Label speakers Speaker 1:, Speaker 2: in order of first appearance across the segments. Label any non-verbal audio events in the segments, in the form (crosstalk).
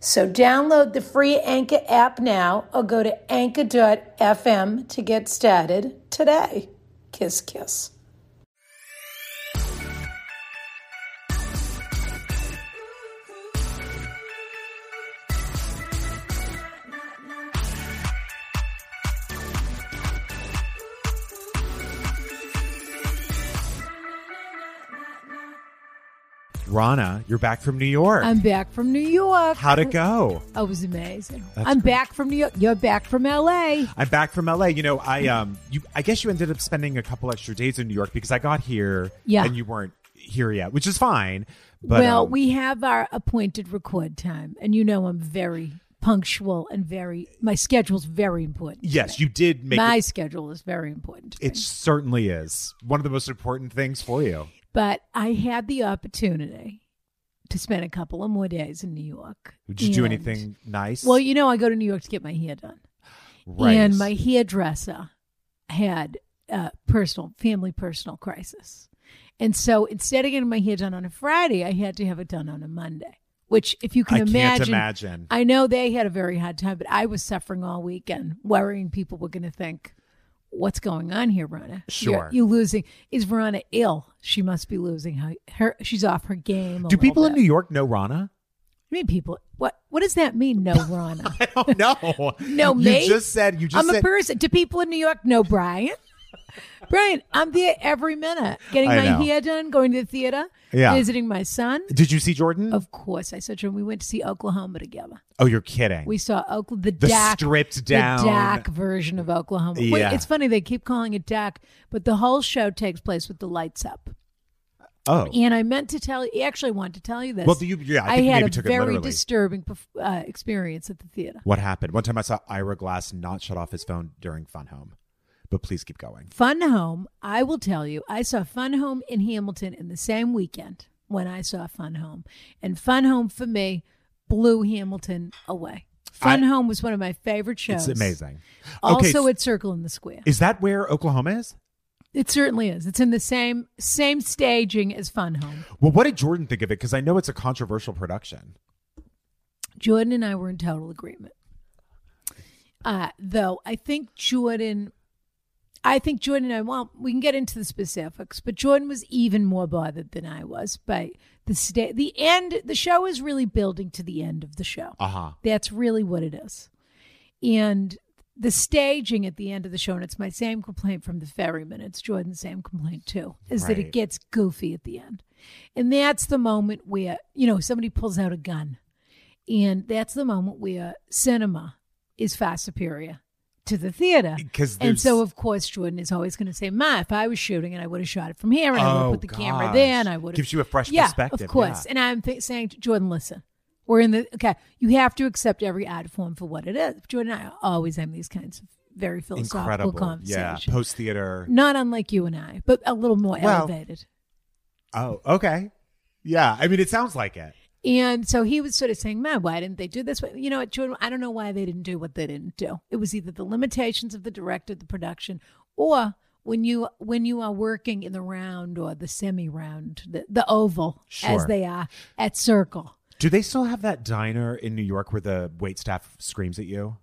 Speaker 1: So download the free Anchor app now or go to anchor.fm to get started today. Kiss, kiss.
Speaker 2: Rana, you're back from New York.
Speaker 3: I'm back from New York.
Speaker 2: How'd it go?
Speaker 3: I was amazing.
Speaker 2: That's
Speaker 3: I'm
Speaker 2: great.
Speaker 3: back from New York. You're back from LA.
Speaker 2: I'm back from LA. You know, I um, you, I guess you ended up spending a couple extra days in New York because I got here,
Speaker 3: Yeah.
Speaker 2: and you weren't here yet, which is fine. But
Speaker 3: well,
Speaker 2: um,
Speaker 3: we have our appointed record time, and you know I'm very punctual and very my schedule's very important.
Speaker 2: yes, you did make
Speaker 3: my
Speaker 2: it.
Speaker 3: schedule is very important. to me.
Speaker 2: It certainly is one of the most important things for you.
Speaker 3: but I had the opportunity to spend a couple of more days in New York.
Speaker 2: Did you do
Speaker 3: And-
Speaker 2: anything nice?
Speaker 3: Well, you know I go to New York to get my hair done.
Speaker 2: right.
Speaker 3: And my hairdresser had a personal, family personal crisis. And so instead of getting my hair done on a Friday, I had to have it done on a Monday, which, if you can
Speaker 2: I can't
Speaker 3: imagine,
Speaker 2: imagine.
Speaker 3: I know they had a very hard time, but I was suffering all weekend, worrying people were going to think, what's going on here, Verona?
Speaker 2: Sure.
Speaker 3: you losing. Is Verona ill? She must be losing her, her she's off her game. a
Speaker 2: do
Speaker 3: little
Speaker 2: people in
Speaker 3: bit.
Speaker 2: New York know Rana? (laughs)
Speaker 3: I mean, people, what, what does that mean? No, Verona.
Speaker 2: I don't know.
Speaker 3: No,
Speaker 2: you
Speaker 3: me?
Speaker 2: just said you just
Speaker 3: I'm
Speaker 2: said
Speaker 3: a person. Do people in New York know Brian? Brian, I'm there every minute, getting
Speaker 2: I
Speaker 3: my
Speaker 2: know.
Speaker 3: hair done, going to the theater,
Speaker 2: Yeah.
Speaker 3: visiting my son.
Speaker 2: Did you see Jordan?
Speaker 3: Of course, I said to him, we went to see Oklahoma together.
Speaker 2: oh, you're kidding.
Speaker 3: We saw Oklahoma, the,
Speaker 2: The
Speaker 3: dark,
Speaker 2: stripped down-
Speaker 3: the dark version of Oklahoma. Wait,
Speaker 2: Yeah.
Speaker 3: it's funny they keep calling it dark, but the whole show takes place with the lights up.
Speaker 2: oh,
Speaker 3: And I meant to tell you, actually, I wanted to tell you this.
Speaker 2: Well, do you- yeah, I
Speaker 3: I,
Speaker 2: think you
Speaker 3: had
Speaker 2: maybe
Speaker 3: a
Speaker 2: took it
Speaker 3: very
Speaker 2: literally.
Speaker 3: disturbing perf- uh, experience at the theater.
Speaker 2: what happened? One time I saw Ira Glass not shut off his phone during Fun Home. But please keep going.
Speaker 3: Fun Home, I will tell you, I saw Fun Home in Hamilton in the same weekend when I saw Fun Home. And Fun Home for me blew Hamilton away. Fun
Speaker 2: I-
Speaker 3: Home was one of my favorite shows.
Speaker 2: It's amazing. Okay,
Speaker 3: Also
Speaker 2: s-
Speaker 3: at Circle in the Square.
Speaker 2: is that where Oklahoma is?
Speaker 3: It certainly is. It's in the same same staging as Fun Home.
Speaker 2: Well, what did Jordan think of it? Because I know it's a controversial production.
Speaker 3: Jordan and I were in total agreement. Uh, though I think Jordan, I think Jordan and I, well, we can get into the specifics, but Jordan was even more bothered than I was by the sta- the end. The show is really building to the end of the show.
Speaker 2: Uh huh.
Speaker 3: That's really what it is. And the staging at the end of the show, and it's my same complaint from the ferryman, it's Jordan's same complaint too, is that
Speaker 2: Right.
Speaker 3: it gets goofy at the end. And that's the moment where, you know, somebody pulls out a gun. And that's the moment where cinema is far superior to the theater.
Speaker 2: 'Cause
Speaker 3: and so,
Speaker 2: there's-
Speaker 3: of course, Jordan is always going to say, Ma, if I was shooting and I would have shot it from here and I would
Speaker 2: Oh,
Speaker 3: have put the camera
Speaker 2: gosh.
Speaker 3: there and I would have.
Speaker 2: Gives you a fresh
Speaker 3: yeah,
Speaker 2: perspective,
Speaker 3: Of course.
Speaker 2: yeah.
Speaker 3: And I'm th- saying to Jordan, listen, we're in the okay. You have to accept every ad form for what it is. Jordan and I always have these kinds of very philosophical
Speaker 2: Incredible. Yeah.
Speaker 3: conversations.
Speaker 2: Post theater.
Speaker 3: Not unlike you and I, but a little more
Speaker 2: Well-
Speaker 3: elevated.
Speaker 2: Oh, okay. Yeah. I mean, it sounds like it.
Speaker 3: And so he was sort of saying, "Man, why didn't they do this?" You know, what, Jordan, I don't know why they didn't do what they didn't do. It was either the limitations of the director, the production, or when you when you are working in the round or the semi round, the, the oval,
Speaker 2: Sure.
Speaker 3: as they are at circle.
Speaker 2: Do they still have that diner in New York where the wait staff screams at you?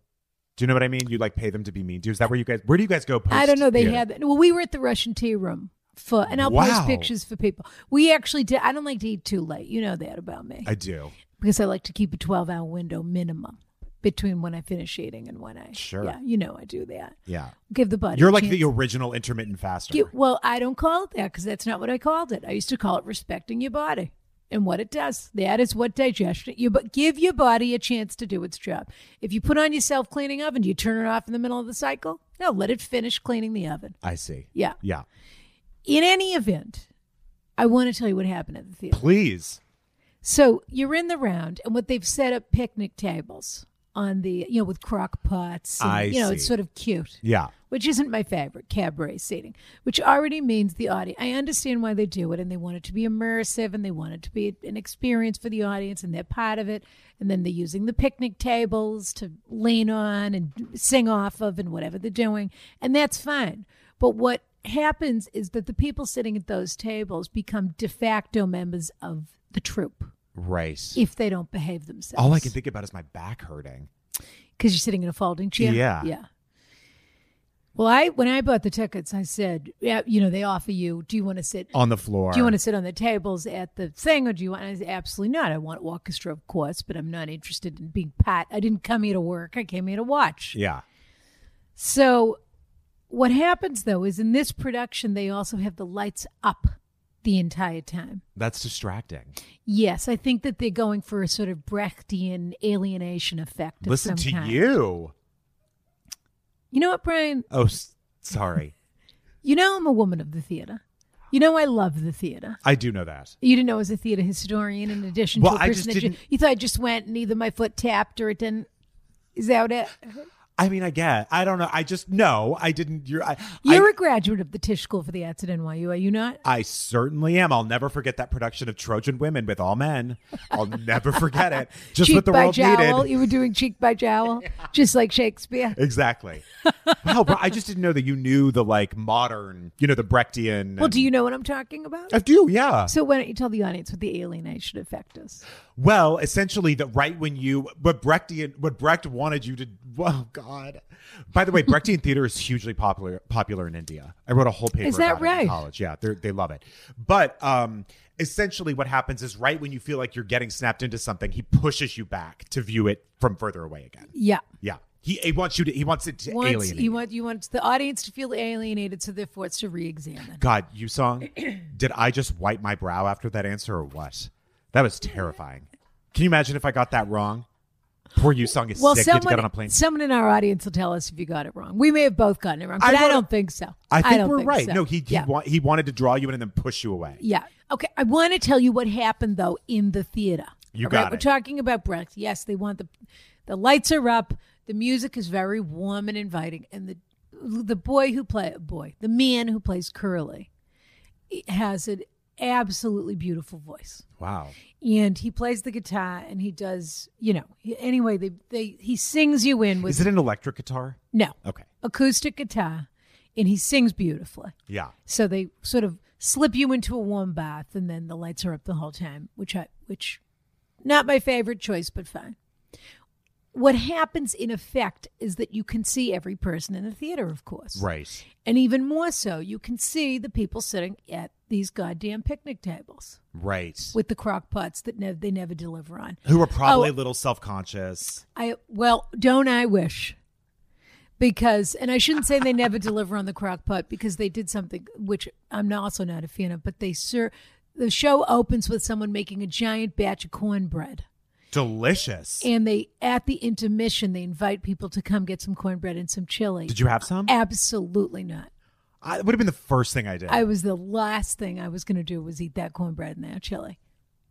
Speaker 2: Do you know what I mean? You like pay them to be mean to. you. Is that where you guys? Where do you guys go? Post
Speaker 3: I don't know. They
Speaker 2: theater?
Speaker 3: had that. Well, we were at the Russian tea room for, and I'll
Speaker 2: Wow.
Speaker 3: post pictures for people. We actually did. I don't like to eat too late. You know that about me
Speaker 2: I do.
Speaker 3: because I like to keep a twelve-hour window minimum between when I finish eating and when I.
Speaker 2: Sure.
Speaker 3: Yeah, you know I do that.
Speaker 2: Yeah.
Speaker 3: Give the body.
Speaker 2: You're
Speaker 3: a
Speaker 2: like
Speaker 3: chance.
Speaker 2: the original intermittent faster.
Speaker 3: You- well, I don't call it that because that's not what I called it. I used to call it respecting your body and what it does. That is what digestion. You but give your body a chance to do its job. If you put on your self cleaning oven, do you turn it off in the middle of the cycle? No, let it finish cleaning the oven.
Speaker 2: I see.
Speaker 3: Yeah.
Speaker 2: Yeah.
Speaker 3: In any event, I want to tell you what happened at the theater.
Speaker 2: Please.
Speaker 3: So you're in the round, and what they've set up picnic tables on the, you know, with crock pots. And,
Speaker 2: I
Speaker 3: you know,
Speaker 2: see.
Speaker 3: it's sort of cute
Speaker 2: Yeah.
Speaker 3: which isn't my favorite cabaret seating, which already means the audience. I understand why they do it, and they want it to be immersive, and they want it to be an experience for the audience, and they're part of it. And then they're using the picnic tables to lean on and sing off of, and whatever they're doing, and that's fine. But what happens is that the people sitting at those tables become de facto members of the troupe
Speaker 2: Right.
Speaker 3: if they don't behave themselves.
Speaker 2: All I can think about is my back hurting.
Speaker 3: Because you're sitting in a folding chair.
Speaker 2: Yeah.
Speaker 3: Yeah. Well, I when I bought the tickets, I said, yeah, you know, they offer you, do you want to sit?
Speaker 2: On the floor.
Speaker 3: Do you want to sit on the tables at the thing, or do you want? I said, absolutely not. I want orchestra, of course, but I'm not interested in being pat. I didn't come here to work. I came here to watch.
Speaker 2: Yeah.
Speaker 3: So, what happens though is in this production, they also have the lights up the entire time.
Speaker 2: That's distracting.
Speaker 3: Yes, I think that they're going for a sort of Brechtian alienation effect. Of
Speaker 2: Listen
Speaker 3: some
Speaker 2: to
Speaker 3: kind.
Speaker 2: you.
Speaker 3: You know what, Brian?
Speaker 2: Oh, s- sorry.
Speaker 3: You know, I'm a woman of the theater. You know, I love the theater.
Speaker 2: I do know that.
Speaker 3: You didn't know I was a theater historian in addition
Speaker 2: Well,
Speaker 3: to a
Speaker 2: I
Speaker 3: person
Speaker 2: just
Speaker 3: that you,
Speaker 2: didn't-
Speaker 3: you thought I just went and either my foot tapped or it didn't. Is that it?
Speaker 2: I mean, I get. I don't know. I just no. I didn't. You're. I,
Speaker 3: You're
Speaker 2: I,
Speaker 3: a graduate of the Tisch School for the Arts at NYU, are you not?
Speaker 2: I certainly am. I'll never forget that production of Trojan Women with all men. I'll never forget
Speaker 3: (laughs)
Speaker 2: it. Just
Speaker 3: cheek
Speaker 2: what the
Speaker 3: by
Speaker 2: world
Speaker 3: jowl.
Speaker 2: needed.
Speaker 3: You were doing cheek by
Speaker 2: (laughs)
Speaker 3: jowl, just like Shakespeare.
Speaker 2: Exactly. wow, bro, I just didn't know that you knew the like modern, you know, the Brechtian.
Speaker 3: Well, do you know what I'm talking about?
Speaker 2: I do, yeah.
Speaker 3: So why don't you tell the audience what the alienation effect is?
Speaker 2: Well, essentially, that right when you what Brechtian what Brecht wanted you to. Oh God! By
Speaker 3: (laughs)
Speaker 2: the way, Brechtian theater is hugely popular popular in India. I wrote a whole paper
Speaker 3: Is that
Speaker 2: about it in
Speaker 3: right?
Speaker 2: college. Yeah, they they love it. But um, essentially, what happens is right when you feel like you're getting snapped into something, he pushes you back to view it from further away again.
Speaker 3: Yeah.
Speaker 2: Yeah, he, he wants you to. He wants it to
Speaker 3: Once
Speaker 2: alienate.
Speaker 3: you
Speaker 2: you.
Speaker 3: want you want the audience to feel alienated, so they're forced to re-examine.
Speaker 2: God, you song. (clears throat) did I just wipe my brow after that answer or what? That was terrifying. Can you imagine if I got that wrong? Poor you song is
Speaker 3: Well,
Speaker 2: sick. You had to
Speaker 3: someone,
Speaker 2: get on a plane.
Speaker 3: someone in our audience will tell us if you got it wrong. We may have both gotten it wrong, but
Speaker 2: I
Speaker 3: I,
Speaker 2: wrote-
Speaker 3: don't think so.
Speaker 2: I think
Speaker 3: don't
Speaker 2: we're right.
Speaker 3: so.
Speaker 2: No, he he,
Speaker 3: yeah.
Speaker 2: wa- he wanted to draw you in and then push you away.
Speaker 3: yeah. Okay, I want to tell you what happened though in the theater.
Speaker 2: You
Speaker 3: All
Speaker 2: got
Speaker 3: We're
Speaker 2: it.
Speaker 3: talking about Brecht. Yes, they want the the lights are up. The music is very warm and inviting, and the the boy who play boy the man who plays Curly has an absolutely beautiful voice.
Speaker 2: Wow.
Speaker 3: And he plays the guitar, and he does, you know. he- Anyway, they, they he sings you in with
Speaker 2: Is it an electric guitar?
Speaker 3: no,
Speaker 2: Okay.
Speaker 3: acoustic guitar and he sings beautifully.
Speaker 2: Yeah.
Speaker 3: So they sort of slip you into a warm bath and then the lights are up the whole time, which I which not my favorite choice but fine. What happens in effect is that you can see every person in the theater, of course.
Speaker 2: Right.
Speaker 3: And even more so, you can see the people sitting at these goddamn picnic tables
Speaker 2: Right.
Speaker 3: with the crock pots that nev- they never deliver on.
Speaker 2: Who were probably
Speaker 3: Oh.
Speaker 2: a little self conscious.
Speaker 3: I well, don't I wish? Because and I shouldn't say they never deliver on the crock pot because they did something which I'm not- also not a fan of, but they sir the show opens with someone making a giant batch of cornbread.
Speaker 2: Delicious.
Speaker 3: And they at the intermission they invite people to come get some cornbread and some chili.
Speaker 2: Did you have some?
Speaker 3: Absolutely not.
Speaker 2: I, it would have been the first thing I did.
Speaker 3: I was the last thing I was gonna do was eat that cornbread and that chili.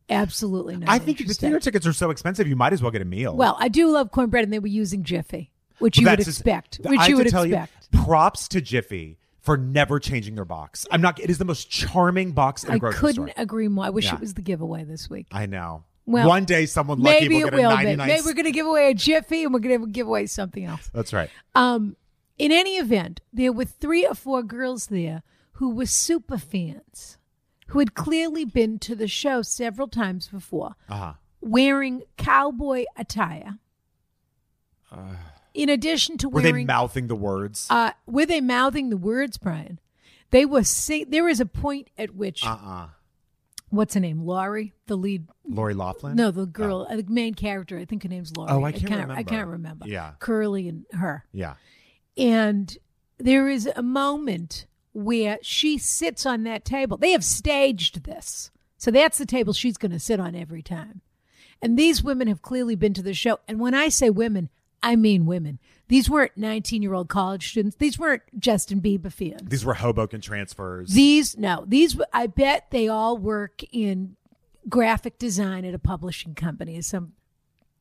Speaker 3: Absolutely not.
Speaker 2: I think the
Speaker 3: interested.
Speaker 2: theater tickets are so expensive, you might as well get a meal.
Speaker 3: Well, I do love cornbread and they were using Jiffy, which
Speaker 2: Well,
Speaker 3: you would
Speaker 2: that's just-
Speaker 3: expect.
Speaker 2: th-
Speaker 3: which
Speaker 2: I have
Speaker 3: you
Speaker 2: to
Speaker 3: would
Speaker 2: tell
Speaker 3: expect.
Speaker 2: props to Jiffy for never changing their box. I'm not. It is the most charming box in a
Speaker 3: I
Speaker 2: grocery
Speaker 3: couldn't
Speaker 2: store.
Speaker 3: agree more. I wish
Speaker 2: Yeah.
Speaker 3: it was the giveaway this week.
Speaker 2: I know.
Speaker 3: Well,
Speaker 2: One day, someone lucky
Speaker 3: Maybe
Speaker 2: will
Speaker 3: it
Speaker 2: get
Speaker 3: will
Speaker 2: a
Speaker 3: be.
Speaker 2: 99.
Speaker 3: Maybe we're going to give away a Jiffy and we're going to give away something else.
Speaker 2: That's right.
Speaker 3: Um, in any event, there were three or four girls there who were super fans, who had clearly been to the show several times
Speaker 2: Uh-huh.
Speaker 3: before,
Speaker 2: Uh huh.
Speaker 3: wearing cowboy attire, in addition to
Speaker 2: Uh, Were
Speaker 3: wearing,
Speaker 2: they mouthing the words?
Speaker 3: uh, were they mouthing the words, Brian? They were sing- There is a point at which
Speaker 2: Uh-uh.
Speaker 3: what's her name, Laurie, the lead
Speaker 2: Lori Laughlin?
Speaker 3: No, the girl, uh, the main character. I think her name's Laura.
Speaker 2: Oh, I can't
Speaker 3: I
Speaker 2: remember.
Speaker 3: can't remember.
Speaker 2: Yeah.
Speaker 3: Curly and her.
Speaker 2: Oh, Yeah.
Speaker 3: And there is a moment where she sits on that table. They have staged this. So that's the table she's going to sit on every time. And these women have clearly been to the show. And when I say women, I mean women. These weren't 19 year old college students. These weren't Justin Bieber fans.
Speaker 2: These were Hoboken transfers.
Speaker 3: These no, these w- I bet they all work in graphic design at a publishing company or some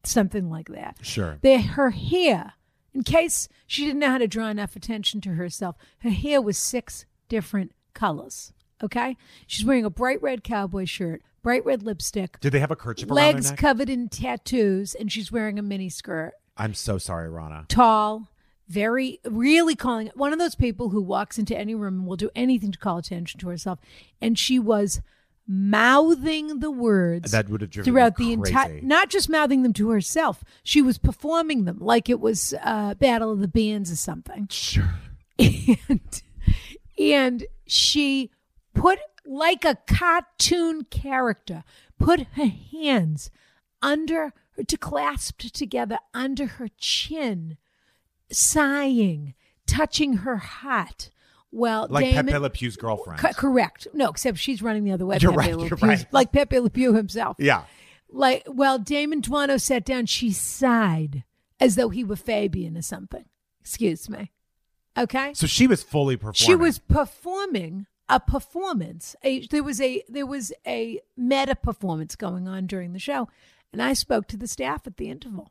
Speaker 3: something like that.
Speaker 2: sure.
Speaker 3: They her hair, in case she didn't know how to draw enough attention to herself, her hair was six different colors. Okay, she's wearing a bright red cowboy shirt, bright red lipstick,
Speaker 2: Did they have a kerchief around
Speaker 3: legs
Speaker 2: their neck?
Speaker 3: covered in tattoos, and she's wearing a mini skirt
Speaker 2: I'm so sorry, Rana.
Speaker 3: tall, very, really calling one of those people who walks into any room and will do anything to call attention to herself. And she was mouthing the words
Speaker 2: That would have driven me
Speaker 3: throughout the entire,
Speaker 2: crazy.
Speaker 3: not just mouthing them to herself. She was performing them like it was uh, Battle of the Bands or something.
Speaker 2: Sure.
Speaker 3: And, and she put like a cartoon character, put her hands under her to clasped together under her chin sighing, touching her heart. Well,
Speaker 2: Like
Speaker 3: Damon,
Speaker 2: Pepe Le Pew's girlfriend.
Speaker 3: Co- correct. No, except she's running the other way.
Speaker 2: You're
Speaker 3: Pepe
Speaker 2: right,
Speaker 3: Le
Speaker 2: you're
Speaker 3: Pew's-
Speaker 2: right.
Speaker 3: Like Pepe Le Pew himself.
Speaker 2: yeah.
Speaker 3: Like, well, Damon Duano sat down. She sighed as though he were Fabian or something. Excuse me. Okay.
Speaker 2: So she was fully performing.
Speaker 3: She was performing a performance. A, there was a there was a meta performance going on during the show, and I spoke to the staff at the interval.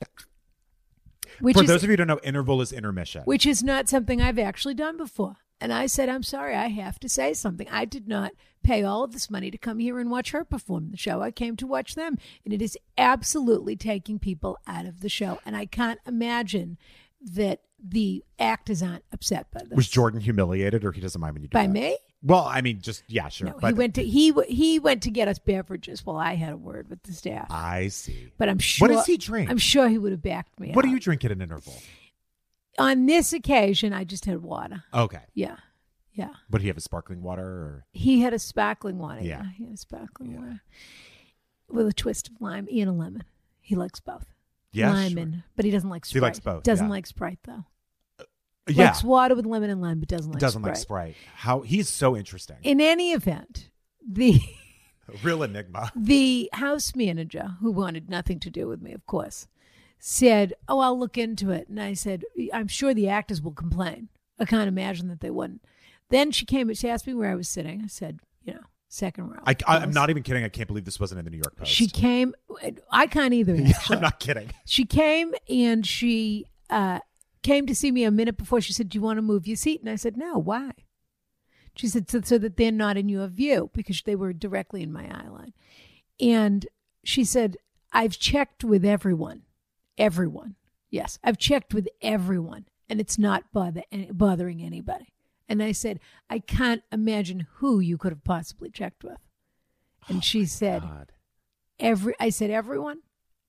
Speaker 3: Which
Speaker 2: For
Speaker 3: is
Speaker 2: those of you who don't know, interval is intermission.
Speaker 3: which is not something I've actually done before. And I said, I'm sorry, I have to say something. I did not pay all of this money to come here and watch her perform the show. I came to watch them. And it is absolutely taking people out of the show. And I can't imagine that the actors aren't upset by this.
Speaker 2: was Jordan humiliated, or he doesn't mind when you do
Speaker 3: by
Speaker 2: that?
Speaker 3: me?
Speaker 2: Well, I mean, just yeah, sure.
Speaker 3: No,
Speaker 2: but
Speaker 3: he went to he w- he went to get us beverages while I had a word with the staff.
Speaker 2: I see.
Speaker 3: But I'm sure
Speaker 2: Ah. does he drink?
Speaker 3: I'm sure he would have backed me.
Speaker 2: What do
Speaker 3: up.
Speaker 2: you drink at an interval?
Speaker 3: on this occasion? I just had water.
Speaker 2: Okay.
Speaker 3: Yeah, yeah.
Speaker 2: Would he have a sparkling water? Or
Speaker 3: He had a sparkling water.
Speaker 2: Yeah.
Speaker 3: Yeah, he had a sparkling water with a twist of lime and a lemon. He likes both.
Speaker 2: yeah,
Speaker 3: lime
Speaker 2: sure.
Speaker 3: and but he doesn't like Sprite.
Speaker 2: He likes both,
Speaker 3: Doesn't
Speaker 2: yeah.
Speaker 3: like Sprite though.
Speaker 2: yeah.
Speaker 3: Likes water with lemon and lime, but doesn't like
Speaker 2: doesn't
Speaker 3: Sprite.
Speaker 2: like Sprite. How he's so interesting.
Speaker 3: In any event, the (laughs)
Speaker 2: Real enigma.
Speaker 3: the house manager who wanted nothing to do with me, of course, said, "Oh, I'll look into it." And I said, "I'm sure the actors will complain. I can't imagine that they wouldn't." Then she came and she asked me where I was sitting. I said, "You know, second row."
Speaker 2: I, I, am
Speaker 3: close."
Speaker 2: not even kidding. I can't believe this wasn't in the New York Post. (laughs)
Speaker 3: She came. I can't either.
Speaker 2: I'm
Speaker 3: actually.
Speaker 2: not kidding.
Speaker 3: She came and she uh, came to see me a minute before. She said, "Do you want to move your seat?" And I said, "No. Why?" She said, "So, so that they're not in your view because they were directly in my eye line." And she said, "I've checked with everyone. Everyone. Yes, I've checked with everyone, and it's not bother eh, bothering anybody." And I said, "I can't imagine who you could have possibly checked with."
Speaker 2: Oh
Speaker 3: And she said,
Speaker 2: God.
Speaker 3: every I said everyone.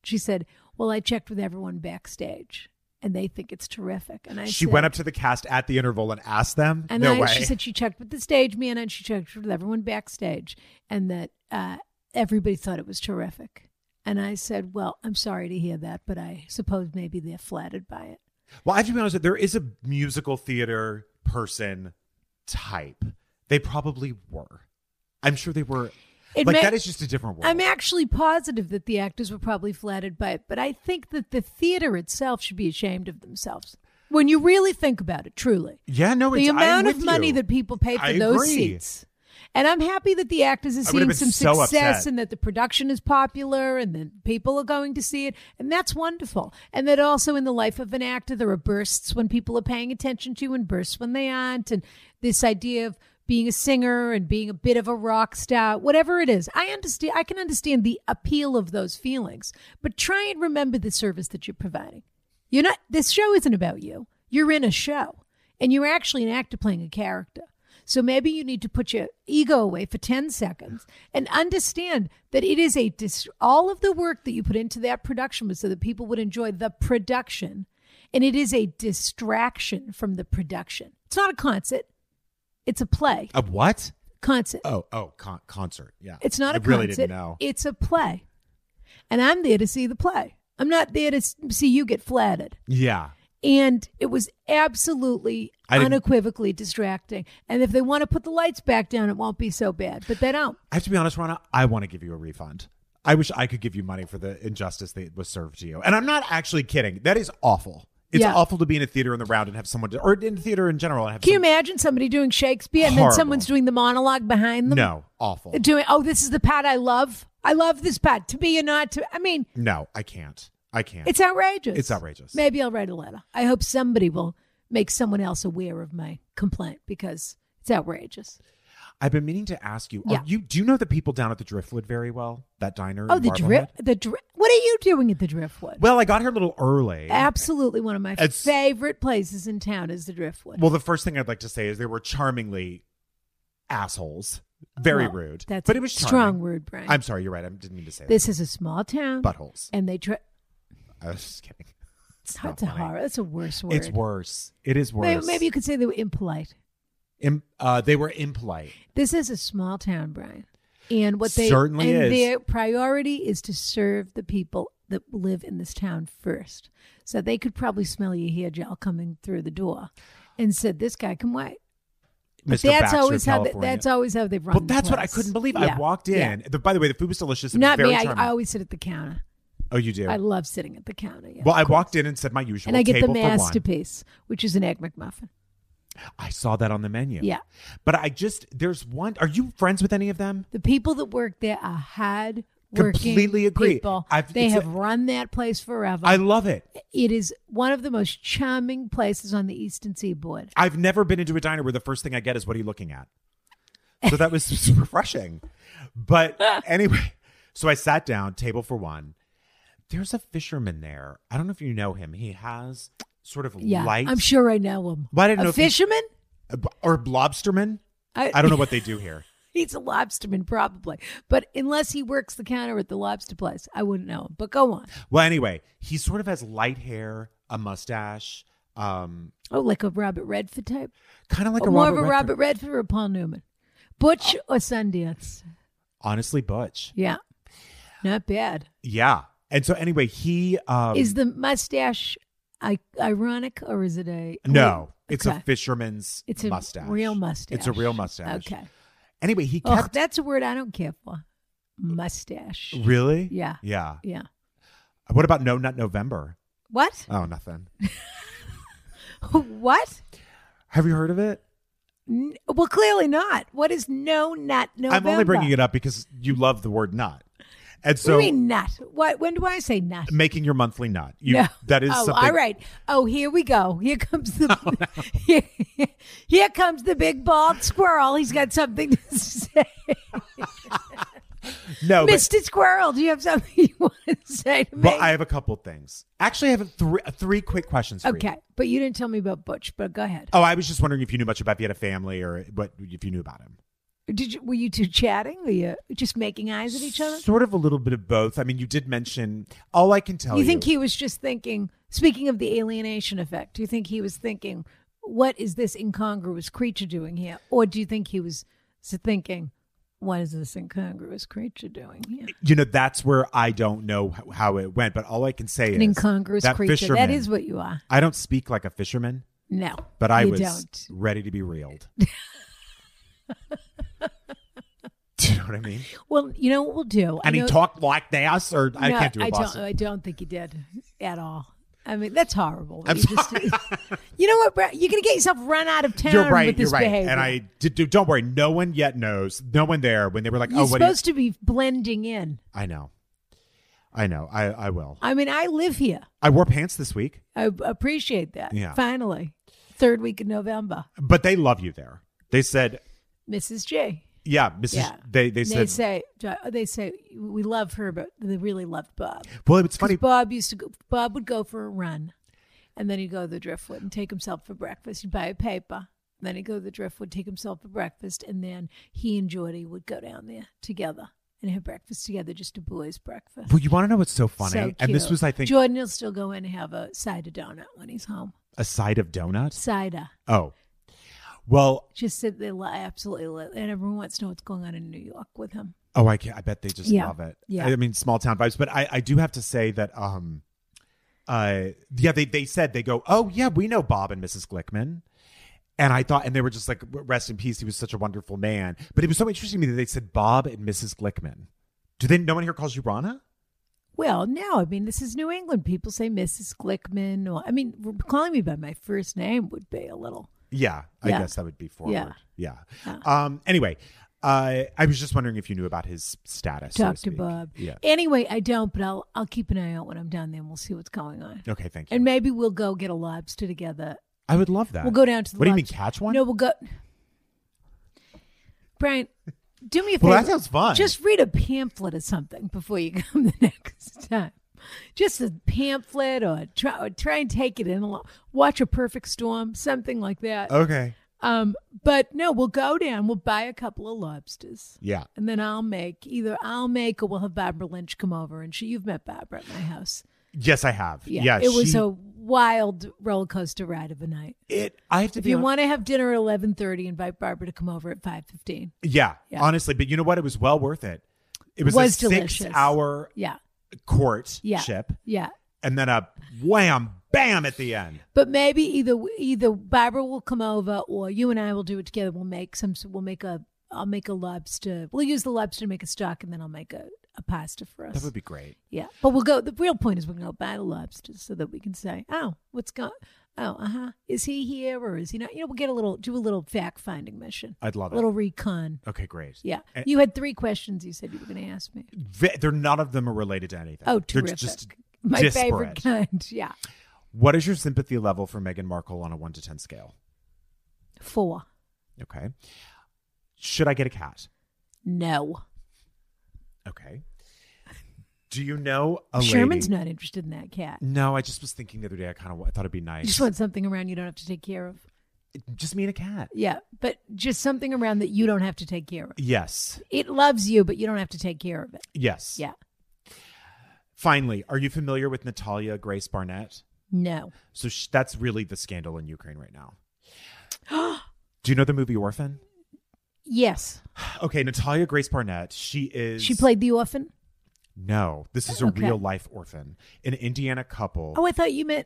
Speaker 3: She said, "Well, I checked with everyone backstage, and they think it's terrific." And I
Speaker 2: She
Speaker 3: said,
Speaker 2: went up to the cast at the interval and asked them.
Speaker 3: and
Speaker 2: no
Speaker 3: I,
Speaker 2: way.
Speaker 3: she said she checked with the stage man and she checked with everyone backstage, and that uh, everybody thought it was terrific. And I said, "Well, I'm sorry to hear that, but I suppose maybe they're flattered by it."
Speaker 2: Well, I have to be honest. with you, There is a musical theater person type. They probably were. I'm sure they were.
Speaker 3: It
Speaker 2: like
Speaker 3: may-
Speaker 2: that is just a different world.
Speaker 3: I'm actually positive that the actors were probably flattered by it, but I think that the theater itself should be ashamed of themselves when you really think about it. Truly,
Speaker 2: yeah, no,
Speaker 3: the
Speaker 2: it's, I'm
Speaker 3: amount of
Speaker 2: with
Speaker 3: money
Speaker 2: you.
Speaker 3: that people pay for
Speaker 2: I
Speaker 3: those
Speaker 2: agree.
Speaker 3: seats. And I'm happy that the actors are
Speaker 2: I would've
Speaker 3: seeing
Speaker 2: been
Speaker 3: some
Speaker 2: so
Speaker 3: success
Speaker 2: upset.
Speaker 3: and that the production is popular and that people are going to see it. And that's wonderful. And that also in the life of an actor, there are bursts when people are paying attention to you and bursts when they aren't. And this idea of being a singer and being a bit of a rock star, whatever it is, I understand. I can understand the appeal of those feelings, but try and remember the service that you're providing. You're not, this show isn't about you. You're in a show and you're actually an actor playing a character. So maybe you need to put your ego away for 10 seconds and understand that it is a dis- all of the work that you put into that production was so that people would enjoy the production And it is a distraction from the production. It's not a concert, it's a play.
Speaker 2: A what?
Speaker 3: Concert.
Speaker 2: Oh, oh, con- concert. Yeah.
Speaker 3: It's not
Speaker 2: I
Speaker 3: a
Speaker 2: really
Speaker 3: concert.
Speaker 2: didn't know.
Speaker 3: It's a play. And I'm there to see the play. I'm not there to s- see you get flattered.
Speaker 2: yeah.
Speaker 3: And it was absolutely
Speaker 2: I didn't-
Speaker 3: unequivocally distracting. And if they want to put the lights back down, it won't be so bad. But they don't.
Speaker 2: I have to be honest, Rana, I want to give you a refund. I wish I could give you money for the injustice that was served to you. And I'm not actually kidding. That is awful. It's
Speaker 3: Yeah.
Speaker 2: awful to be in a theater in the round and have someone, to, or in theater in general and have
Speaker 3: Can you
Speaker 2: some-
Speaker 3: imagine somebody doing Shakespeare and
Speaker 2: Horrible.
Speaker 3: then someone's doing the monologue behind them?
Speaker 2: No, awful.
Speaker 3: Doing, oh, this is the part I love. I love this part. To be or not to. I mean,
Speaker 2: No, I can't. I can't.
Speaker 3: it's outrageous.
Speaker 2: It's outrageous.
Speaker 3: Maybe I'll write a letter. I hope somebody will make someone else aware of my complaint because it's outrageous.
Speaker 2: I've been meaning to ask you. Are
Speaker 3: Yeah.
Speaker 2: you do you know the people down at the Driftwood very well? That diner.
Speaker 3: Oh,
Speaker 2: in
Speaker 3: the
Speaker 2: Marblehead?
Speaker 3: drift. The dri- What are you doing at the Driftwood?
Speaker 2: Well, I got here a little early.
Speaker 3: Absolutely, one of my
Speaker 2: It's-
Speaker 3: favorite places in town is the Driftwood.
Speaker 2: Well, the first thing I'd like to say is they were charmingly assholes. Very
Speaker 3: Well,
Speaker 2: rude.
Speaker 3: That's
Speaker 2: but it was
Speaker 3: a strong
Speaker 2: charming.
Speaker 3: word, Brian.
Speaker 2: I'm sorry, you're right. I didn't mean to say
Speaker 3: this is a small town,
Speaker 2: that.
Speaker 3: (laughs)
Speaker 2: Buttholes.
Speaker 3: and they. Tri-
Speaker 2: I was just kidding. It's not
Speaker 3: that's a
Speaker 2: funny.
Speaker 3: horror. That's a worse word.
Speaker 2: It's worse. It is
Speaker 3: May-
Speaker 2: worse.
Speaker 3: Maybe, you could say they were impolite.
Speaker 2: Im- uh, they were impolite.
Speaker 3: This is a small town, Brian, and what they
Speaker 2: Certainly
Speaker 3: and
Speaker 2: is.
Speaker 3: their priority is to serve the people that live in this town first. So they could probably smell your hair gel coming through the door, and said, "This guy can wait." But
Speaker 2: Mr.
Speaker 3: that's
Speaker 2: Baxter,
Speaker 3: always how they,
Speaker 2: California.
Speaker 3: that's always how they've run.
Speaker 2: Well,
Speaker 3: the
Speaker 2: that's what I
Speaker 3: place.
Speaker 2: couldn't believe.
Speaker 3: Yeah.
Speaker 2: I walked in.
Speaker 3: Yeah.
Speaker 2: The, by the way, the food was delicious. It was
Speaker 3: Not
Speaker 2: very
Speaker 3: me. I,
Speaker 2: charming.
Speaker 3: I always sit at the counter.
Speaker 2: oh, you do.
Speaker 3: I love sitting at the counter. Yeah,
Speaker 2: well,
Speaker 3: of
Speaker 2: I
Speaker 3: course.
Speaker 2: walked in and said my usual.
Speaker 3: and I get the
Speaker 2: table for one.
Speaker 3: masterpiece, which is an egg McMuffin.
Speaker 2: I saw that on the menu.
Speaker 3: Yeah.
Speaker 2: But I just there's one. Are you friends with any of them?
Speaker 3: The people that work there are hard working
Speaker 2: Completely agree.
Speaker 3: people.
Speaker 2: I've-
Speaker 3: they
Speaker 2: it's a-
Speaker 3: have run that place forever.
Speaker 2: I love it.
Speaker 3: it is one of the most charming places on the Eastern Seaboard.
Speaker 2: I've never been into a diner where the first thing I get is what are you looking at? So that was (laughs) just refreshing.
Speaker 3: (laughs)
Speaker 2: But anyway, so I sat down, table for one. There's a fisherman there. I don't know if you know him. He has sort of
Speaker 3: Yeah,
Speaker 2: light
Speaker 3: I'm sure I know him.
Speaker 2: Well, I didn't
Speaker 3: a
Speaker 2: know if he-
Speaker 3: fisherman?
Speaker 2: or lobsterman. I don't know what they do here.
Speaker 3: (laughs) He's a lobsterman, probably. But unless he works the counter at the lobster place, I wouldn't know him. But go on.
Speaker 2: Well, anyway, he sort of has light hair, a mustache, um,
Speaker 3: Oh, like a Robert Redford type?
Speaker 2: kind of like
Speaker 3: or
Speaker 2: a
Speaker 3: more
Speaker 2: Robert
Speaker 3: of a
Speaker 2: Redford.
Speaker 3: Robert Redford or Paul Newman? Butch or Sundance?
Speaker 2: Honestly, Butch.
Speaker 3: Yeah. Not bad.
Speaker 2: Yeah. And so anyway, he um,
Speaker 3: is the mustache I- ironic or is it a.
Speaker 2: no,
Speaker 3: Wait,
Speaker 2: it's
Speaker 3: okay.
Speaker 2: a fisherman's
Speaker 3: It's a
Speaker 2: mustache.
Speaker 3: real mustache.
Speaker 2: It's a real mustache.
Speaker 3: Okay.
Speaker 2: Anyway, he
Speaker 3: Oh,
Speaker 2: kept
Speaker 3: that's a word I don't care for. Mustache.
Speaker 2: (laughs) really.
Speaker 3: Yeah.
Speaker 2: Yeah.
Speaker 3: Yeah.
Speaker 2: What about No Nut November?
Speaker 3: What? (laughs)
Speaker 2: Oh, nothing.
Speaker 3: what?
Speaker 2: Have you heard of it?
Speaker 3: N- well, clearly not. What is no nut November?
Speaker 2: I'm only bringing it up because you love the word nut, and
Speaker 3: So,
Speaker 2: so
Speaker 3: what do you mean nut? What? When do I say nut?
Speaker 2: making your monthly nut. You,
Speaker 3: no.
Speaker 2: That is
Speaker 3: oh,
Speaker 2: something.
Speaker 3: all right. Oh, here we go. Here comes
Speaker 2: (laughs)
Speaker 3: the (laughs) here, comes the big bald squirrel. He's got something to (laughs) say.
Speaker 2: No, Oh, but,
Speaker 3: Mr. Squirrel, do you have something (laughs) you want to say to me?
Speaker 2: but I have a couple things. Actually, I have three three quick questions. For you.
Speaker 3: okay, but you didn't tell me about Butch. But go ahead.
Speaker 2: Oh, I was just wondering if you knew much about if you had a family or what if you knew about him.
Speaker 3: Did you, were you two chatting? Were you just making eyes at each other?
Speaker 2: Sort of a little bit of both. I mean, you did mention. All I can tell you.
Speaker 3: you think he was just thinking speaking of the alienation effect do you think he was thinking what is this incongruous creature doing here or do you think he was s- thinking what is this incongruous creature doing here
Speaker 2: You know, that's where I don't know h- how it went, but all I can say
Speaker 3: an
Speaker 2: is
Speaker 3: incongruous
Speaker 2: that
Speaker 3: creature
Speaker 2: Fisherman,
Speaker 3: that is what you are
Speaker 2: I don't speak like a fisherman,
Speaker 3: no
Speaker 2: but I
Speaker 3: you
Speaker 2: was
Speaker 3: don't
Speaker 2: ready to
Speaker 3: (laughs)
Speaker 2: be reeled. Do you know what I mean?
Speaker 3: well you know what we'll do I
Speaker 2: And he
Speaker 3: know-
Speaker 2: talked like this, or I
Speaker 3: no,
Speaker 2: can't do a
Speaker 3: I don't, uh,
Speaker 2: Boston.
Speaker 3: I don't think he did at all I mean that's horrible.
Speaker 2: I'm
Speaker 3: You, just- (laughs) you know what, Brad? You're gonna get yourself run out of town
Speaker 2: You're right.
Speaker 3: with
Speaker 2: You're
Speaker 3: this
Speaker 2: right.
Speaker 3: behavior.
Speaker 2: And I did. do- Don't worry. No one yet knows. No one there when they were like,
Speaker 3: You're
Speaker 2: "Oh, what?" do you-
Speaker 3: supposed to be blending in.
Speaker 2: I know. I know. I I will.
Speaker 3: I mean, I live here.
Speaker 2: I wore pants this week,
Speaker 3: I b- appreciate that.
Speaker 2: Yeah.
Speaker 3: Finally, third week of November,
Speaker 2: but they love you there. They said,
Speaker 3: Mrs. J.
Speaker 2: "Yeah, Mrs."
Speaker 3: Yeah.
Speaker 2: They they
Speaker 3: They
Speaker 2: said.
Speaker 3: say they say we love her, but they really loved Bob. 'Cause
Speaker 2: well, it's funny.
Speaker 3: Bob used to go, Bob would go for a run, and then he'd go to the driftwood and take himself for breakfast. He'd buy a paper, and then he'd go to the driftwood, take himself for breakfast, and then he and Jordy would go down there together and have breakfast together, just a boys' breakfast.
Speaker 2: Well, you want to know what's so funny?
Speaker 3: So
Speaker 2: and this
Speaker 3: cute.
Speaker 2: was, I think,
Speaker 3: Jordan will still go in and have a side of donut when he's home.
Speaker 2: a side of donuts.
Speaker 3: Cider.
Speaker 2: Oh. Well,
Speaker 3: Just sit there, li- absolutely. li- And everyone wants to know what's going on in New York with him.
Speaker 2: Oh, I can I bet they just
Speaker 3: Yeah.
Speaker 2: love it.
Speaker 3: Yeah.
Speaker 2: I mean, small town vibes. But I, I do have to say that, um, uh, yeah, they, they said, they go, oh, yeah, we know Bob and Mrs. Glickman. And I thought, and they were just like, rest in peace. He was such a wonderful man. But it was so interesting to me that they said Bob and Mrs. Glickman. Do they, no one here calls you Rana?
Speaker 3: Well, now, I mean, this is New England. People say Mrs. Glickman. Or, I mean, r- calling me by my first name would be a little.
Speaker 2: Yeah, I
Speaker 3: Yeah.
Speaker 2: guess that would be forward. Yeah.
Speaker 3: Yeah.
Speaker 2: Um, anyway, uh, I was just wondering if you knew about his status. so to
Speaker 3: Talk to
Speaker 2: speak.
Speaker 3: Bob.
Speaker 2: Yeah.
Speaker 3: Anyway, I don't, but I'll I'll keep an eye out when I'm down there and we'll see what's going on.
Speaker 2: Okay, thank you.
Speaker 3: And maybe we'll go get a lobster together.
Speaker 2: I would love that.
Speaker 3: We'll go down to the
Speaker 2: What do you mean,
Speaker 3: lobster-
Speaker 2: catch one?
Speaker 3: No, we'll go. Brian, do me a favor.
Speaker 2: (laughs) Well, that sounds fun.
Speaker 3: Just read a pamphlet or something before you (laughs) come the next time. Just a pamphlet or try, or try and take it in. a lo- Watch a perfect storm, something like that.
Speaker 2: Okay.
Speaker 3: Um, but no, we'll go down. We'll buy a couple of lobsters.
Speaker 2: Yeah.
Speaker 3: And then I'll make either I'll make or we'll have Barbara Lynch come over, and she you've met Barbara at my house.
Speaker 2: Yes, I have.
Speaker 3: Yeah,
Speaker 2: Yeah,
Speaker 3: it was
Speaker 2: she-
Speaker 3: a wild roller coaster ride of a night.
Speaker 2: It. I have to
Speaker 3: If
Speaker 2: be.
Speaker 3: you
Speaker 2: hon-
Speaker 3: want to have dinner at eleven thirty, invite Barbara to come over at five fifteen.
Speaker 2: yeah,
Speaker 3: Yeah.
Speaker 2: honestly, but you know what? It was well worth it. It was,
Speaker 3: Was
Speaker 2: a
Speaker 3: delicious.
Speaker 2: six-hour
Speaker 3: Yeah,
Speaker 2: court
Speaker 3: yeah,
Speaker 2: ship,
Speaker 3: yeah.
Speaker 2: and then a wham, bam at the end.
Speaker 3: But maybe either either Barbara will come over, or you and I will do it together. We'll make some. We'll make a. I'll make a lobster. We'll use the lobster to make a stock, and then I'll make a, a pasta for us.
Speaker 2: That would be great.
Speaker 3: Yeah, but we'll go. The real point is we're going to buy the lobsters so that we can say, "Oh, what's going? Oh, uh huh. Is he here or is he not?" You know, we'll get a little, do a little fact finding mission,
Speaker 2: I'd love
Speaker 3: a
Speaker 2: it.
Speaker 3: little recon.
Speaker 2: Okay, great.
Speaker 3: Yeah,
Speaker 2: And-
Speaker 3: you had three questions. You said you were going to ask me.
Speaker 2: Ve- They're none of them are related to anything.
Speaker 3: Oh,
Speaker 2: They're
Speaker 3: terrific!
Speaker 2: just
Speaker 3: My
Speaker 2: disparate.
Speaker 3: favorite kind. (laughs) Yeah,
Speaker 2: What is your sympathy level for Meghan Markle on a one to ten scale?
Speaker 3: four.
Speaker 2: Okay. Should I get a cat?
Speaker 3: No,
Speaker 2: Okay. Do you know a
Speaker 3: Sherman's
Speaker 2: lady?
Speaker 3: not interested in that cat.
Speaker 2: No, I just was thinking the other day. I kind of I thought it'd be nice.
Speaker 3: You just want something around you don't have to take care of.
Speaker 2: just me and a cat.
Speaker 3: Yeah, but just something around that you don't have to take care of.
Speaker 2: Yes.
Speaker 3: It loves you, but you don't have to take care of it.
Speaker 2: Yes.
Speaker 3: Yeah.
Speaker 2: Finally, are you familiar with Natalia Grace Barnett?
Speaker 3: No.
Speaker 2: So sh- that's really the scandal in Ukraine
Speaker 3: (gasps)
Speaker 2: right now. Do you know the movie Orphan?
Speaker 3: Yes.
Speaker 2: Okay, Natalia Grace Barnett, she is.
Speaker 3: She played the orphan.
Speaker 2: No, this is a
Speaker 3: Okay.
Speaker 2: real life orphan, an Indiana couple.
Speaker 3: Oh, I thought you meant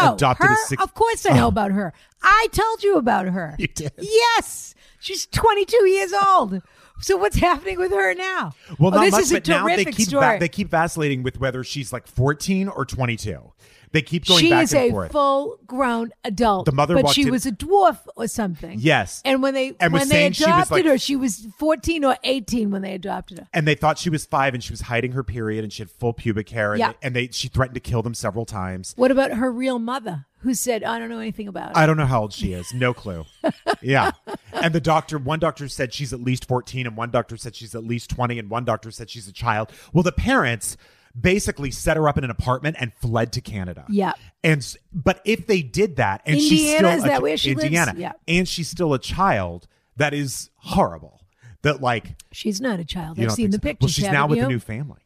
Speaker 3: oh,
Speaker 2: Adopted a
Speaker 3: her.
Speaker 2: six-
Speaker 3: of course, I know about her. I told you about her.
Speaker 2: (laughs) You did.
Speaker 3: Yes, she's 22 years old. So what's happening with her now?
Speaker 2: well,
Speaker 3: oh,
Speaker 2: not
Speaker 3: this
Speaker 2: much,
Speaker 3: is a
Speaker 2: but now they
Speaker 3: terrific
Speaker 2: keep va-
Speaker 3: story.
Speaker 2: they keep vacillating with whether she's like 14 or 22. They keep going
Speaker 3: she
Speaker 2: back
Speaker 3: is
Speaker 2: and
Speaker 3: a
Speaker 2: forth.
Speaker 3: full-grown adult.
Speaker 2: The mother
Speaker 3: but
Speaker 2: walked
Speaker 3: she
Speaker 2: in-
Speaker 3: was a dwarf or something.
Speaker 2: Yes.
Speaker 3: And when they
Speaker 2: And was
Speaker 3: when they
Speaker 2: saying she was,
Speaker 3: adopted
Speaker 2: like-
Speaker 3: her, she was 14 or 18 when they adopted her.
Speaker 2: and they thought she was five, and she was hiding her period, and she had full pubic hair, and,
Speaker 3: Yeah.
Speaker 2: they, and they she threatened to kill them several times.
Speaker 3: What about her real mother, who said, "I don't know anything about it"?
Speaker 2: I don't know how old she is.
Speaker 3: (laughs)
Speaker 2: No clue. Yeah. And the doctor, one doctor said she's at least 14, and one doctor said she's at least 20, and one doctor said she's a child. Well, the parents basically set her up in an apartment and fled to Canada.
Speaker 3: Yeah.
Speaker 2: And s- but if they did that, and she's still
Speaker 3: Indiana, is
Speaker 2: a-
Speaker 3: that where she lives?
Speaker 2: Indiana,
Speaker 3: Yeah.
Speaker 2: and she's still a child, that is horrible. That like
Speaker 3: She's not a child.
Speaker 2: you
Speaker 3: I've
Speaker 2: don't
Speaker 3: seen
Speaker 2: think
Speaker 3: the
Speaker 2: so.
Speaker 3: pictures.
Speaker 2: Well, she's now
Speaker 3: haven't
Speaker 2: with
Speaker 3: you?
Speaker 2: a new family.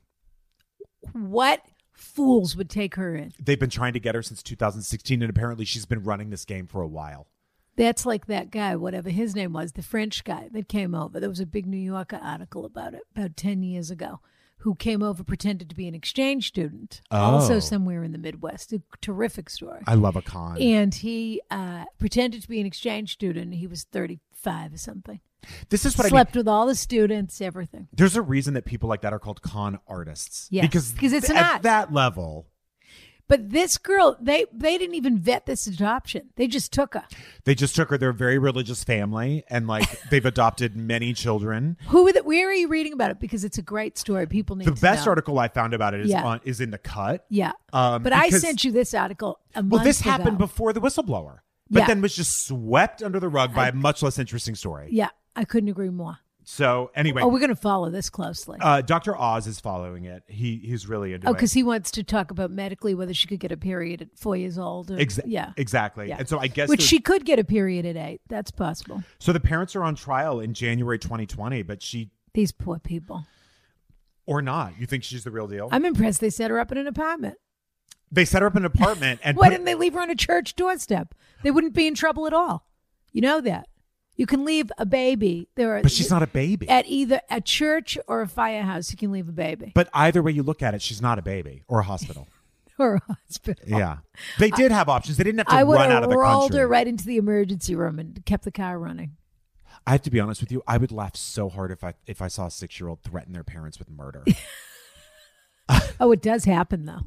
Speaker 3: What fools would take her in?
Speaker 2: They've been trying to get her since 2016, and apparently she's been running this game for a while.
Speaker 3: That's like that guy, whatever his name was, the French guy that came over. There was a big New Yorker article about it about 10 years ago who came over, pretended to be an exchange student,
Speaker 2: Oh.
Speaker 3: also somewhere in the Midwest. A terrific story.
Speaker 2: I love a con.
Speaker 3: and he uh, pretended to be an exchange student. He was 35 or something.
Speaker 2: this is what I mean.
Speaker 3: Slept with all the students, everything.
Speaker 2: There's a reason that people like that are called con artists.
Speaker 3: Yes,
Speaker 2: Because,
Speaker 3: 'cause it's an
Speaker 2: at
Speaker 3: art.
Speaker 2: that level,
Speaker 3: But this girl, they, they didn't even vet this adoption. They just took her.
Speaker 2: they just took her. They're a very religious family and like
Speaker 3: (laughs)
Speaker 2: they've adopted many children.
Speaker 3: Who are the, where are you reading about it? Because it's a great story. People need
Speaker 2: The
Speaker 3: to
Speaker 2: best
Speaker 3: know.
Speaker 2: article I found about it is
Speaker 3: Yeah.
Speaker 2: on is in the cut.
Speaker 3: Yeah.
Speaker 2: Um,
Speaker 3: but I
Speaker 2: because-
Speaker 3: sent you this article a month
Speaker 2: Well, this
Speaker 3: ago.
Speaker 2: happened before the whistleblower, but
Speaker 3: Yeah.
Speaker 2: then was just swept under the rug by a much less interesting story.
Speaker 3: Yeah, I couldn't agree more.
Speaker 2: So anyway,
Speaker 3: Oh, we're going to follow this closely.
Speaker 2: uh, Dr. Oz is following it. He he's really into
Speaker 3: oh,
Speaker 2: it.
Speaker 3: because he wants to talk about medically whether she could get a period at four years old. Or,
Speaker 2: Exa-
Speaker 3: yeah.
Speaker 2: Exactly.
Speaker 3: Yeah.
Speaker 2: And so I guess
Speaker 3: Which
Speaker 2: there's-
Speaker 3: she could get a period at eight. That's possible.
Speaker 2: so the parents are on trial in January 2020, but she
Speaker 3: These poor people.
Speaker 2: or not. You think she's the real deal?
Speaker 3: I'm impressed they set her up in an apartment.
Speaker 2: they set her up in an apartment
Speaker 3: (laughs)
Speaker 2: and
Speaker 3: Why
Speaker 2: put-
Speaker 3: didn't they leave her on a church doorstep? They wouldn't be in trouble at all. You know that. You can leave a baby. There are
Speaker 2: but she's not a baby.
Speaker 3: at either a church or a firehouse. You can leave a baby
Speaker 2: but either way you look at it, she's not a baby or a hospital.
Speaker 3: (laughs) or a hospital.
Speaker 2: Yeah. They did have options. They didn't have to
Speaker 3: I would
Speaker 2: run
Speaker 3: have
Speaker 2: out of the
Speaker 3: rolled
Speaker 2: country.
Speaker 3: her right into the emergency room and kept the car running.
Speaker 2: I have to be honest with you. I would laugh so hard if I if I saw a six year old threaten their parents
Speaker 3: (laughs)
Speaker 2: with murder
Speaker 3: Oh, it does happen though.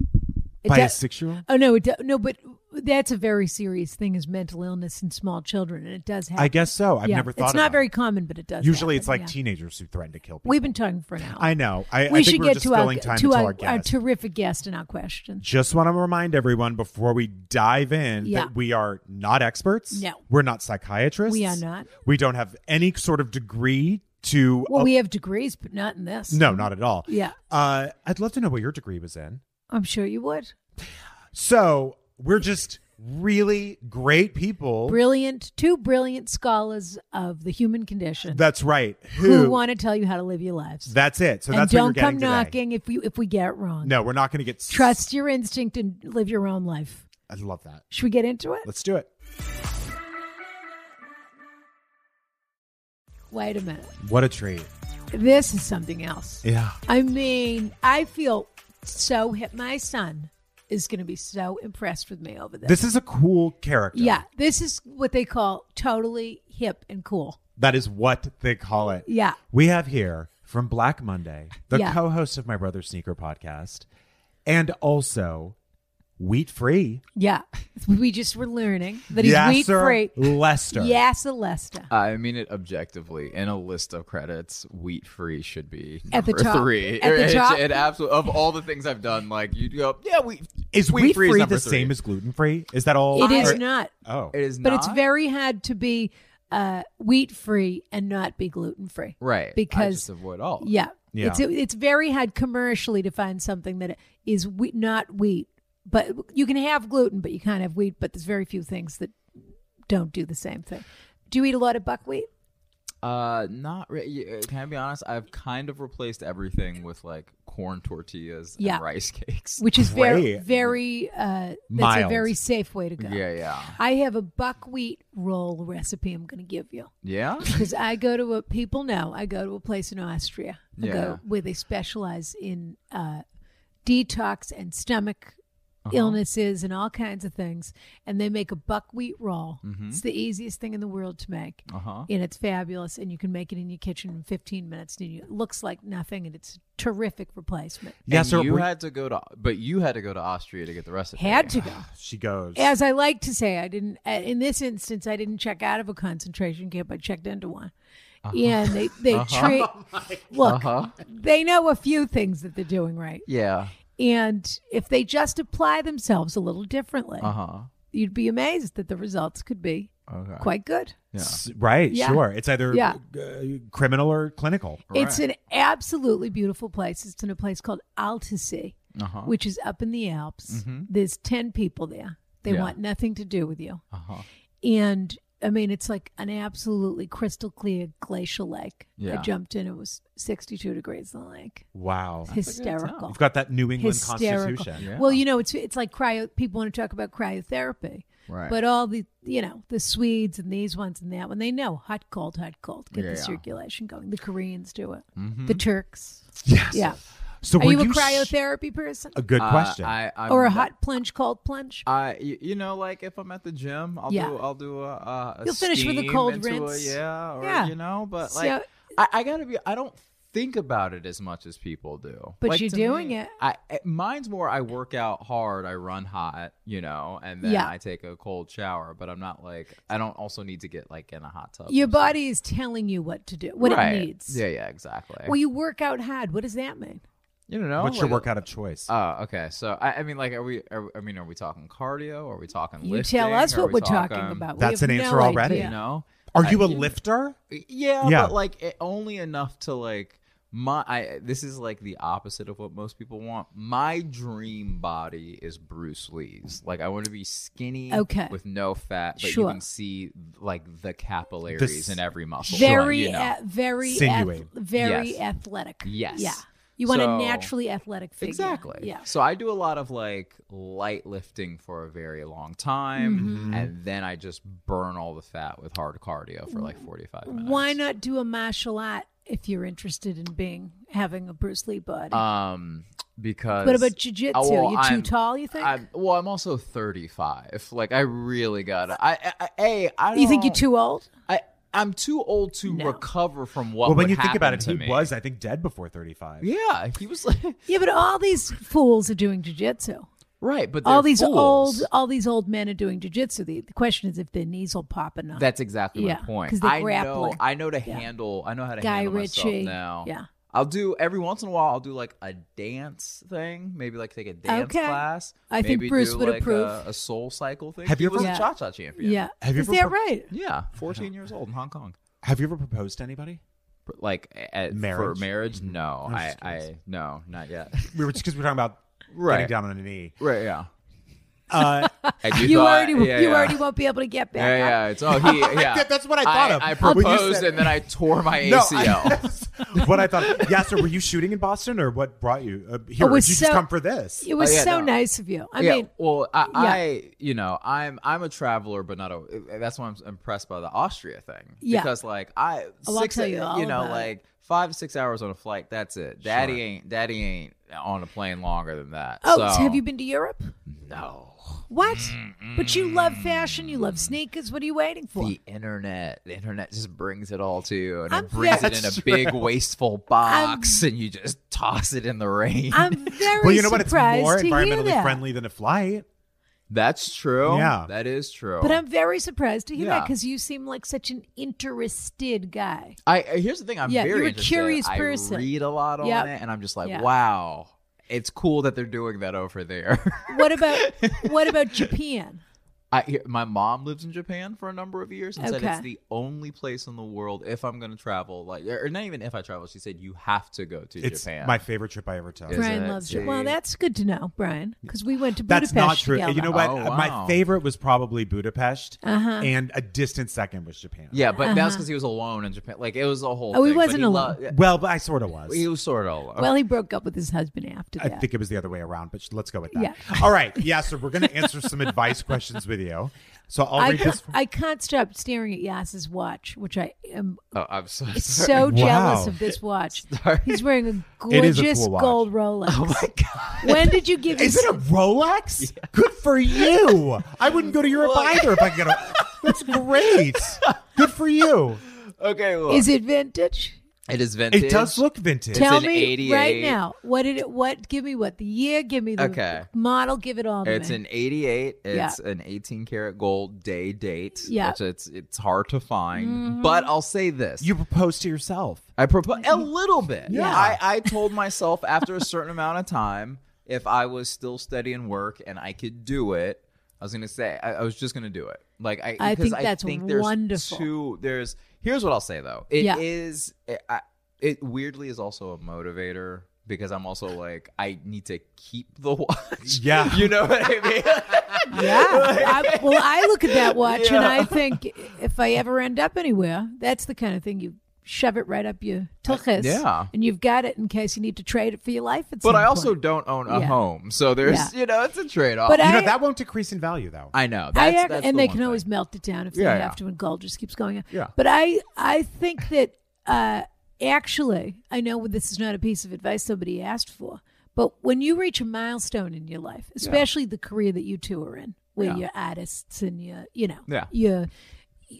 Speaker 3: It
Speaker 2: by a
Speaker 3: does.
Speaker 2: six year old.
Speaker 3: oh no, it do- no, but that's a very serious thing is mental illness in small children, and it does happen.
Speaker 2: I guess so. I've
Speaker 3: Yeah,
Speaker 2: never thought.
Speaker 3: It's not
Speaker 2: about
Speaker 3: very
Speaker 2: It.
Speaker 3: common, but it does.
Speaker 2: Usually,
Speaker 3: happen,
Speaker 2: it's like
Speaker 3: yeah.
Speaker 2: teenagers who threaten to kill people.
Speaker 3: We've been talking for an hour.
Speaker 2: I know. I,
Speaker 3: we
Speaker 2: I
Speaker 3: should
Speaker 2: think we're
Speaker 3: get
Speaker 2: just
Speaker 3: to our
Speaker 2: filling time
Speaker 3: to
Speaker 2: until
Speaker 3: our,
Speaker 2: our
Speaker 3: our
Speaker 2: guest.
Speaker 3: terrific guest and our question.
Speaker 2: just want to remind everyone before we dive in
Speaker 3: Yeah.
Speaker 2: that we are not experts.
Speaker 3: No.
Speaker 2: We're not psychiatrists.
Speaker 3: We are not.
Speaker 2: We don't have any sort of degree to.
Speaker 3: Well, we have degrees, but not in this.
Speaker 2: oh. (laughs) no, not at all.
Speaker 3: Yeah.
Speaker 2: Uh, I'd love to know what your degree was in.
Speaker 3: I'm sure you would.
Speaker 2: So we're just really great people.
Speaker 3: Brilliant, two brilliant scholars of the human condition
Speaker 2: That's right. Who,
Speaker 3: who want to tell you how to live your lives.
Speaker 2: That's it. So
Speaker 3: and
Speaker 2: that's what you're
Speaker 3: don't
Speaker 2: getting
Speaker 3: come
Speaker 2: today.
Speaker 3: knocking if you if we get it wrong.
Speaker 2: No, we're not going to get s-
Speaker 3: Trust your instinct and live your own life.
Speaker 2: I love that.
Speaker 3: Should we get into it?
Speaker 2: Let's do it.
Speaker 3: Wait a minute.
Speaker 2: What a treat.
Speaker 3: This is something else.
Speaker 2: Yeah.
Speaker 3: I mean, I feel so hip. My son is going to be so impressed with me over this.
Speaker 2: This is a cool character.
Speaker 3: yeah, this is what they call totally hip and cool.
Speaker 2: That is what they call it.
Speaker 3: Yeah.
Speaker 2: We have here from Black Monday, the
Speaker 3: Yeah.
Speaker 2: co host of my brother's sneaker podcast, and also wheat free.
Speaker 3: Yeah. We just were learning that he's wheat free.
Speaker 2: Lester.
Speaker 3: Yes, Alesta.
Speaker 4: I mean it objectively. In a list of credits, wheat free should be
Speaker 3: At the
Speaker 4: number
Speaker 3: top.
Speaker 4: Three.
Speaker 3: At the
Speaker 4: (laughs) It-
Speaker 3: top.
Speaker 4: It, absolutely of all the things I've done, like you go, yeah, wheat
Speaker 2: Is
Speaker 4: wheat
Speaker 2: wheat
Speaker 4: free
Speaker 2: free
Speaker 4: is
Speaker 2: the
Speaker 4: number three.
Speaker 2: same as gluten free? Is that all?
Speaker 3: It is
Speaker 2: or-
Speaker 3: not,
Speaker 2: Oh.
Speaker 4: It is
Speaker 3: but
Speaker 4: not,
Speaker 3: it's very hard to be uh, wheat free and not be gluten free.
Speaker 4: right I
Speaker 3: because
Speaker 4: just avoid all.
Speaker 3: Yeah.
Speaker 2: Yeah.
Speaker 3: It's it's very hard commercially to find something that is wheat, not wheat, but you can have gluten, but you can't have wheat. But there's very few things that don't do the same thing. Do you eat a lot of buckwheat?
Speaker 4: Uh, not re- yeah, Can I be honest? I've kind of replaced everything with like corn tortillas
Speaker 3: Yeah.
Speaker 4: and rice cakes.
Speaker 3: Which is very
Speaker 2: Great.
Speaker 3: very uh, that's a
Speaker 2: Mild.
Speaker 3: very safe way to go.
Speaker 4: yeah, yeah,
Speaker 3: I have a buckwheat roll recipe. I'm going to give you.
Speaker 4: yeah.
Speaker 3: (laughs) because I go to a people know I go to a place in Austria I
Speaker 4: Yeah.
Speaker 3: go, where they specialize in uh, detox and stomach illnesses and all kinds of things, and they make a buckwheat roll. It's the easiest thing in the world to make,
Speaker 4: Uh huh.
Speaker 3: and it's fabulous. And you can make it in your kitchen in 15 minutes. And you- it looks like nothing, and it's a terrific replacement.
Speaker 2: Yeah,
Speaker 4: and
Speaker 2: so
Speaker 4: you
Speaker 2: we-
Speaker 4: had to go to, but you had to go to Austria to get the recipe.
Speaker 3: Had to go.
Speaker 2: she goes.
Speaker 3: As I like to say, I didn't. uh, In this instance, I didn't check out of a concentration camp. I checked into one,
Speaker 4: Uh-huh.
Speaker 3: and they they treat.
Speaker 4: Oh
Speaker 3: Look, they know a few things that they're doing right,
Speaker 4: Yeah.
Speaker 3: and if they just apply themselves a little differently,
Speaker 4: Uh huh.
Speaker 3: you'd be amazed that the results could be
Speaker 4: Okay.
Speaker 3: quite good.
Speaker 2: S- Right,
Speaker 3: Yeah.
Speaker 2: sure. It's either
Speaker 3: Yeah.
Speaker 2: uh, criminal or clinical.
Speaker 3: It's an absolutely beautiful place. It's in a place called Altisee,
Speaker 4: Uh-huh. Mm-hmm.
Speaker 3: which is up in the Alps. There's ten people there. They
Speaker 4: Yeah.
Speaker 3: want nothing to do with you.
Speaker 4: Uh huh.
Speaker 3: and I mean, it's like an absolutely crystal clear glacial lake. I
Speaker 4: Yeah.
Speaker 3: jumped in; it was sixty-two degrees in the lake.
Speaker 2: Wow.
Speaker 3: Hysterical,
Speaker 2: You've got that New England
Speaker 3: hysterical.
Speaker 2: Constitution.
Speaker 4: Yeah.
Speaker 3: Well, you know, it's it's like cryo. People want to talk about cryotherapy,
Speaker 4: Right.
Speaker 3: but all the you know the Swedes and these ones and that one, they know hot cold, hot cold, get
Speaker 4: Yeah,
Speaker 3: the
Speaker 4: yeah.
Speaker 3: circulation going. The Koreans do it. The Turks,
Speaker 2: Yes.
Speaker 3: yeah.
Speaker 2: So
Speaker 3: Are
Speaker 2: were
Speaker 3: you a
Speaker 2: sh-
Speaker 3: cryotherapy person
Speaker 2: a good
Speaker 4: Uh,
Speaker 2: question.
Speaker 4: I, I'm
Speaker 3: or a
Speaker 4: not-
Speaker 3: hot plunge, cold plunge?
Speaker 4: I, y- you know, like if I'm at the gym, I'll
Speaker 3: Yeah.
Speaker 4: do, I'll do a, a, a
Speaker 3: You'll finish with a
Speaker 4: steam
Speaker 3: cold
Speaker 4: into
Speaker 3: rinse.
Speaker 4: a, yeah, or,
Speaker 3: Yeah.
Speaker 4: you know, but
Speaker 3: So-
Speaker 4: like, I, I gotta be, I don't think about it as much as people do.
Speaker 3: But
Speaker 4: Like,
Speaker 3: you're
Speaker 4: to
Speaker 3: doing
Speaker 4: me,
Speaker 3: it.
Speaker 4: I, I- mine's more, I work out hard, I run hot, you know, and then
Speaker 3: Yeah.
Speaker 4: I take a cold shower, but I'm not like, I don't also need to get like in a hot tub.
Speaker 3: Your
Speaker 4: or something.
Speaker 3: body is telling you what to do, what
Speaker 4: Right.
Speaker 3: it needs.
Speaker 4: Yeah, yeah, exactly.
Speaker 3: Well, you work out hard. What does that mean?
Speaker 4: you don't know,
Speaker 2: What's your
Speaker 4: like-
Speaker 2: workout of choice?
Speaker 4: Oh, okay. So I, I mean, like, are we? Are, I mean, are we talking cardio? Are we talking?
Speaker 3: You
Speaker 4: lifting?
Speaker 3: tell us
Speaker 4: Are
Speaker 3: what
Speaker 4: we
Speaker 3: we're talking, about. We
Speaker 2: That's
Speaker 3: have
Speaker 2: an
Speaker 3: no
Speaker 2: answer already.
Speaker 3: idea.
Speaker 4: You know,
Speaker 2: Are you
Speaker 4: I-
Speaker 2: a lifter?
Speaker 4: Yeah,
Speaker 2: Yeah.
Speaker 4: but like it, only enough to like my. I, this is like the opposite of what most people want. My dream body is Bruce Lee's. Like I want to be skinny,
Speaker 3: Okay.
Speaker 4: with no fat, but
Speaker 3: Sure.
Speaker 4: you can see like the
Speaker 2: s-
Speaker 4: capillaries in every muscle.
Speaker 3: Very,
Speaker 4: you know?
Speaker 3: a- very,
Speaker 2: Sinewy.
Speaker 3: ath- very
Speaker 4: Yes.
Speaker 3: athletic.
Speaker 4: Yes.
Speaker 3: Yeah. You want a
Speaker 4: So-
Speaker 3: naturally athletic figure.
Speaker 4: Exactly.
Speaker 3: Yeah.
Speaker 4: So I do a lot of like light lifting for a very long time,
Speaker 3: Mm-hmm.
Speaker 4: and then I just burn all the fat with hard cardio for like forty-five minutes.
Speaker 3: Why not do a martial art if you're interested in being having a Bruce Lee body?
Speaker 4: Um, because
Speaker 3: what about jujitsu?
Speaker 4: Oh, well,
Speaker 3: you're
Speaker 4: I'm-
Speaker 3: too tall. You think?
Speaker 4: I'm, well, I'm also 35. Like, I really gotta. I, I, I, I don't,
Speaker 3: you think you're too old?
Speaker 4: I, I'm too old to recover from what.
Speaker 2: well, when
Speaker 4: would
Speaker 2: you think about
Speaker 4: happen
Speaker 2: it,
Speaker 4: to
Speaker 2: he
Speaker 4: me.
Speaker 2: was, I think, dead before 35.
Speaker 4: Yeah, he was like (laughs)
Speaker 3: Yeah, but all these fools are doing jujitsu.
Speaker 4: right, but
Speaker 3: All
Speaker 4: they're
Speaker 3: these
Speaker 4: fools.
Speaker 3: old, all these old men are doing jujitsu. The, the question is if their knees will pop or not.
Speaker 4: That's exactly
Speaker 3: Yeah,
Speaker 4: my point.
Speaker 3: 'cause they're
Speaker 4: I know.
Speaker 3: grappling.
Speaker 4: I know to handle. I know how to
Speaker 3: Guy
Speaker 4: handle
Speaker 3: Ritchie,
Speaker 4: myself now.
Speaker 3: yeah.
Speaker 4: I'll do every once in a while. I'll do like a dance thing. Maybe like take a dance
Speaker 3: Okay.
Speaker 4: class.
Speaker 3: I think
Speaker 4: Maybe
Speaker 3: Bruce
Speaker 4: do,
Speaker 3: would
Speaker 4: like,
Speaker 3: approve.
Speaker 4: A, a soul cycle thing.
Speaker 2: Have you
Speaker 4: He was
Speaker 2: ever-
Speaker 4: a cha cha champion?
Speaker 3: yeah.
Speaker 2: Have you
Speaker 3: is
Speaker 2: ever
Speaker 3: that
Speaker 2: pro-
Speaker 3: right?
Speaker 4: yeah. Fourteen years old in Hong Kong.
Speaker 2: Have you ever proposed to anybody?
Speaker 4: But, Like at,
Speaker 2: Marriage?
Speaker 4: for marriage? No,
Speaker 2: I was
Speaker 4: I,
Speaker 2: just
Speaker 4: I no,
Speaker 2: (laughs)
Speaker 4: not yet.
Speaker 2: We were just because we were talking about
Speaker 4: Right.
Speaker 2: getting down on the knee.
Speaker 4: right? Yeah. (laughs)
Speaker 2: Uh,
Speaker 4: I
Speaker 3: (laughs)
Speaker 4: do
Speaker 3: You
Speaker 4: thought-
Speaker 3: already,
Speaker 4: yeah,
Speaker 3: you
Speaker 4: yeah.
Speaker 3: already won't be able to get back.
Speaker 4: Yeah,
Speaker 3: up.
Speaker 4: yeah. It's oh he. Yeah.
Speaker 2: that- that's what (laughs) I thought of.
Speaker 4: I
Speaker 2: When you
Speaker 4: proposed
Speaker 2: said-
Speaker 4: and then I tore my
Speaker 2: (laughs) no,
Speaker 4: ACL.
Speaker 2: I- that's what I thought. Yeah, so were you shooting in Boston or what brought you uh, here?
Speaker 3: was
Speaker 2: Did you
Speaker 3: so-
Speaker 2: just come for this?
Speaker 3: It was
Speaker 4: Oh, yeah,
Speaker 3: so
Speaker 4: no.
Speaker 3: nice of you. I
Speaker 4: yeah,
Speaker 3: mean,
Speaker 4: well, I,
Speaker 3: yeah.
Speaker 4: I, you know, I'm I'm a traveler, but not a. That's why I'm impressed by the Austria thing.
Speaker 3: Yeah.
Speaker 4: because like I
Speaker 3: Oh, I'll
Speaker 4: six,
Speaker 3: tell you all
Speaker 4: know,
Speaker 3: about it.
Speaker 4: like five six hours on a flight. That's it. Daddy ain't daddy ain't on a plane longer than that.
Speaker 3: oh,
Speaker 4: so,
Speaker 3: so have you been to Europe?
Speaker 4: No,
Speaker 3: What? But you love fashion. You love sneakers. What are you waiting for?
Speaker 4: the internet, the internet just brings it all to you, and
Speaker 3: I'm
Speaker 4: it brings it
Speaker 3: very-
Speaker 4: in a big wasteful box, and you just toss it in the rain.
Speaker 2: (laughs)
Speaker 3: I'm very
Speaker 2: Well, you know what? It's
Speaker 3: surprised
Speaker 2: more
Speaker 3: to hear
Speaker 2: environmentally
Speaker 3: that.
Speaker 2: friendly than a flight.
Speaker 4: (laughs) That's true.
Speaker 2: Yeah.
Speaker 4: that is true.
Speaker 3: But I'm very surprised to hear that
Speaker 4: Yeah.
Speaker 3: because you seem like such an interested guy.
Speaker 4: I uh, here's the thing. I'm
Speaker 3: Yeah,
Speaker 4: very
Speaker 3: you're a
Speaker 4: interested.
Speaker 3: curious
Speaker 4: I
Speaker 3: person.
Speaker 4: read a lot on
Speaker 3: Yep.
Speaker 4: it, and I'm just like,
Speaker 3: Yeah.
Speaker 4: wow, it's cool that they're doing that over there. (laughs)
Speaker 3: What about what
Speaker 2: (laughs)
Speaker 3: about Japan?
Speaker 4: I hear- my mom lives in Japan for a number of years and said
Speaker 3: Okay.
Speaker 4: it's the only place in the world if I'm going to travel, like, or not even if I travel. She said you have to go to
Speaker 2: It's
Speaker 4: Japan.
Speaker 2: my favorite trip I ever took.
Speaker 4: Is
Speaker 3: Brian
Speaker 4: it?
Speaker 3: loves you. Well,
Speaker 4: See?
Speaker 3: that's good to know, Brian, because we went to
Speaker 2: That's
Speaker 3: Budapest
Speaker 2: not true.
Speaker 3: together.
Speaker 2: You know what?
Speaker 4: Oh,
Speaker 2: My
Speaker 4: wow.
Speaker 2: favorite was probably Budapest,
Speaker 3: Uh-huh.
Speaker 2: and a distant second was Japan.
Speaker 4: yeah, but that was because he was alone in Japan. Like it was a whole.
Speaker 3: Oh, he
Speaker 4: thing, but
Speaker 3: wasn't alone.
Speaker 4: lo-
Speaker 2: Well, but I sort of was.
Speaker 4: he was sort of alone. (laughs)
Speaker 3: Well, he broke up with his husband after
Speaker 2: I
Speaker 3: that.
Speaker 2: think it was the other way around, but let's go with that.
Speaker 3: Yeah.
Speaker 2: All right. Yeah. So we're going to answer some advice questions with you. So I'll
Speaker 3: I,
Speaker 2: read this.
Speaker 3: can't, I can't stop staring at Yas's watch, which I am
Speaker 4: oh, I'm so sorry.
Speaker 3: so jealous
Speaker 2: Wow.
Speaker 3: of this watch.
Speaker 4: Sorry.
Speaker 3: He's wearing a
Speaker 2: It is a
Speaker 3: gorgeous
Speaker 2: cool watch.
Speaker 3: gold Rolex.
Speaker 4: Oh my god.
Speaker 3: When did you give
Speaker 2: Is
Speaker 3: this?
Speaker 2: it a Rolex? Good for you. I wouldn't go to Europe either if I could get a. (laughs) That's great. Good for you.
Speaker 4: (laughs) Okay, look.
Speaker 3: is it vintage?
Speaker 4: it is vintage.
Speaker 2: It does look vintage.
Speaker 3: Tell
Speaker 4: an
Speaker 3: me
Speaker 4: 88.
Speaker 3: right now. What did it? What? Give me what? The year? Give me the
Speaker 4: Okay.
Speaker 3: model? Give it all. to
Speaker 4: It's
Speaker 3: me.
Speaker 4: an 88.
Speaker 3: Yeah.
Speaker 4: It's an 18 karat gold day date.
Speaker 3: Yeah. Mm-hmm.
Speaker 4: Which it's it's hard to find. But I'll say this.
Speaker 2: you propose to yourself.
Speaker 4: I propose a little bit.
Speaker 2: Yeah.
Speaker 4: I, I told myself after a certain amount of time, if I was still studying work and I could do it, I was gonna say I, I was just gonna do it. Like I,
Speaker 3: I
Speaker 4: 'cause
Speaker 3: think that's
Speaker 4: there's
Speaker 3: wonderful.
Speaker 4: Two, there's here's what I'll say though. It is
Speaker 3: Yeah.
Speaker 4: it, I, it weirdly is also a motivator because I'm also like I need to keep the (laughs) watch.
Speaker 2: Yeah.
Speaker 4: you know what I
Speaker 3: (laughs)
Speaker 4: mean.
Speaker 3: Yeah. I, well, I look at that watch and
Speaker 4: Yeah.
Speaker 3: I think if I ever end up anywhere, that's the kind of thing you shove it right up your tuchus.
Speaker 4: yeah.
Speaker 3: And you've got it in case you need to trade it for your life. At
Speaker 4: But
Speaker 3: some
Speaker 4: I also
Speaker 3: point.
Speaker 4: don't own a
Speaker 3: Yeah.
Speaker 4: home, so there's
Speaker 3: Yeah.
Speaker 4: you know it's a trade off.
Speaker 3: But
Speaker 2: You
Speaker 3: I,
Speaker 2: know, that won't decrease in value, though.
Speaker 4: I know
Speaker 3: I
Speaker 4: that's,
Speaker 3: ac-
Speaker 4: that's
Speaker 3: and
Speaker 4: the
Speaker 3: they
Speaker 4: one
Speaker 3: can always
Speaker 4: thing.
Speaker 3: melt it down if
Speaker 4: Yeah,
Speaker 3: they
Speaker 4: yeah.
Speaker 3: have to, and gold just keeps going up.
Speaker 2: Yeah.
Speaker 3: But I, I think that uh, actually, I know this is not a piece of advice somebody asked for, but when you reach a milestone in your life, especially the career that you two are in, where
Speaker 4: Yeah.
Speaker 3: you're artists and you're, you know,
Speaker 4: Yeah.
Speaker 3: you're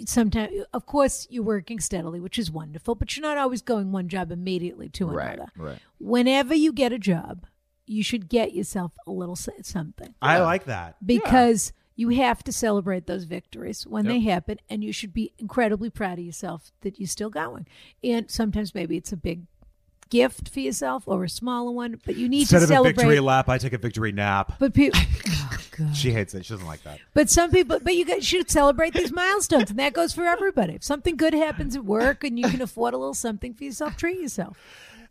Speaker 3: sometimes of course you're working steadily which is wonderful but you're not always going one job immediately to
Speaker 4: right,
Speaker 3: another
Speaker 4: right.
Speaker 3: whenever you get a job you should get yourself a little s- something
Speaker 2: I like that.
Speaker 3: because you have to celebrate those victories when they happen and you should be incredibly proud of yourself that you're still going and sometimes maybe it's a big gift for yourself or a smaller one but you need
Speaker 2: Instead
Speaker 3: to
Speaker 2: of a victory
Speaker 3: celebrate
Speaker 2: lap, I took a victory nap.
Speaker 3: but people oh, God.
Speaker 2: She hates it. She doesn't like that.
Speaker 3: But some people, but you guys should celebrate these milestones, and that goes for everybody. If something good happens at work and you can afford a little something for yourself, treat yourself.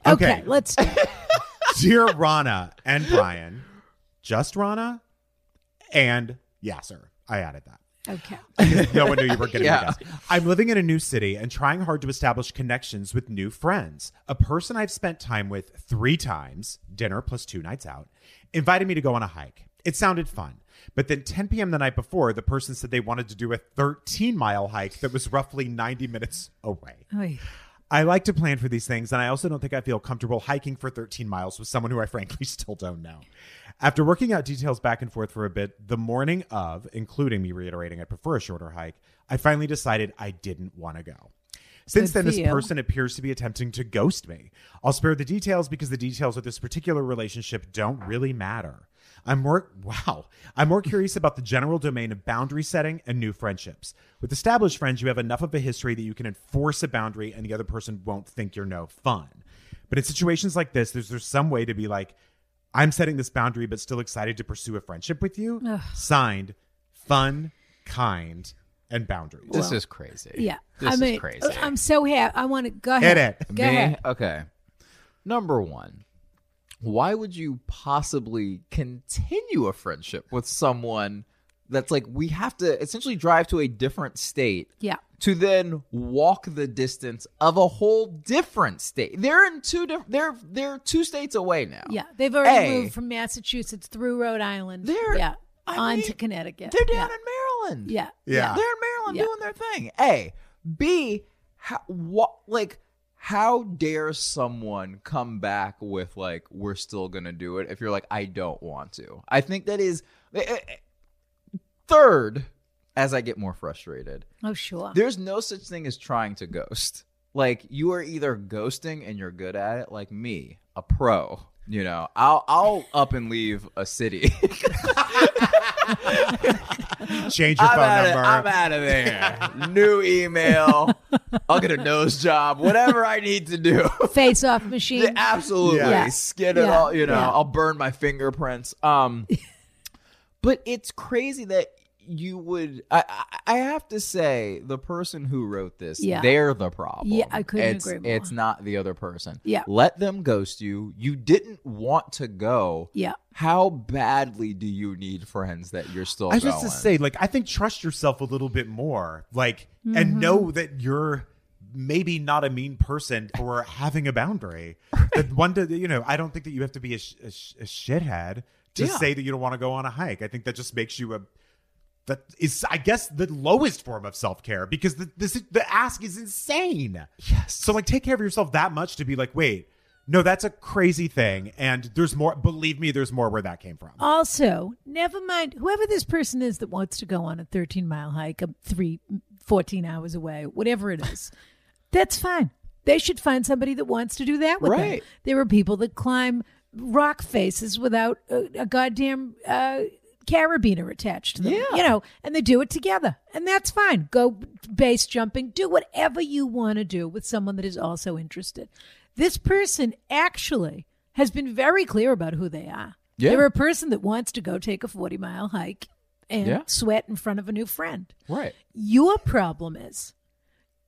Speaker 3: Okay,
Speaker 2: Okay.
Speaker 3: let's. Do it.
Speaker 2: Dear Rana and Brian, just Rana and Yasser. I added that.
Speaker 3: Okay.
Speaker 2: no one knew you were getting
Speaker 4: Yeah.
Speaker 2: a guest. I'm living in a new city and trying hard to establish connections with new friends. A person I've spent time with three times, dinner plus two nights out, invited me to go on a hike. It sounded fun. But then 10 p.m. the night before, the person said they wanted to do a 13 mile hike that was roughly 90 minutes away.
Speaker 3: Oy.
Speaker 2: I like to plan for these things, and I also don't think I feel comfortable hiking for 13 miles with someone who I (laughs) frankly still don't know. After working out details back and forth for a bit, the morning of, including me reiterating I prefer a shorter hike, I finally decided I didn't want to go. Since
Speaker 3: Good
Speaker 2: then,
Speaker 3: for
Speaker 2: this
Speaker 3: you.
Speaker 2: person appears to be attempting to ghost me. I'll spare the details because the details of this particular relationship don't really matter. I'm more (laughs) wow. I'm more curious about the general domain of boundary setting and new friendships. With established friends, you have enough of a history that you can enforce a boundary and the other person won't think you're no fun. But in situations like this, there's there's some way to be like, I'm setting this boundary but still excited to pursue a friendship with you. Signed, fun, kind, and boundaries.
Speaker 4: (laughs) This is crazy.
Speaker 3: Yeah.
Speaker 4: This
Speaker 3: I mean,
Speaker 4: is crazy.
Speaker 3: I'm so happy. I want to go
Speaker 2: Hit
Speaker 3: ahead.
Speaker 2: it.
Speaker 3: Go
Speaker 4: Me?
Speaker 3: ahead.
Speaker 4: Okay. Number one, why would you possibly continue a friendship with someone that's like we have to essentially drive to a different state
Speaker 3: Yeah.
Speaker 4: to then walk the distance of a whole different state? They're in two different. They're they're two states away now.
Speaker 3: Yeah. They've already
Speaker 4: A,
Speaker 3: moved from Massachusetts through Rhode Island.
Speaker 4: They're-
Speaker 3: yeah.
Speaker 4: I
Speaker 3: on
Speaker 4: mean,
Speaker 3: to Connecticut.
Speaker 4: They're down
Speaker 3: yeah.
Speaker 4: in Maryland.
Speaker 3: yeah.
Speaker 2: Yeah.
Speaker 4: They're in Maryland
Speaker 3: Yeah.
Speaker 4: doing their thing. A. B. How, what, like, how dare someone come back with, like, we're still going to do it if you're like, I don't want to? I think that is. eh, eh, eh. Third, as I get more frustrated,
Speaker 3: Oh, sure.
Speaker 4: there's no such thing as trying to ghost. Like you are either ghosting and you're good at it, like me, a pro. You know, I'll I'll up and leave a city. (laughs)
Speaker 2: Change your phone
Speaker 4: outta-
Speaker 2: number.
Speaker 4: I'm out
Speaker 2: (laughs)
Speaker 4: of there. New email. I'll get a nose job. Whatever I need
Speaker 3: (laughs)
Speaker 4: to do.
Speaker 3: Face off
Speaker 4: (laughs)
Speaker 3: machine.
Speaker 4: Absolutely.
Speaker 2: Yeah.
Speaker 4: Skin it
Speaker 3: Yeah.
Speaker 4: all, you know,
Speaker 3: Yeah.
Speaker 4: I'll burn my fingerprints.
Speaker 2: (laughs)
Speaker 4: Um But it's crazy that you would I I I have to say the person who wrote this,
Speaker 3: Yeah.
Speaker 4: they're the problem.
Speaker 3: Yeah, I couldn't
Speaker 4: it's,
Speaker 3: agree more.
Speaker 4: It's not the other person.
Speaker 3: Yeah.
Speaker 4: Let them ghost you. You didn't want to go.
Speaker 3: Yeah.
Speaker 4: How badly do you need friends that you're still
Speaker 2: I was
Speaker 4: going?
Speaker 2: just to say, like, I think trust yourself a little bit more, like, and know that you're maybe not a mean person for having a boundary. That one, day, you know, I don't think that you have to be a, sh- a, sh- a shithead to
Speaker 4: Yeah.
Speaker 2: say that you don't want to go on a hike. I think that just makes you a that is, I guess, the lowest form of self care because the this the ask is insane. Yes. So like, take care of yourself that much to be like, wait, no, that's a crazy thing, and there's more. Believe me, there's more where that came
Speaker 3: Oh,
Speaker 2: from.
Speaker 3: Also, never mind whoever this person is that wants to go on a 13 mile hike, a three, 14 hours away, whatever it is, (laughs) that's fine. They should find somebody that wants to do that with
Speaker 4: Right.
Speaker 3: them. There are people that climb rock faces without a, a goddamn uh, carabiner attached to them,
Speaker 4: Yeah.
Speaker 3: you know, and they do it together. And that's fine. Go base jumping, do whatever you want to do with someone that is also interested. This person actually has been very clear about who they are.
Speaker 4: Yeah.
Speaker 3: They're a person that wants to go take a 40 mile hike and
Speaker 4: Yeah.
Speaker 3: sweat in front of a new friend.
Speaker 4: right.
Speaker 3: Your problem is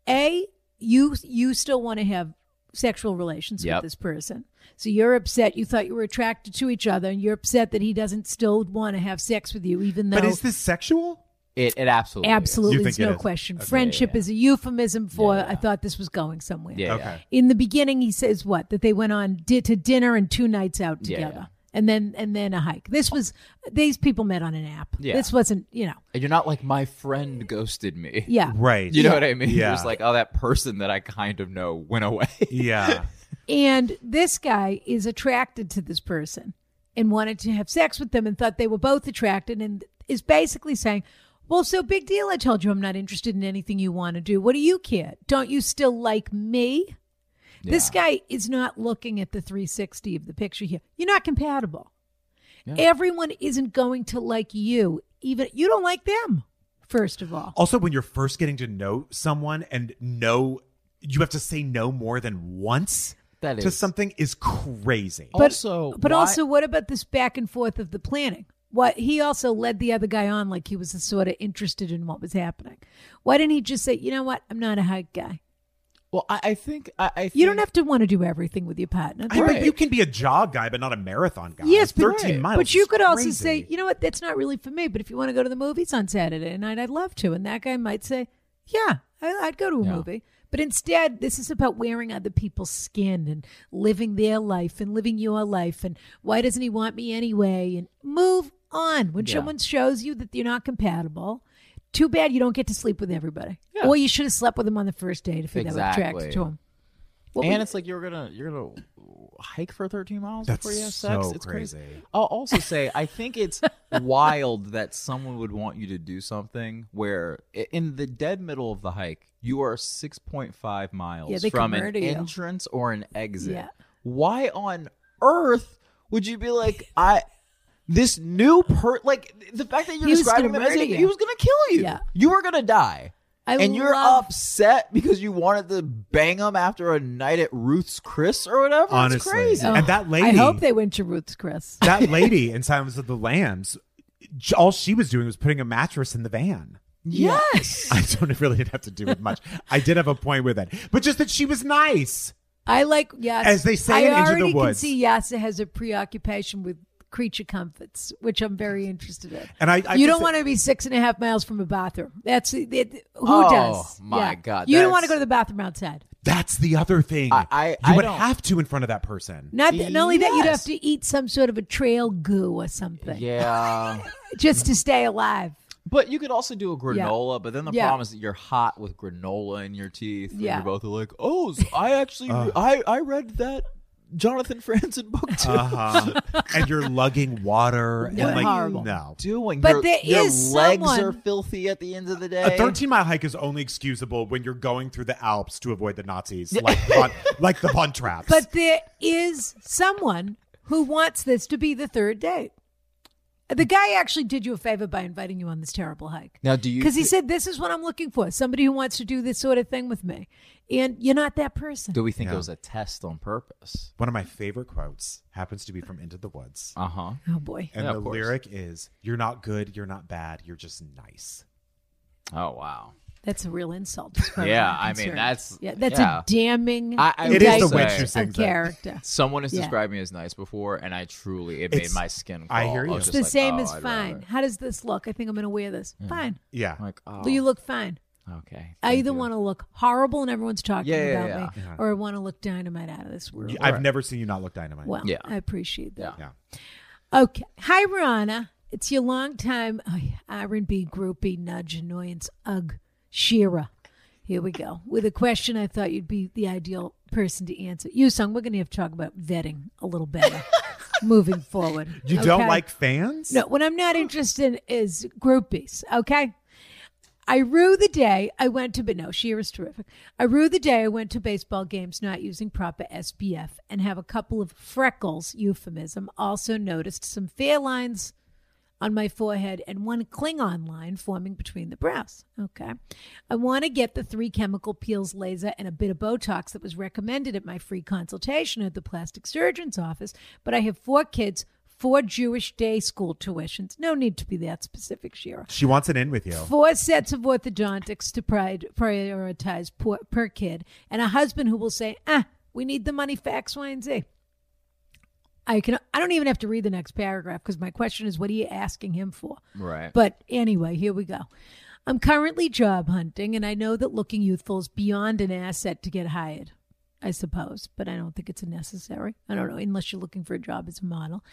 Speaker 3: A, you you still want to have sexual relations
Speaker 4: Yep.
Speaker 3: with this person. So you're upset you thought you were attracted to each other and you're upset that he doesn't still want to have sex with you even though
Speaker 2: But is this sexual?
Speaker 4: It it absolutely is.
Speaker 3: absolutely
Speaker 2: You
Speaker 3: it's
Speaker 2: think it
Speaker 3: no
Speaker 2: is.
Speaker 3: question. Friendship is a euphemism for I thought this was going somewhere.
Speaker 4: Yeah. yeah.
Speaker 2: Okay.
Speaker 3: In the beginning, he says what that they went on di- to dinner and two nights out
Speaker 4: Yeah,
Speaker 3: together,
Speaker 4: yeah.
Speaker 3: and then and then a hike. This was these people met on an app.
Speaker 4: Yeah.
Speaker 3: This wasn't you know
Speaker 4: And you're not like my friend ghosted me.
Speaker 3: yeah.
Speaker 2: Right.
Speaker 4: You know what I mean? (laughs) You're
Speaker 2: Yeah.
Speaker 4: just like, oh, that person that I kind of know went away. (laughs)
Speaker 2: Yeah.
Speaker 3: And this guy is attracted to this person and wanted to have sex with them and thought they were both attracted and is basically saying. Well, so big deal. I told you I'm not interested in anything you want to do. What do you care? Don't you still like me? This guy is not looking at the 360 of the picture here. You're not compatible. Everyone isn't going to like you. Even you don't like them, first of all.
Speaker 2: Also, when you're first getting to know someone and know you have to say no more than once
Speaker 4: That Oh,
Speaker 2: to something is crazy.
Speaker 3: But
Speaker 4: also,
Speaker 3: but
Speaker 4: why-
Speaker 3: also what about this back and forth of the planning? What he also led the other guy on like he was sort of interested in what was happening. Why didn't he just say, you know what, I'm not a hike guy.
Speaker 4: Well, I, I think I, I
Speaker 3: You don't
Speaker 4: think-
Speaker 3: have to want to do everything with your partner.
Speaker 2: I mean,
Speaker 4: Right.
Speaker 2: you can be a jog guy, but not a marathon guy.
Speaker 3: Yes, but,
Speaker 2: 13 miles.
Speaker 3: but you
Speaker 2: is
Speaker 3: could also
Speaker 2: crazy.
Speaker 3: say, you know what, that's not really for me, but if you want to go to the movies on Saturday night, I'd love to. And that guy might say, yeah, I, I'd go to a
Speaker 4: Yeah.
Speaker 3: movie. But instead, this is about wearing other people's skin and living their life and living your life. And why doesn't he want me anyway? And move on. When
Speaker 4: Yeah.
Speaker 3: someone shows you that you're not compatible, too bad you don't get to sleep with everybody. Or you should have slept with him on the first date if you're that attracted
Speaker 4: Exactly.
Speaker 3: to him. What
Speaker 4: and
Speaker 3: we-
Speaker 4: it's like you're gonna you're gonna hike for 13 miles
Speaker 2: That's
Speaker 4: before you have sex.
Speaker 2: so
Speaker 4: it's crazy.
Speaker 2: crazy.
Speaker 4: I'll also say I
Speaker 3: (laughs)
Speaker 4: think it's wild that someone would want you to do something where i- in the dead middle of the hike you are 6.5 miles
Speaker 3: Yeah, they
Speaker 4: from
Speaker 3: could
Speaker 4: an
Speaker 3: murder you.
Speaker 4: entrance or an exit.
Speaker 3: Yeah.
Speaker 4: Why on earth would you be like I? This new per like the fact that you're
Speaker 3: He was
Speaker 4: describing him
Speaker 3: gonna
Speaker 4: as
Speaker 3: murder
Speaker 4: if he
Speaker 3: you.
Speaker 4: was gonna kill you.
Speaker 3: Yeah.
Speaker 4: You were gonna die
Speaker 3: I
Speaker 4: and you're
Speaker 3: love-
Speaker 4: upset because you wanted to bang him after a night at Ruth's Chris or whatever. It's
Speaker 2: Honestly.
Speaker 4: crazy.
Speaker 2: And that lady.
Speaker 3: Oh, I hope they went to Ruth's Chris. (laughs)
Speaker 2: that lady in Silence of the Lambs, j- all she was doing was putting a mattress in the van. (laughs)
Speaker 4: Yes.
Speaker 2: I don't really have to do with
Speaker 3: (laughs)
Speaker 2: much. I did have a point with it, but just that she was nice.
Speaker 3: I like yes.
Speaker 2: As they say in
Speaker 3: I
Speaker 2: Into the
Speaker 3: already can
Speaker 2: Woods.
Speaker 3: see Yasa has a preoccupation with creature comforts, which I'm very interested in.
Speaker 2: And I- I
Speaker 3: you
Speaker 2: just-
Speaker 3: don't want to be six and a half miles from a bathroom. That's it, it- who
Speaker 4: Oh,
Speaker 3: does.
Speaker 4: my God,
Speaker 3: You don't want to
Speaker 4: that's-
Speaker 3: go to the bathroom outside.
Speaker 2: That's the other thing.
Speaker 4: I- I-
Speaker 2: you
Speaker 4: I
Speaker 2: would
Speaker 4: don't-
Speaker 2: have to in front of that person.
Speaker 3: Not that, not only that, you'd have
Speaker 4: Yes.
Speaker 3: to eat some sort of a trail goo or something
Speaker 4: (laughs) Yeah.
Speaker 3: just to stay alive.
Speaker 4: But you could also do a granola, but then the
Speaker 3: Yeah.
Speaker 4: problem is that you're hot with granola in your teeth.
Speaker 3: Yeah.
Speaker 4: And you're both like, oh, so I actually, I, I read that Jonathan Franzen book too. (laughs)
Speaker 2: Uh-huh. and you're lugging water.
Speaker 3: No,
Speaker 2: and like,
Speaker 3: horrible.
Speaker 2: No.
Speaker 4: Doing,
Speaker 3: But
Speaker 4: your,
Speaker 3: there
Speaker 4: your
Speaker 3: is
Speaker 4: legs
Speaker 3: someone-
Speaker 4: are filthy at the end of the day.
Speaker 2: A 13 mile hike is only excusable when you're going through the Alps to avoid the Nazis, like,
Speaker 3: (laughs)
Speaker 2: von, like the Von Traps.
Speaker 3: But there is someone who wants this to be the third date. The guy actually did you a favor by inviting you on this terrible hike.
Speaker 4: Now, do you
Speaker 3: Because he
Speaker 4: thi-
Speaker 3: said, "This is what I'm looking for: somebody who wants to do this sort of thing with me." And you're not that person.
Speaker 4: do we think
Speaker 2: Yeah.
Speaker 4: it was a test on purpose?
Speaker 2: One of my favorite quotes happens to be from Into the Woods.
Speaker 4: Uh huh.
Speaker 3: Oh boy,
Speaker 2: And
Speaker 4: Yeah, of
Speaker 2: the
Speaker 4: course.
Speaker 2: lyric is You're not good, you're not bad, you're just nice.
Speaker 4: Oh, wow.
Speaker 3: that's a real insult. as far as
Speaker 4: Yeah,
Speaker 3: I'm
Speaker 4: I mean,
Speaker 3: concerned.
Speaker 4: that's-
Speaker 3: yeah, that's
Speaker 4: yeah.
Speaker 3: a damning.
Speaker 4: I- I
Speaker 2: It is the witch
Speaker 3: indictment
Speaker 2: who
Speaker 3: of
Speaker 2: sings that.
Speaker 3: character.
Speaker 4: Someone has
Speaker 3: Yeah.
Speaker 4: described me as nice before, and I truly it
Speaker 2: It's-
Speaker 4: made my skin. Crawl.
Speaker 2: I hear you.
Speaker 4: was
Speaker 2: It's
Speaker 3: It's
Speaker 4: just
Speaker 3: the
Speaker 4: like,
Speaker 3: same
Speaker 4: oh,
Speaker 3: as
Speaker 4: I'd
Speaker 3: fine.
Speaker 4: rather-
Speaker 3: How does this look? I think I'm going to wear this. Fine.
Speaker 2: Yeah.
Speaker 4: I'm like, oh,
Speaker 3: Do You look fine.
Speaker 4: okay.
Speaker 3: I either want to look horrible and everyone's talking
Speaker 4: Yeah, yeah,
Speaker 3: about
Speaker 4: yeah.
Speaker 3: me, or I want to look dynamite out of this world.
Speaker 2: You- I've never seen you not look dynamite.
Speaker 3: Well,
Speaker 4: Yeah.
Speaker 3: I appreciate that.
Speaker 2: Yeah.
Speaker 3: Okay. Hi, Rana. It's your longtime oh, yeah, R&B groupie nudge annoyance. Ugh, Shira. Here we go. With a question I thought you'd be the ideal person to answer. You, Sung, we're going to have to talk about vetting a little
Speaker 2: (laughs)
Speaker 3: better moving forward.
Speaker 2: You don't
Speaker 3: okay?
Speaker 2: like fans?
Speaker 3: No, what I'm not interested in is groupies, okay? I rue the day I went to, but no, she was terrific. I rue the day I went to baseball games not using proper SPF and have a couple of freckles, euphemism. Also noticed some fair lines on my forehead and one Klingon line forming between the brows. Okay. I want to get the three chemical peels laser and a bit of Botox that was recommended at my free consultation at the plastic surgeon's office, but I have four kids, four Jewish day school tuitions. No need to be that specific, Shira.
Speaker 2: She wants it in with you.
Speaker 3: Four sets of orthodontics to pri- prioritize per, per kid, and a husband who will say, "Ah, we need the money for X, Y, and Z." I can. I don't even have to read the next paragraph because my question is, what are you asking him for?
Speaker 4: Right.
Speaker 3: But anyway, here we go. I'm currently job hunting, and I know that looking youthful is beyond an asset to get hired. I suppose, but I don't think it's a necessary. I don't know, unless you're looking for a job as a model.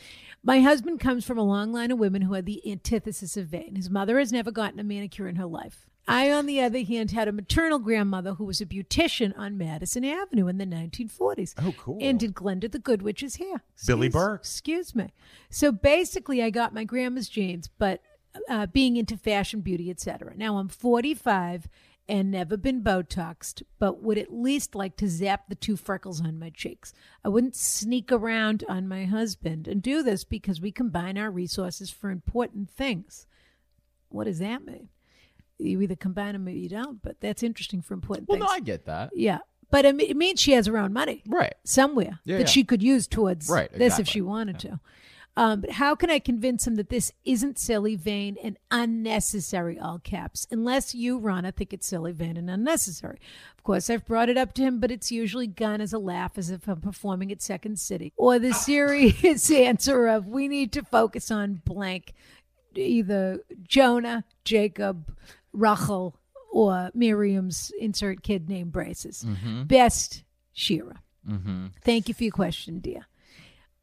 Speaker 3: My husband comes from a long line of women who are the antithesis of vain. His mother has never gotten a manicure in her life. I, on the other hand, had a maternal grandmother who was a beautician on Madison Avenue in the 1940s.
Speaker 2: Oh, cool.
Speaker 3: And did Glenda the Good Witch's hair.
Speaker 2: Billy
Speaker 3: Excuse-
Speaker 2: Burke.
Speaker 3: Excuse me. So basically, I got my grandma's jeans, but uh, being into fashion, beauty, etc. Now I'm 45 and never been Botoxed, but would at least like to zap the two freckles on my cheeks. I wouldn't sneak around on my husband and do this because we combine our resources for important things. What does that mean? You either combine them or you don't, but that's interesting for important
Speaker 4: Well, no,
Speaker 3: things.
Speaker 4: I get that.
Speaker 3: yeah. But I mean, it means she has her own money
Speaker 4: Right.
Speaker 3: somewhere
Speaker 4: Yeah,
Speaker 3: that
Speaker 4: yeah.
Speaker 3: she could use towards
Speaker 4: Right,
Speaker 3: this if
Speaker 4: exactly.
Speaker 3: she wanted to. Um, but how can I convince him that this isn't silly, vain, and unnecessary, all caps? Unless you, Rana, think it's silly, vain, and unnecessary. Of course, I've brought it up to him, but it's usually gone as a laugh, as if I'm performing at Second City. Or
Speaker 4: (laughs)
Speaker 3: the serious answer of, we need to focus on blank, either Jonah, Jacob, Rachel, or Miriam's insert kid name braces.
Speaker 4: Mm-hmm.
Speaker 3: Best, Shira. Thank you for your question, dear.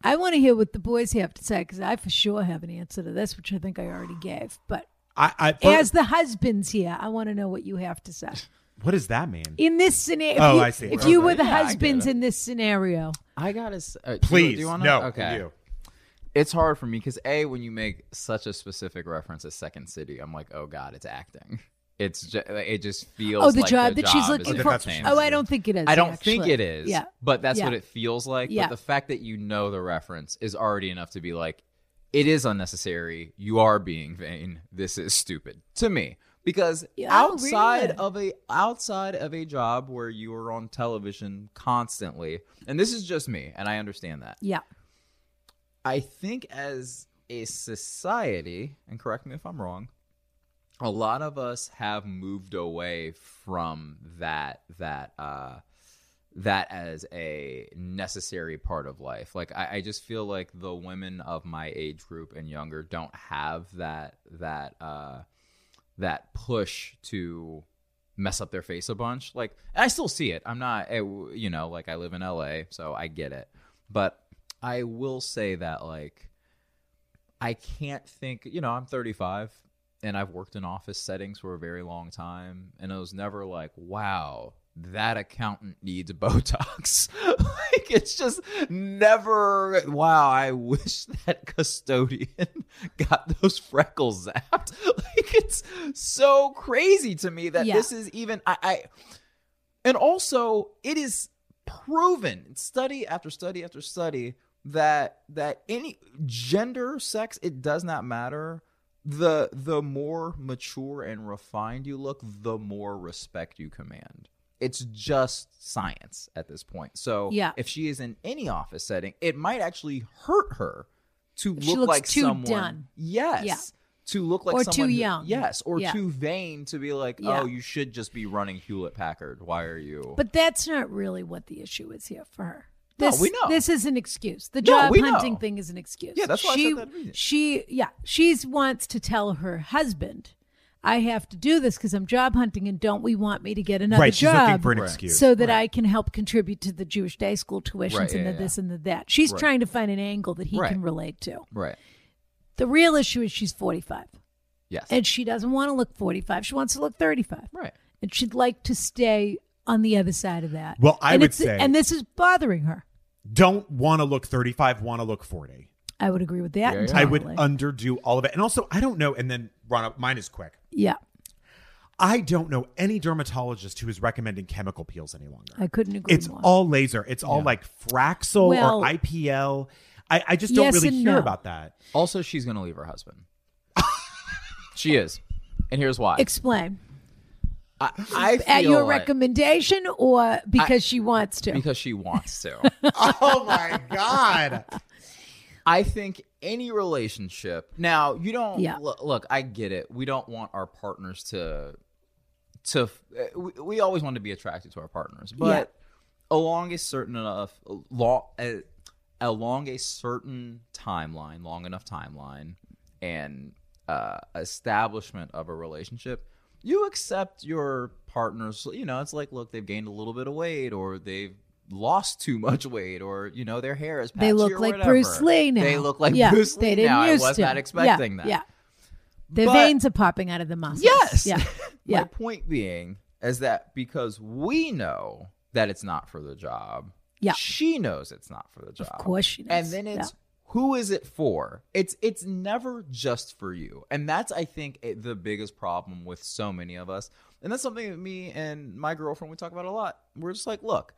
Speaker 3: I want to hear what the boys have to say because I for sure have an answer to this, which I think I already gave. But
Speaker 2: I, I for-
Speaker 3: as the husbands here, I want to know what you have to say
Speaker 2: what does that mean?
Speaker 3: in this scenario.
Speaker 2: Oh,
Speaker 3: if you,
Speaker 2: I see.
Speaker 3: If you were
Speaker 4: Okay.
Speaker 3: the
Speaker 4: Yeah, I get
Speaker 3: husbands
Speaker 4: it.
Speaker 3: in this scenario,
Speaker 4: I gotta s- uh, do you-
Speaker 2: Please,
Speaker 4: do you wanna-
Speaker 2: no.
Speaker 4: Okay,
Speaker 2: you.
Speaker 4: it's hard for me because a when you make such a specific reference as Second City, I'm like, oh god, it's acting. It's just, it just feels.
Speaker 3: oh, the
Speaker 4: like
Speaker 3: job
Speaker 4: the
Speaker 3: that she's
Speaker 4: job
Speaker 3: looking
Speaker 4: is
Speaker 3: for.
Speaker 2: that's what she
Speaker 4: entertainment.
Speaker 3: Oh, I don't think it is.
Speaker 4: I don't
Speaker 3: actually.
Speaker 4: think it is.
Speaker 3: Yeah,
Speaker 4: But that's
Speaker 3: Yeah.
Speaker 4: what it feels like.
Speaker 3: Yeah.
Speaker 4: But the fact that you know the reference is already enough to be like, it is unnecessary. You are being vain. This is stupid to me. Because
Speaker 3: Yeah, oh,
Speaker 4: outside
Speaker 3: really?
Speaker 4: of a outside of a job where you are on television constantly, and this is just me, and I understand that.
Speaker 3: yeah.
Speaker 4: I think as a society, and correct me if I'm wrong, a lot of us have moved away from that that uh that as a necessary part of life. Like I, I just feel like the women of my age group and younger don't have that that uh that push to mess up their face a bunch. Like and I still see it. I'm not eh, w- you know, like I live in LA, so I get it. But I will say that like I can't think, you know, I'm 35 and I've worked in office settings for a very long time and I was never like, wow, that accountant needs (laughs) Botox. like it's just never wow, I wish that custodian (laughs) got those freckles zapped. (laughs) like it's so crazy to me that
Speaker 3: Yeah.
Speaker 4: this is even I, I and also, it is proven, study after study after study, that that any gender, sex, it does not matter. The the more mature and refined you look, the more respect you command. It's just science at this point. So
Speaker 3: Yeah.
Speaker 4: if she is in any office setting, it might actually hurt her to
Speaker 3: If she
Speaker 4: look
Speaker 3: looks
Speaker 4: like
Speaker 3: too
Speaker 4: someone.
Speaker 3: done.
Speaker 4: Yes.
Speaker 3: Yeah.
Speaker 4: To look like
Speaker 3: Or too
Speaker 4: someone who-
Speaker 3: young.
Speaker 4: yes, or
Speaker 3: Yeah.
Speaker 4: too vain to be like,
Speaker 3: Yeah.
Speaker 4: oh, you should just be running Hewlett Packard. Why are you?
Speaker 3: But that's not really what the issue is here for her.
Speaker 4: No,
Speaker 3: This,
Speaker 4: we know.
Speaker 3: this is an excuse. The
Speaker 4: No,
Speaker 3: job
Speaker 4: we
Speaker 3: hunting
Speaker 4: know.
Speaker 3: thing is an excuse.
Speaker 4: Yeah, that's why I
Speaker 3: she,
Speaker 4: said that immediately.
Speaker 3: She, yeah, she wants to tell her husband, "I have to do this because I'm job hunting, and don't we want me to get another
Speaker 2: Right, she's
Speaker 3: job?"
Speaker 2: looking for an
Speaker 4: Right.
Speaker 2: excuse.
Speaker 3: so that I can help contribute to the Jewish day school tuitions
Speaker 4: Right,
Speaker 3: and the
Speaker 4: yeah, yeah.
Speaker 3: this and the that. She's
Speaker 4: Right.
Speaker 3: trying to find an angle that he
Speaker 4: Right.
Speaker 3: can relate to.
Speaker 4: right.
Speaker 3: The real issue is she's 45
Speaker 4: Yes.
Speaker 3: and she doesn't want to look 45. She wants to look 35
Speaker 4: right.
Speaker 3: and she'd like to stay on the other side of that.
Speaker 2: Well, I
Speaker 3: and
Speaker 2: would
Speaker 3: it's-
Speaker 2: say-
Speaker 3: and this is bothering her.
Speaker 2: Don't want to look 35, want to look 40.
Speaker 3: I would agree with that.
Speaker 4: Yeah, yeah.
Speaker 2: I would
Speaker 3: entirely. underdo
Speaker 2: underdo all of it. And also, I don't know. And then, Rana, mine is quick.
Speaker 3: yeah,
Speaker 2: I don't know any dermatologist who is recommending chemical peels any longer.
Speaker 3: I couldn't agree
Speaker 2: it's
Speaker 3: more.
Speaker 2: all laser. It's all like Fraxel
Speaker 3: Well-
Speaker 2: or IPL. I, I just don't
Speaker 3: Yes
Speaker 2: really
Speaker 3: and
Speaker 2: hear
Speaker 3: no.
Speaker 2: about that.
Speaker 4: Also, she's going to leave her husband. (laughs) she is. And here's why.
Speaker 3: Explain
Speaker 4: I, I
Speaker 3: at
Speaker 4: feel
Speaker 3: your
Speaker 4: like-
Speaker 3: recommendation or because she wants to.
Speaker 4: Because she wants to.
Speaker 2: (laughs)
Speaker 3: (laughs)
Speaker 2: oh my God.
Speaker 4: I think any relationship. Now, you don't
Speaker 3: Yeah.
Speaker 4: look, look, I get it. We don't want our partners to to uh, we, we always want to be attracted to our partners, but along a certain enough long along a certain timeline, long enough timeline and uh establishment of a relationship, you accept your partners, you know, it's like look, they've gained a little bit of weight or they've lost too much weight or you know their hair is
Speaker 3: they
Speaker 4: patchy
Speaker 3: look
Speaker 4: or
Speaker 3: like
Speaker 4: whatever.
Speaker 3: Bruce Lee now.
Speaker 4: They look like
Speaker 3: yeah,
Speaker 4: Bruce Lee
Speaker 3: they didn't
Speaker 4: now.
Speaker 3: Used
Speaker 4: I was
Speaker 3: to.
Speaker 4: not expecting
Speaker 3: yeah,
Speaker 4: that.
Speaker 3: Yeah, the
Speaker 4: But-
Speaker 3: veins are popping out of the muscles.
Speaker 4: Yes. (laughs)
Speaker 3: Yeah.
Speaker 4: My
Speaker 3: Yeah.
Speaker 4: point being is that because we know that it's not for the job.
Speaker 3: Yeah.
Speaker 4: She knows it's not for the job.
Speaker 3: Of course she
Speaker 4: And
Speaker 3: does.
Speaker 4: then
Speaker 3: Yeah.
Speaker 4: it's who is it for? It's it's never just for you. And that's I think it, the biggest problem with so many of us. And that's something that me and my girlfriend we talk about a lot. We're just like, look,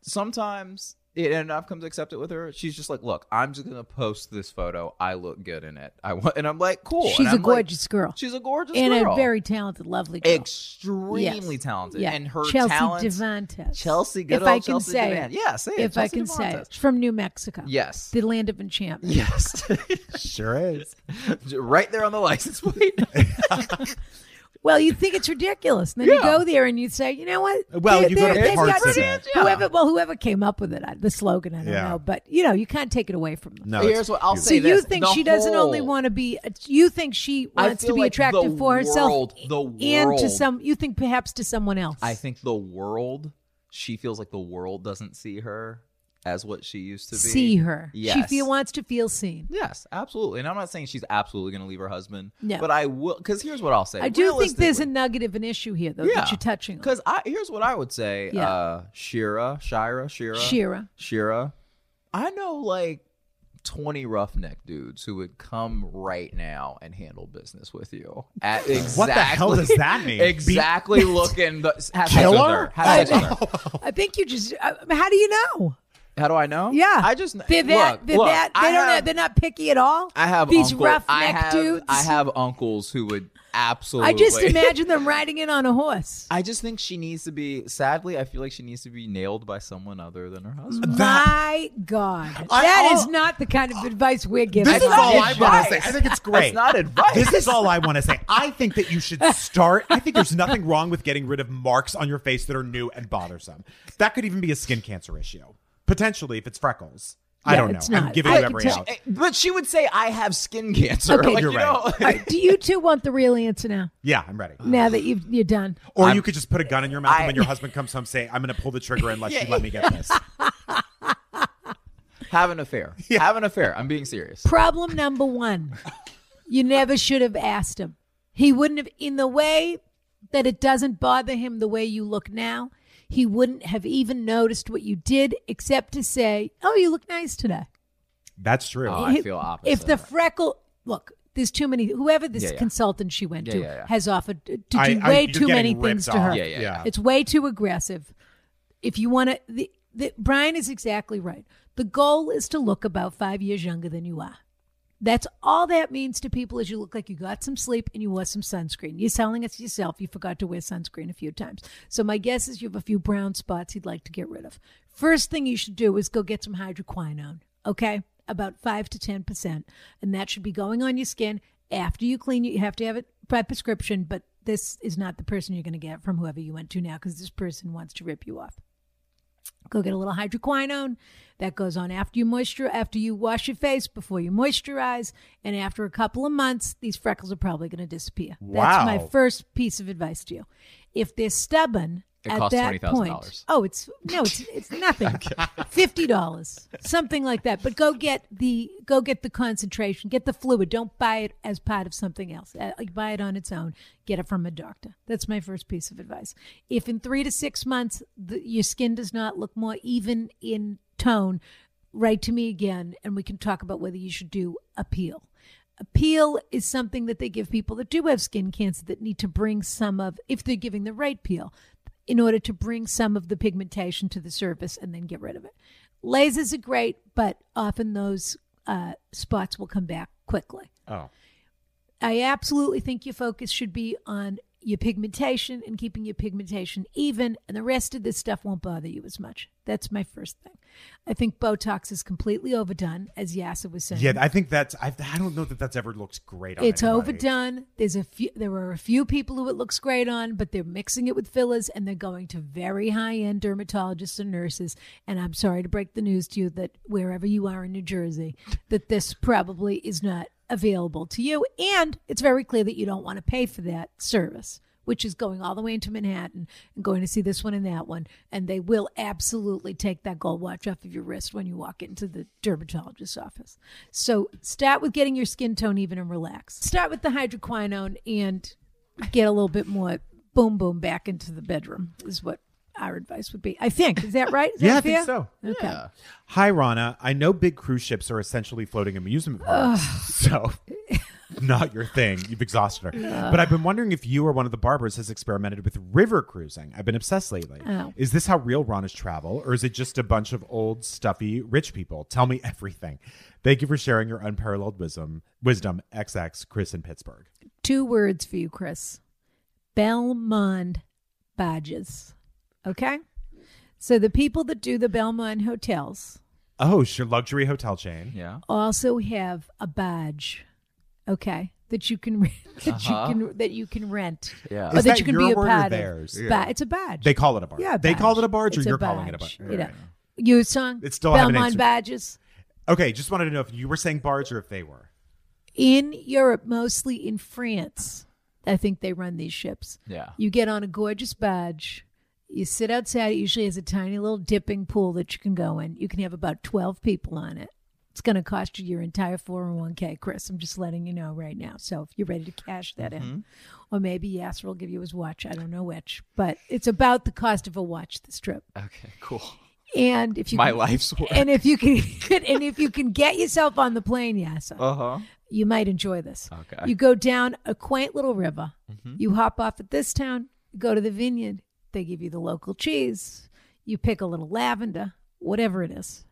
Speaker 4: sometimes it and I've come to accept it with her. She's just like, look, I'm just gonna post this photo. I look good in it. I want, and I'm like, cool. And
Speaker 3: She's a
Speaker 4: I'm like-
Speaker 3: gorgeous girl.
Speaker 4: she's a gorgeous
Speaker 3: and
Speaker 4: girl.
Speaker 3: a very talented, lovely girl.
Speaker 4: extremely
Speaker 3: Yes.
Speaker 4: talented,
Speaker 3: Yeah.
Speaker 4: and her
Speaker 3: Chelsea
Speaker 4: talent.
Speaker 3: Devantes.
Speaker 4: Chelsea, good
Speaker 3: if
Speaker 4: old
Speaker 3: I can
Speaker 4: Chelsea
Speaker 3: say,
Speaker 4: Devan-
Speaker 3: it.
Speaker 4: Yeah, say it,
Speaker 3: If I
Speaker 4: Chelsea
Speaker 3: can say
Speaker 4: Devantes.
Speaker 3: it, from New Mexico.
Speaker 4: Yes.
Speaker 3: (laughs) the land of enchantment.
Speaker 4: (laughs) Yes,
Speaker 2: (laughs) Sure is.
Speaker 4: right there on the license
Speaker 3: (laughs)
Speaker 4: plate.
Speaker 3: Well, you think it's ridiculous, and then you
Speaker 4: Yeah.
Speaker 3: go there and you say, you know what?
Speaker 2: Well, you go to
Speaker 3: they've
Speaker 2: parts
Speaker 3: got-
Speaker 2: of it.
Speaker 3: Whoever, well, whoever came up with it, I, the slogan, I don't
Speaker 2: Yeah.
Speaker 3: know, but you know, you can't take it away from them.
Speaker 2: No, it's
Speaker 4: Here's what I'll
Speaker 2: beautiful.
Speaker 3: So
Speaker 4: say:
Speaker 3: you
Speaker 4: this,
Speaker 3: think
Speaker 4: the
Speaker 3: she doesn't only
Speaker 4: whole-
Speaker 3: want to be? uh, You think she
Speaker 4: I
Speaker 3: wants to
Speaker 4: feel
Speaker 3: be
Speaker 4: like
Speaker 3: attractive
Speaker 4: the
Speaker 3: for herself
Speaker 4: world- the
Speaker 3: and to
Speaker 4: world-
Speaker 3: some? You think perhaps to someone else?
Speaker 4: I think the world. She feels like the world doesn't see her as what she used to be.
Speaker 3: see her. She
Speaker 4: Yes.
Speaker 3: feel, wants to feel seen.
Speaker 4: Yes, absolutely. And I'm not saying she's absolutely going to leave her husband.
Speaker 3: No.
Speaker 4: But I will, because here's what I'll say.
Speaker 3: I do think there's a nugget of an issue here, though, that you're touching on.
Speaker 4: (laughs) Because I here's what I would say.
Speaker 3: Yeah.
Speaker 4: Uh, Shira, Shira, Shira,
Speaker 3: Shira.
Speaker 4: Shira. I know like 20 roughneck dudes who would come right now and handle business with you. At exactly,
Speaker 2: What the hell does that (laughs) mean? Be-
Speaker 4: (laughs) Exactly
Speaker 3: (laughs)
Speaker 4: looking. The, have sex with
Speaker 2: Killer?
Speaker 4: her. Have sex with her.
Speaker 3: I think you just. Uh, how do you know?
Speaker 4: How do I know?
Speaker 3: Yeah,
Speaker 4: I just
Speaker 3: they're that.
Speaker 4: look,
Speaker 3: they're
Speaker 4: look,
Speaker 3: that. They
Speaker 4: I
Speaker 3: don't.
Speaker 4: have-
Speaker 3: know, they're not picky at all.
Speaker 4: I have
Speaker 3: these
Speaker 4: uncle-
Speaker 3: roughneck
Speaker 4: I have,
Speaker 3: dudes.
Speaker 4: I have uncles who would absolutely.
Speaker 3: I just imagine them riding in on a
Speaker 4: (laughs)
Speaker 3: horse.
Speaker 4: I just think she needs to be. Sadly, I feel like she needs to be nailed by someone other than her
Speaker 3: Uh,
Speaker 4: husband.
Speaker 3: My God,
Speaker 2: I-
Speaker 3: that is
Speaker 2: all-
Speaker 3: not the kind of advice we're giving.
Speaker 2: This is
Speaker 4: not
Speaker 2: all I want
Speaker 4: advice.
Speaker 2: to say. I think it's great.
Speaker 4: That's not advice.
Speaker 2: This is all I want to say. I think that you should start. I think there's nothing wrong with getting rid of marks on your face that are new and bothersome. That could even be a skin cancer issue, potentially, if it's freckles. I
Speaker 3: Yeah,
Speaker 2: don't know.
Speaker 3: it's
Speaker 2: I'm
Speaker 3: not.
Speaker 2: giving
Speaker 3: I
Speaker 2: you
Speaker 3: can
Speaker 2: every
Speaker 3: tell-
Speaker 2: out.
Speaker 4: Eh, but she would say, "I have skin cancer."
Speaker 3: Okay.
Speaker 4: Like,
Speaker 2: You're
Speaker 4: you
Speaker 2: right.
Speaker 4: know,
Speaker 3: All right, do you two want the real answer now?
Speaker 2: Yeah, I'm ready.
Speaker 3: Now that you've, you're done,
Speaker 2: Or you could just put a gun in your mouth,
Speaker 4: I-
Speaker 2: and when your husband comes home, say, "I'm going to pull the trigger unless you let me get this."
Speaker 4: have
Speaker 2: (laughs)
Speaker 4: an affair. Have an affair. I'm being serious.
Speaker 3: problem number one: you never should have asked him. He wouldn't have, in the way that it doesn't bother him the way you look now. He wouldn't have even noticed what you did, except to say, "Oh, you look nice today."
Speaker 2: That's true.
Speaker 4: Oh, I feel opposite.
Speaker 3: If the freckle, look, there's too many. Whoever this
Speaker 4: Yeah, yeah.
Speaker 3: consultant she went
Speaker 4: Yeah,
Speaker 3: to
Speaker 4: yeah, yeah.
Speaker 3: has offered to do
Speaker 2: I- I-
Speaker 3: way
Speaker 2: you're
Speaker 3: too many
Speaker 2: getting ripped
Speaker 3: things to her.
Speaker 2: off.
Speaker 4: Yeah, yeah, yeah.
Speaker 3: It's way too aggressive. If you want to, the, the, Brian is exactly right. The goal is to look about five years younger than you are. That's all that means to people is you look like you got some sleep and you wore some sunscreen. You're selling it to yourself. You forgot to wear sunscreen a few times. So my guess is you have a few brown spots you'd like to get rid of. First thing you should do is go get some hydroquinone, okay? About 5 to 10%. And that should be going on your skin after you clean it. You have to have it by prescription, but this is not the person you're going to get it from whoever you went to now because this person wants to rip you off go get a little hydroquinone that goes on after you moisture after you wash your face before you moisturize and after a couple of months these freckles are probably going to disappear that's my
Speaker 2: Wow.
Speaker 3: first piece of advice to you if they're stubborn
Speaker 4: It
Speaker 3: at
Speaker 4: costs
Speaker 3: that point
Speaker 4: $20,000.
Speaker 3: oh it's no it's it's nothing
Speaker 4: (laughs)
Speaker 3: $50 something like that but go get the go get the concentration get the fluid don't buy it as part of something else Uh, like, buy it on its own get it from a doctor that's my first piece of advice if in three to six months the, your skin does not look more even in tone write to me again and we can talk about whether you should do a peel a peel is something that they give people that do have skin cancer that need to bring some of if they're giving the right peel in order to bring some of the pigmentation to the surface and then get rid of it. Lasers are great, but often those uh, spots will come back quickly.
Speaker 2: Oh,
Speaker 3: I absolutely think your focus should be on your pigmentation and keeping your pigmentation even, and the rest of this stuff won't bother you as much. That's my first thing. I think Botox is completely overdone, as Yasa was saying.
Speaker 2: yeah. I think that's. I, I don't know that that's ever looks great. on
Speaker 3: It's
Speaker 2: anybody.
Speaker 3: overdone. There's a few. There are a few people who it looks great on, but they're mixing it with fillers, and they're going to very high-end dermatologists and nurses. And I'm sorry to break the news to you that wherever you are in New Jersey, that this probably is not available to you. And it's very clear that you don't want to pay for that service, which is going all the way into Manhattan and going to see this one and that one. And they will absolutely take that gold watch off of your wrist when you walk into the dermatologist's office. So start with getting your skin tone even and relax. Start with the hydroquinone and get a little bit more boom boom back into the bedroom is what our advice would be. I think. Is that right? Is that
Speaker 2: Yeah, I think
Speaker 3: fair?
Speaker 2: so.
Speaker 3: Okay.
Speaker 2: Hi, Rana. I know big cruise ships are essentially floating amusement parks, (laughs) so not your thing. You've exhausted her. But I've been wondering if you or one of the barbers has experimented with river cruising. I've been obsessed lately.
Speaker 3: Oh.
Speaker 2: Is this how real Rana's travel, or is it just a bunch of old, stuffy, rich people? Tell me (laughs) everything. Thank you for sharing your unparalleled wisdom. Wisdom, XX, Chris in Pittsburgh.
Speaker 3: Two words for you, Chris. Belmont badges. Okay? So the people that do the Belmont hotels
Speaker 2: Oh, sure, luxury hotel chain.
Speaker 4: Yeah.
Speaker 3: also have a badge. Okay? That you can (laughs) that
Speaker 4: Uh-huh.
Speaker 3: you can that you can rent.
Speaker 4: Yeah.
Speaker 3: Or
Speaker 2: Is
Speaker 3: that
Speaker 2: that
Speaker 3: you can
Speaker 2: your
Speaker 3: be a
Speaker 2: word or
Speaker 3: part of.
Speaker 2: theirs?
Speaker 3: Ba-
Speaker 4: Yeah.
Speaker 3: it's a badge.
Speaker 2: They call it a bar.
Speaker 3: yeah, a
Speaker 2: they call
Speaker 3: badge.
Speaker 2: it a barge, or
Speaker 3: It's
Speaker 2: you're calling it a
Speaker 3: badge,
Speaker 2: barge.
Speaker 3: You know, you song
Speaker 2: It still have an
Speaker 3: Belmont
Speaker 2: answer.
Speaker 3: badges.
Speaker 2: Okay, just wanted to know if you were saying barge or if they were.
Speaker 3: in Europe, mostly in France, I think they run these ships.
Speaker 4: Yeah.
Speaker 3: You get on a gorgeous badge. You sit outside. It usually has a tiny little dipping pool that you can go in. You can have about 12 people on it. It's going to cost you your entire 401k, Chris. I'm just letting you know right now. So if you're ready to cash that in,
Speaker 4: Mm-hmm.
Speaker 3: or maybe Yasser will give you his watch. I don't know which, but it's about the cost of a watch this trip.
Speaker 4: Okay.
Speaker 2: (laughs)
Speaker 4: Cool.
Speaker 3: And if you
Speaker 4: My
Speaker 3: can-
Speaker 4: life's work.
Speaker 3: and if you can (laughs) and if you can get yourself on the plane, Yasser,
Speaker 4: Uh huh.
Speaker 3: you might enjoy this.
Speaker 4: Okay.
Speaker 3: You go down a quaint little river.
Speaker 2: Mm-hmm.
Speaker 3: You hop off at this town, you go to the vineyard. They give you the local cheese. You pick a little lavender, whatever it is.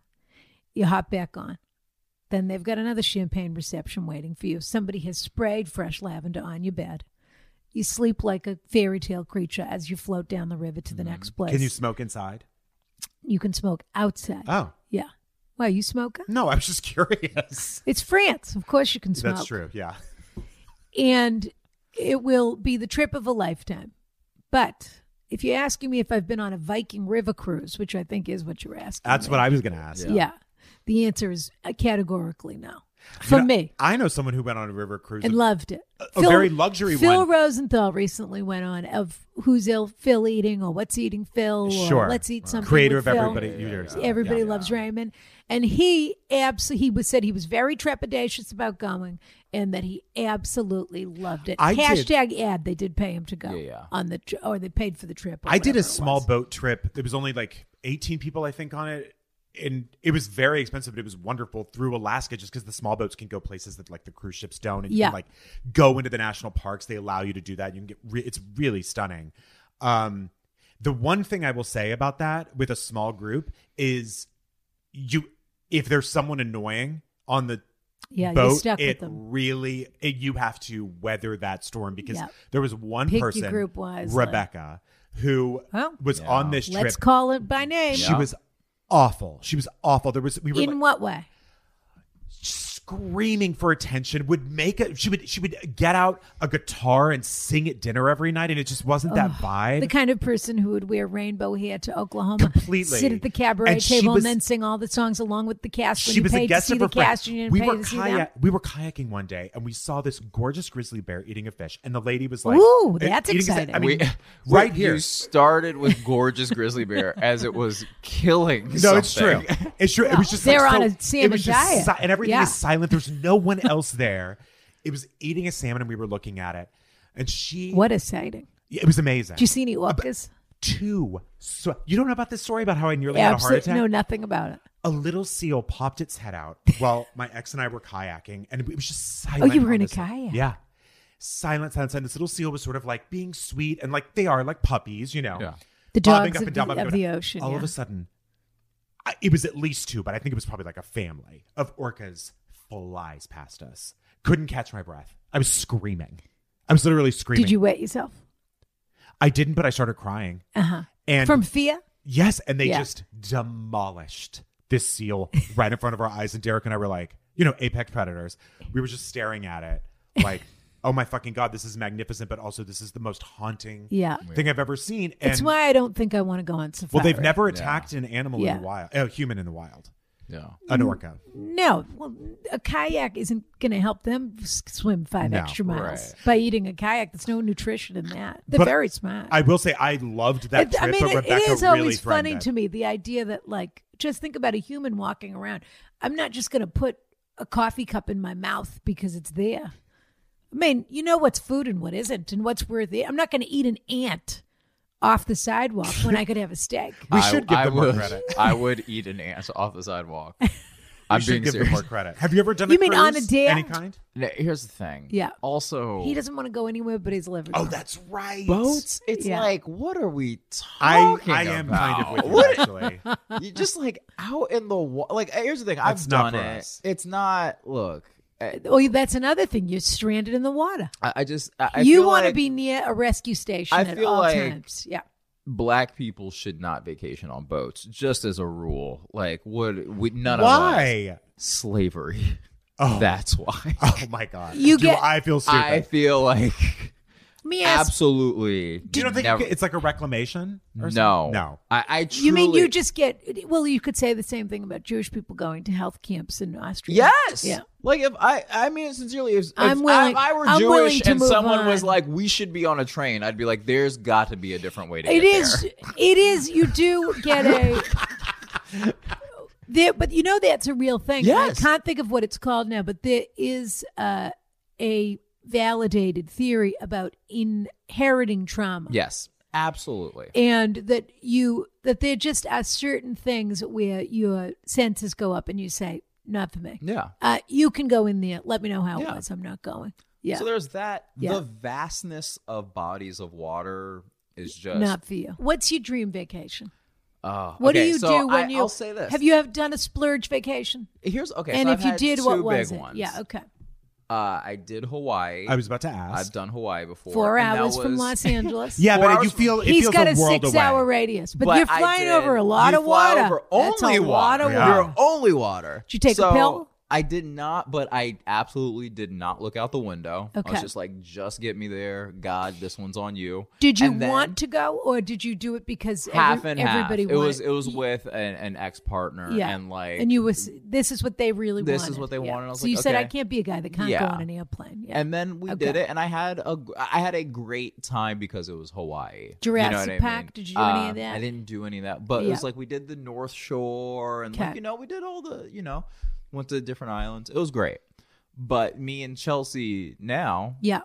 Speaker 3: You hop back on. Then they've got another champagne reception waiting for you. Somebody has sprayed fresh lavender on your bed. You sleep like a fairy tale creature as you float down the river to the next place.
Speaker 2: Mm-hmm. Can you smoke inside?
Speaker 3: You can smoke outside.
Speaker 2: Oh,
Speaker 3: yeah. Wow, you smoker?
Speaker 2: no, I was just (laughs) curious.
Speaker 3: It's France. Of course you can smoke.
Speaker 2: That's true. Yeah.
Speaker 3: and it will be the trip of a lifetime. But if you're asking me if I've been on a Viking river cruise, which I think is what you're asking,
Speaker 2: That's what I was going to ask.
Speaker 3: yeah. the answer is uh, categorically no for
Speaker 2: You know,
Speaker 3: me.
Speaker 2: I know someone who went on a river cruise.
Speaker 3: And loved it.
Speaker 2: a very luxury
Speaker 3: Phil
Speaker 2: one.
Speaker 3: Rosenthal recently went on of who's ill Phil eating or what's eating Phil or
Speaker 2: Sure.
Speaker 3: let's eat something.
Speaker 2: Creator
Speaker 3: with
Speaker 2: of
Speaker 3: Phil.
Speaker 2: everybody. you hear yourself.
Speaker 3: Everybody
Speaker 2: Yeah.
Speaker 3: loves Raymond. And he absolutely he was said he was very trepidatious about going and that he absolutely loved it.
Speaker 2: I did-
Speaker 3: Hashtag ad they did pay him to go
Speaker 4: Yeah, yeah.
Speaker 3: on the tr- or they paid for the trip. or
Speaker 2: I did
Speaker 3: whatever
Speaker 2: a
Speaker 3: it
Speaker 2: small
Speaker 3: was.
Speaker 2: boat trip. There was only like 18 people, I think, on it. And it was very expensive, but it was wonderful through Alaska just because the small boats can go places that like the cruise ships don't. And you
Speaker 3: Yeah.
Speaker 2: can like go into the national parks. They allow you to do that. You can get, re- it's really stunning. Um, the one thing I will say about that with a small group is you, if there's someone annoying on the
Speaker 3: Yeah,
Speaker 2: boat,
Speaker 3: you stuck
Speaker 2: it
Speaker 3: with them.
Speaker 2: really it, you have to weather that storm because
Speaker 3: Yeah.
Speaker 2: there was one
Speaker 3: Pick your
Speaker 2: person,
Speaker 3: group wisely.
Speaker 2: Rebecca, who
Speaker 3: Well,
Speaker 2: was
Speaker 4: Yeah.
Speaker 2: on this trip.
Speaker 3: Let's call it by name.
Speaker 2: she
Speaker 4: Yeah.
Speaker 2: was awful. She was awful. There was we were
Speaker 3: In
Speaker 2: like,
Speaker 3: what way?
Speaker 2: screaming for attention. Would make a she would she would get out a guitar and sing at dinner every night, and it just wasn't that vibe.
Speaker 3: The kind of person who would wear rainbow hair to Oklahoma,
Speaker 2: Completely.
Speaker 3: sit at the cabaret
Speaker 2: And she
Speaker 3: table,
Speaker 2: was-
Speaker 3: and then sing all the songs along with the cast. When
Speaker 2: she
Speaker 3: you
Speaker 2: was
Speaker 3: paid
Speaker 2: a
Speaker 3: to
Speaker 2: guest
Speaker 3: see
Speaker 2: of
Speaker 3: the
Speaker 2: her
Speaker 3: cast, and you didn't
Speaker 2: friend. We
Speaker 3: pay
Speaker 2: were
Speaker 3: to see them.
Speaker 2: kayak, we were kayaking one day, and we saw this gorgeous grizzly bear eating a fish, and the lady was like,
Speaker 3: Ooh,
Speaker 2: eh,
Speaker 3: that's
Speaker 2: eating his-
Speaker 3: exciting.
Speaker 2: I mean,
Speaker 4: We-
Speaker 2: right
Speaker 4: You
Speaker 2: here, (laughs)
Speaker 4: started with gorgeous grizzly bear as it was killing.
Speaker 2: No, it's true.
Speaker 4: something.
Speaker 2: It's true. It was just
Speaker 3: They're
Speaker 2: like,
Speaker 3: on
Speaker 2: so-
Speaker 3: a salmon
Speaker 2: it was just
Speaker 3: diet.
Speaker 2: si- and everything
Speaker 3: Yeah.
Speaker 2: is silent. There's
Speaker 3: (laughs)
Speaker 2: no one else there. It was eating a salmon, and we were looking at it, and she.
Speaker 3: What a sighting!
Speaker 2: It was amazing.
Speaker 3: Did you see any orcas?
Speaker 2: Two. So you don't know about this story about how I nearly had a heart
Speaker 3: Absolutely,
Speaker 2: attack.
Speaker 3: no, nothing about it.
Speaker 2: A little seal popped its
Speaker 3: (laughs)
Speaker 2: head out while my ex and I were kayaking, and it was just silent.
Speaker 3: Oh, you were
Speaker 2: on
Speaker 3: in a
Speaker 2: this-
Speaker 3: kayak.
Speaker 2: Yeah. Silent, silent, silent. This little seal was sort of like being sweet, and like they are, like puppies, you know.
Speaker 4: (laughs) Yeah.
Speaker 3: The
Speaker 2: bobbing
Speaker 3: dogs
Speaker 2: up
Speaker 3: of
Speaker 2: and down,
Speaker 3: the-
Speaker 2: bobbing
Speaker 3: of
Speaker 2: up and
Speaker 3: the
Speaker 2: down.
Speaker 3: ocean,
Speaker 2: All of
Speaker 3: yeah.
Speaker 2: a sudden, I, it was at least two, but I think it was probably like a family of orcas flies past us. Couldn't catch my breath. I was screaming. I was literally screaming.
Speaker 3: Did you wet yourself?
Speaker 2: I didn't, but I started crying.
Speaker 3: Uh huh.
Speaker 2: And
Speaker 3: From fear?
Speaker 2: yes, and they
Speaker 3: Yeah.
Speaker 2: just demolished this seal right in front of our eyes. And Derek and I were like, you know, apex predators. We were just staring at it,
Speaker 3: (laughs)
Speaker 2: like, oh my fucking god, this is magnificent, but also this is the most haunting
Speaker 3: Yeah.
Speaker 2: thing I've ever seen. And
Speaker 3: It's why I don't think I want to go on safari.
Speaker 2: well, they've never attacked an animal
Speaker 3: Yeah. Mm.
Speaker 2: in the wild, a human in the wild,
Speaker 4: Yeah.
Speaker 2: an orca.
Speaker 3: No, well, a kayak isn't going to help them s- swim five
Speaker 2: No,
Speaker 3: extra miles
Speaker 4: right.
Speaker 3: by eating a kayak. There's no nutrition in that. They're
Speaker 2: But
Speaker 3: very smart.
Speaker 2: I will say I loved that
Speaker 3: It-
Speaker 2: trip,
Speaker 3: I mean,
Speaker 2: but
Speaker 3: it-
Speaker 2: Rebecca
Speaker 3: it is
Speaker 2: really
Speaker 3: always
Speaker 2: framed
Speaker 3: funny
Speaker 2: it.
Speaker 3: to me the idea that, like, just think about a human walking around. I'm not just going to put a coffee cup in my mouth because it's there. I mean, you know what's food and what isn't, and what's worth it. I'm not going to eat an ant off the sidewalk
Speaker 2: (laughs)
Speaker 3: when I could have a steak.
Speaker 2: We should give
Speaker 4: (laughs) I
Speaker 2: them more
Speaker 4: would,
Speaker 2: credit. (laughs)
Speaker 4: I would eat an ant off the sidewalk.
Speaker 2: You
Speaker 4: I'm
Speaker 2: should
Speaker 4: being
Speaker 2: give
Speaker 4: serious.
Speaker 2: them more credit. Have you ever done?
Speaker 3: You
Speaker 2: a
Speaker 3: mean on
Speaker 2: cruise?
Speaker 3: a dare?
Speaker 2: Any kind?
Speaker 4: No, here's the thing.
Speaker 3: Yeah.
Speaker 4: Also,
Speaker 3: He doesn't want to go anywhere, but he's leveraged.
Speaker 2: Oh,
Speaker 3: on it.
Speaker 2: that's right.
Speaker 4: boats. It's
Speaker 3: Yeah.
Speaker 4: like, what are we
Speaker 2: I
Speaker 4: talking
Speaker 2: I am kind of
Speaker 4: about?
Speaker 2: with you
Speaker 4: What- (laughs)
Speaker 2: actually.
Speaker 4: you just like out in the wa- like. Here's the thing. I've
Speaker 2: That's not
Speaker 4: done
Speaker 2: for
Speaker 4: it.
Speaker 2: us.
Speaker 4: It's not. Look, I,
Speaker 3: Oh, that's another thing. You're stranded in the water.
Speaker 4: I I just I, I
Speaker 3: you
Speaker 4: feel
Speaker 3: want to
Speaker 4: like
Speaker 3: be near a rescue station
Speaker 4: I
Speaker 3: at
Speaker 4: feel
Speaker 3: all
Speaker 4: like-
Speaker 3: times. Yeah.
Speaker 4: black people should not vacation on boats, just as a rule. Like, would would none of us
Speaker 2: Why?
Speaker 4: slavery?
Speaker 2: Oh.
Speaker 4: (laughs) That's why.
Speaker 2: (laughs) Oh my god.
Speaker 3: You
Speaker 2: Do
Speaker 3: get-
Speaker 2: I feel stupid.
Speaker 4: I feel
Speaker 3: (laughs)
Speaker 4: like
Speaker 3: Let me ask.
Speaker 4: absolutely.
Speaker 2: you don't think
Speaker 4: never-
Speaker 2: it's like a reclamation? Or
Speaker 4: no,
Speaker 2: something? No.
Speaker 4: I, I truly,
Speaker 3: You mean you just get? Well, you could say the same thing about Jewish people going to health camps in Austria.
Speaker 4: Yes.
Speaker 3: Yeah.
Speaker 4: Like if I, I mean sincerely, if, if
Speaker 3: I'm
Speaker 4: I,
Speaker 3: willing-
Speaker 4: if I were
Speaker 3: I'm willing
Speaker 4: Jewish
Speaker 3: to
Speaker 4: and
Speaker 3: move
Speaker 4: someone was
Speaker 3: on.
Speaker 4: like, "We should be on a train," I'd be like, "There's got to be a different way to
Speaker 3: It
Speaker 4: get
Speaker 3: is.
Speaker 4: there."
Speaker 3: It is. You do get a.
Speaker 4: (laughs)
Speaker 3: there, but you know that's a real thing.
Speaker 4: Yes.
Speaker 3: I can't think of what it's called now, but there is uh, a validated theory about inheriting trauma.
Speaker 4: Yes, absolutely.
Speaker 3: and that you that there just are certain things where your senses go up and you say not for me
Speaker 4: Yeah.
Speaker 3: uh, you can go in there let me know how
Speaker 4: Yeah.
Speaker 3: it was i'm not going yeah
Speaker 4: So there's that.
Speaker 3: Yeah.
Speaker 4: The vastness of bodies of water is just.
Speaker 3: not for you what's your dream vacation
Speaker 4: Oh,
Speaker 3: what
Speaker 4: okay,
Speaker 3: do you
Speaker 4: so
Speaker 3: do when
Speaker 4: I,
Speaker 3: you
Speaker 4: I'll say this.
Speaker 3: have you have done a splurge vacation
Speaker 4: Here's okay.
Speaker 3: and
Speaker 4: so
Speaker 3: if
Speaker 4: I've
Speaker 3: you
Speaker 4: had
Speaker 3: did
Speaker 4: two
Speaker 3: what
Speaker 4: big
Speaker 3: was it
Speaker 4: ones.
Speaker 3: yeah okay
Speaker 4: Uh, I did Hawaii.
Speaker 2: I was about to ask.
Speaker 4: I've done Hawaii before.
Speaker 3: four
Speaker 4: and that
Speaker 3: hours from
Speaker 4: was- (laughs)
Speaker 3: los angeles
Speaker 2: yeah,
Speaker 4: Four
Speaker 2: but
Speaker 4: hours
Speaker 2: you
Speaker 4: from-
Speaker 2: feel it
Speaker 3: He's
Speaker 2: feels
Speaker 3: got
Speaker 2: a,
Speaker 3: a
Speaker 2: world away.
Speaker 3: six-hour radius, but,
Speaker 4: But
Speaker 3: you're
Speaker 4: I
Speaker 3: flying
Speaker 4: did-
Speaker 3: over a lot
Speaker 4: you
Speaker 3: of
Speaker 4: fly
Speaker 3: water.
Speaker 4: Over
Speaker 3: That's
Speaker 4: only
Speaker 3: a lot
Speaker 4: water.
Speaker 3: of
Speaker 2: Yeah.
Speaker 3: water.
Speaker 4: You're only water.
Speaker 3: Did you take a
Speaker 4: So,
Speaker 3: pill?
Speaker 4: I did not, but I absolutely did not look out the window. I
Speaker 3: Okay.
Speaker 4: was just like, just get me there. God, this one's on you.
Speaker 3: Did you
Speaker 4: And then
Speaker 3: want to go, or did you do it because every-
Speaker 4: half and
Speaker 3: everybody wanted?
Speaker 4: half? It was it was with an, an ex partner
Speaker 3: yeah,
Speaker 4: and like
Speaker 3: and you was this is what they really
Speaker 4: This is
Speaker 3: wanted.
Speaker 4: what they
Speaker 3: yeah.
Speaker 4: wanted. I was
Speaker 3: so
Speaker 4: like,
Speaker 3: you said I
Speaker 4: okay.
Speaker 3: can't be a guy that can't go
Speaker 4: Yeah.
Speaker 3: on an airplane. Yeah.
Speaker 4: and then we did
Speaker 3: Okay.
Speaker 4: it, and I had a gr- I had a great time because it was Hawaii.
Speaker 3: Jurassic
Speaker 4: you know what I
Speaker 3: Park,
Speaker 4: mean?
Speaker 3: did you do any of
Speaker 4: Um,
Speaker 3: that?
Speaker 4: I didn't do any of that, but it
Speaker 3: Yeah.
Speaker 4: was like we did the North Shore, and
Speaker 3: Okay.
Speaker 4: like you know, we did all the you know, went to different islands. It was great. But me and Chelsea now
Speaker 3: yeah.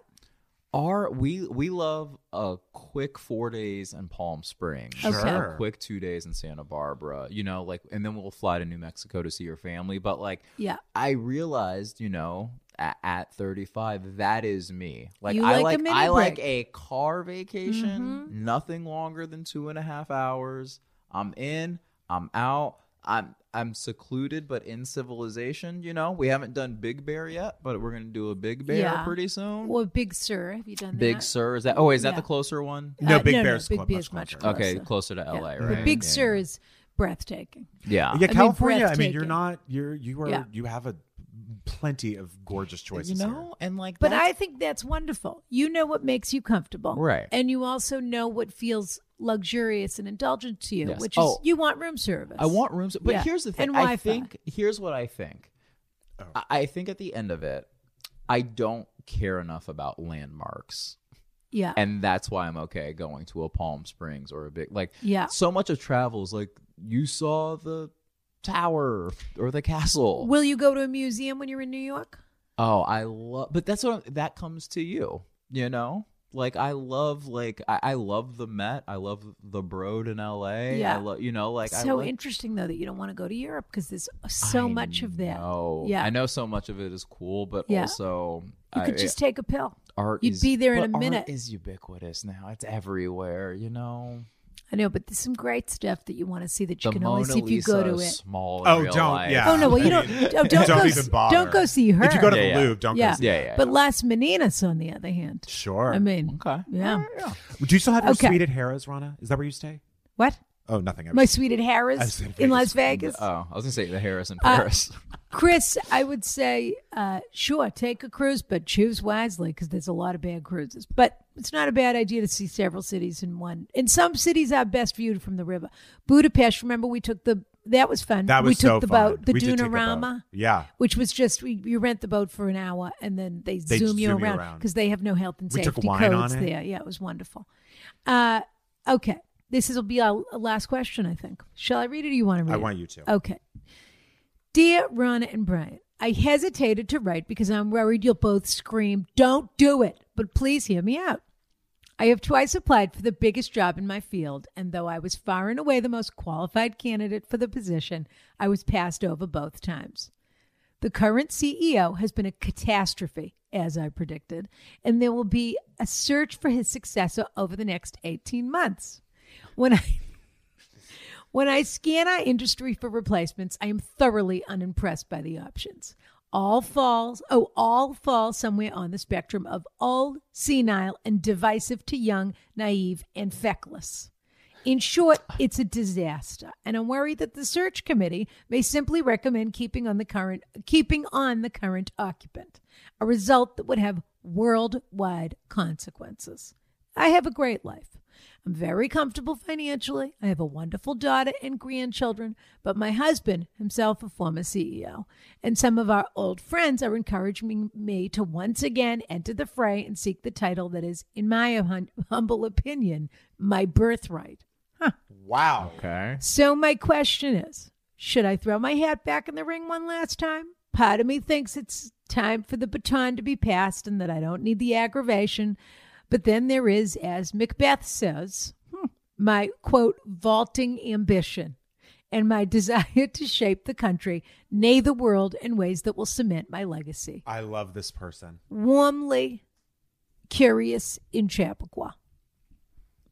Speaker 4: are we we love a quick four days in Palm Springs,
Speaker 3: Okay.
Speaker 4: a quick two days in Santa Barbara, you know, like, and then we'll fly to New Mexico to see your family. But like,
Speaker 3: Yeah.
Speaker 4: I realized, you know, at, at 35, that is me. Like
Speaker 3: You
Speaker 4: I
Speaker 3: like
Speaker 4: like,
Speaker 3: a mini
Speaker 4: I like
Speaker 3: break. Mm-hmm.
Speaker 4: a car vacation, nothing longer than two and a half hours. I'm in, I'm out, I'm I'm secluded but in civilization. You know, we haven't done Big Bear yet, but we're gonna do a Big Bear
Speaker 3: Yeah.
Speaker 4: pretty soon.
Speaker 3: Or Big Sur. Have you done
Speaker 4: Big
Speaker 3: that?
Speaker 4: Sur is that? Oh, is that
Speaker 3: Yeah.
Speaker 4: the closer one?
Speaker 2: No,
Speaker 3: Uh,
Speaker 2: Big
Speaker 3: no, no,
Speaker 2: Bear's
Speaker 3: Big
Speaker 2: clo-
Speaker 3: Bear's
Speaker 2: much
Speaker 3: much
Speaker 2: closer.
Speaker 3: closer.
Speaker 4: Okay, closer to
Speaker 3: Yeah.
Speaker 4: LA,
Speaker 3: The
Speaker 4: right?
Speaker 3: Big
Speaker 4: Yeah.
Speaker 3: Sur is breathtaking.
Speaker 4: Yeah.
Speaker 2: Yeah,
Speaker 3: mean,
Speaker 2: California. I mean, you're
Speaker 3: breathtaking.
Speaker 2: not. You're you are
Speaker 3: Yeah.
Speaker 2: you have a plenty of gorgeous choices.
Speaker 4: You
Speaker 2: here.
Speaker 4: know, and like
Speaker 3: But
Speaker 4: that's-
Speaker 3: I think that's wonderful. You know what makes you comfortable.
Speaker 4: Right.
Speaker 3: And you also know what feels luxurious and indulgent to you,
Speaker 4: Yes.
Speaker 3: which is
Speaker 4: Oh.
Speaker 3: you want room service.
Speaker 4: I want rooms, but
Speaker 3: Yeah.
Speaker 4: here's the thing.
Speaker 3: And Wi-Fi.
Speaker 4: I think here's what I think. I, I think at the end of it, I don't care enough about landmarks,
Speaker 3: Yeah.
Speaker 4: and that's why I'm okay going to a Palm Springs or a big like.
Speaker 3: Yeah.
Speaker 4: So much of travel is like you saw the tower or the castle.
Speaker 3: Will you go to a museum when you're in New York?
Speaker 4: Oh, I love, but that's what that comes to you, you know. Like I love, like I, I love the Met. I love the Broad in L.A.
Speaker 3: Yeah.
Speaker 4: I love, you know, like I
Speaker 3: so
Speaker 4: like,
Speaker 3: interesting though that you don't want to go to Europe because there's so
Speaker 4: I
Speaker 3: much of that.
Speaker 4: know.
Speaker 3: yeah,
Speaker 4: I know so much of it is cool, but
Speaker 3: Yeah.
Speaker 4: also
Speaker 3: You
Speaker 4: I-
Speaker 3: could just take a pill.
Speaker 4: art.
Speaker 3: you'd
Speaker 4: is-
Speaker 3: be there in
Speaker 4: but
Speaker 3: a minute.
Speaker 4: Art is ubiquitous now. It's everywhere. You know,
Speaker 3: I know, but there's some great stuff that you want to see that you
Speaker 4: the
Speaker 3: can
Speaker 4: Mona
Speaker 3: only see if you
Speaker 4: Lisa
Speaker 3: go to
Speaker 4: is
Speaker 3: it.
Speaker 4: small. in
Speaker 2: Oh,
Speaker 4: real
Speaker 2: don't.
Speaker 4: life.
Speaker 2: Yeah.
Speaker 3: Oh no, well you
Speaker 2: (laughs)
Speaker 3: don't. Oh, don't, go,
Speaker 2: even bother.
Speaker 3: Don't go see her.
Speaker 2: If you go to
Speaker 4: Yeah, yeah.
Speaker 2: the Louvre, don't
Speaker 3: Yeah.
Speaker 2: go. See
Speaker 4: Yeah,
Speaker 2: it.
Speaker 4: yeah.
Speaker 3: but Las Meninas, on the other hand,
Speaker 2: Sure.
Speaker 3: I mean,
Speaker 4: Okay.
Speaker 3: yeah.
Speaker 2: do you still have your
Speaker 3: Okay.
Speaker 2: suite at Harrah's, Rana? Is that where you stay?
Speaker 3: What?
Speaker 2: Oh, nothing. I was-
Speaker 3: My suite at
Speaker 2: I've
Speaker 3: Harris
Speaker 2: seen
Speaker 3: in
Speaker 2: Vegas.
Speaker 3: Las Vegas.
Speaker 4: (laughs) Oh, I was gonna say the Harris in
Speaker 3: Uh,
Speaker 2: (laughs)
Speaker 4: Paris.
Speaker 3: Chris, I would say, uh, sure, take a cruise, but choose wisely because there's a lot of bad cruises. But it's not a bad idea to see several cities in one. And some cities are best viewed from the river. Budapest, remember we took the that was fun.
Speaker 2: that was
Speaker 3: we took
Speaker 2: so
Speaker 3: the
Speaker 2: fun.
Speaker 3: boat, the
Speaker 2: We did take a boat.
Speaker 3: Dunarama,
Speaker 2: Yeah.
Speaker 3: which was just we, you rent the boat for an hour and then they,
Speaker 2: They
Speaker 3: zoom you
Speaker 2: zoom you
Speaker 3: around
Speaker 2: around.
Speaker 3: because they have no health and
Speaker 2: We took
Speaker 3: safety
Speaker 2: wine
Speaker 3: codes
Speaker 2: on it.
Speaker 3: there. Yeah, it was wonderful. Uh, okay, this will be our last question. I think. Shall I read it? or You want to read?
Speaker 2: I
Speaker 3: it?
Speaker 2: want you to.
Speaker 3: Okay. Dear Ronna and Brian, I hesitated to write because I'm worried you'll both scream, Don't do it, but please hear me out. I have twice applied for the biggest job in my field, and though I was far and away the most qualified candidate for the position, I was passed over both times. The current CEO has been a catastrophe, as I predicted, and there will be a search for his successor over the next 18 months. When I when I scan our industry for replacements, I am thoroughly unimpressed by the options. All falls, oh, all fall somewhere on the spectrum of old, senile, and divisive to young, naive, and feckless. In short, it's a disaster, and I'm worried that the search committee may simply recommend keeping on the current keeping on the current occupant, a result that would have worldwide consequences. I have a great life. I'm very comfortable financially. I have a wonderful daughter and grandchildren, but my husband, himself a former CEO, and some of our old friends are encouraging me to once again enter the fray and seek the title that is, in my hum- humble opinion, my birthright.
Speaker 2: Wow.
Speaker 4: (laughs) Okay.
Speaker 3: So, my question is should I throw my hat back in the ring one last time? Part of me thinks it's time for the baton to be passed and that I don't need the aggravation. But then there is, as Macbeth says, hmm, my quote, vaulting ambition and my (laughs) desire to shape the country, nay, the world, in ways that will cement my legacy.
Speaker 2: I love this person.
Speaker 3: Warmly curious in Chappaqua.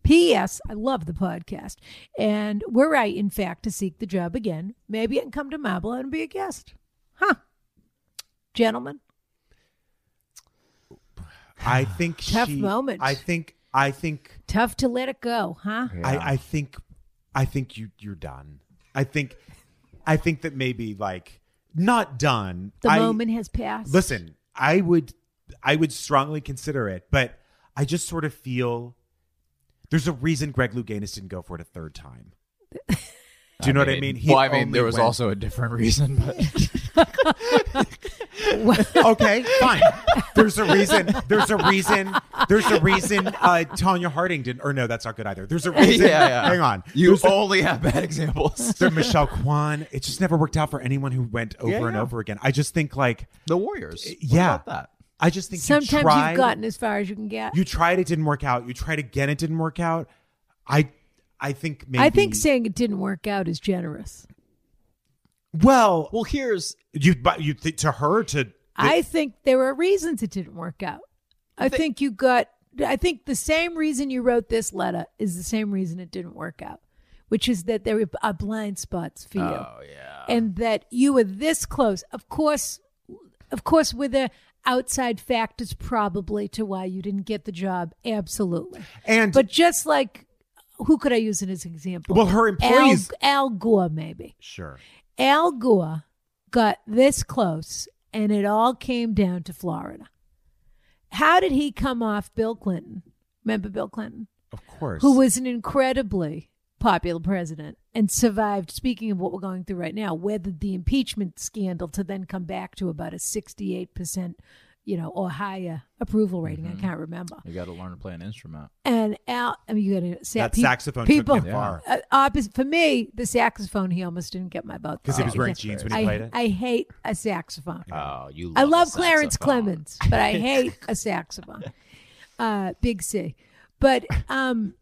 Speaker 3: P.S. I love the podcast. And were I, in fact, to seek the job again, maybe I can come to Marbella and be a guest. Huh. Gentlemen, (sighs)
Speaker 2: I think
Speaker 3: Tough
Speaker 2: she,
Speaker 3: moment.
Speaker 2: I think I think
Speaker 3: tough to let it go, huh?
Speaker 2: I, I think I think you you're done. I think I think that maybe like not done.
Speaker 3: The
Speaker 2: I,
Speaker 3: moment has passed.
Speaker 2: Listen, I would I would strongly consider it, but I just sort of feel there's a reason Greg Louganis didn't go for it a third time.
Speaker 4: (laughs)
Speaker 2: Do you know what I mean? He
Speaker 4: well, I mean,
Speaker 2: only
Speaker 4: there was
Speaker 2: went-
Speaker 4: also (laughs) a different reason, but
Speaker 2: okay, fine. There's a reason. There's a reason. There's a reason. Uh, Tanya Harding didn't. Or no, that's not good either.
Speaker 4: (laughs)
Speaker 2: There's a reason. Hang on.
Speaker 4: You
Speaker 2: There's a-
Speaker 4: only have bad examples.
Speaker 2: There's Michelle Kwan. It just never worked out for anyone who went over
Speaker 4: Yeah,
Speaker 2: and
Speaker 4: yeah.
Speaker 2: over again. I just think like
Speaker 4: (laughs) The Warriors. What
Speaker 2: yeah.
Speaker 4: about that?
Speaker 2: I just think you
Speaker 3: Sometimes
Speaker 2: tried,
Speaker 3: you've gotten as far as you can get.
Speaker 2: you tried it didn't work out. You tried again it didn't work out. I I think maybe
Speaker 3: I think saying it didn't work out is generous.
Speaker 2: Well,
Speaker 4: Well, here's
Speaker 2: you but you th- to her to
Speaker 3: I think there were reasons it didn't work out. I think you got, I think the same reason you wrote this letter is the same reason it didn't work out, which is that there are blind spots for you. Oh, yeah. And that you were this close. Of course, of course, were there outside factors probably to why you didn't get the job? Absolutely.
Speaker 2: and
Speaker 3: But just like, who could I use in as an example?
Speaker 2: Well, her employees-
Speaker 3: Al, Al Gore, maybe.
Speaker 2: sure.
Speaker 3: Al Gore got this close, and it all came down to Florida. How did he come off Bill Clinton? Remember Bill Clinton,
Speaker 2: Of course.
Speaker 3: who was an incredibly popular president and survived. Speaking of what we're going through right now, weathered the impeachment scandal to then come back to about a sixty-eight percent, you know, or higher approval rating.
Speaker 2: Mm-hmm.
Speaker 3: I can't remember.
Speaker 4: you got to learn to play an instrument.
Speaker 3: And Al, I mean, you got to say
Speaker 2: that
Speaker 3: pe-
Speaker 2: saxophone
Speaker 3: People,
Speaker 2: took him far
Speaker 3: uh, opposite for me, the saxophone. He almost didn't get my vote
Speaker 2: because he was wearing
Speaker 3: Yeah.
Speaker 2: jeans when he played
Speaker 3: I,
Speaker 2: it.
Speaker 3: I hate a saxophone.
Speaker 4: Oh, you.
Speaker 3: I love Clarence Clemens, but
Speaker 4: (laughs)
Speaker 3: I hate a saxophone. Uh, Big C. But um,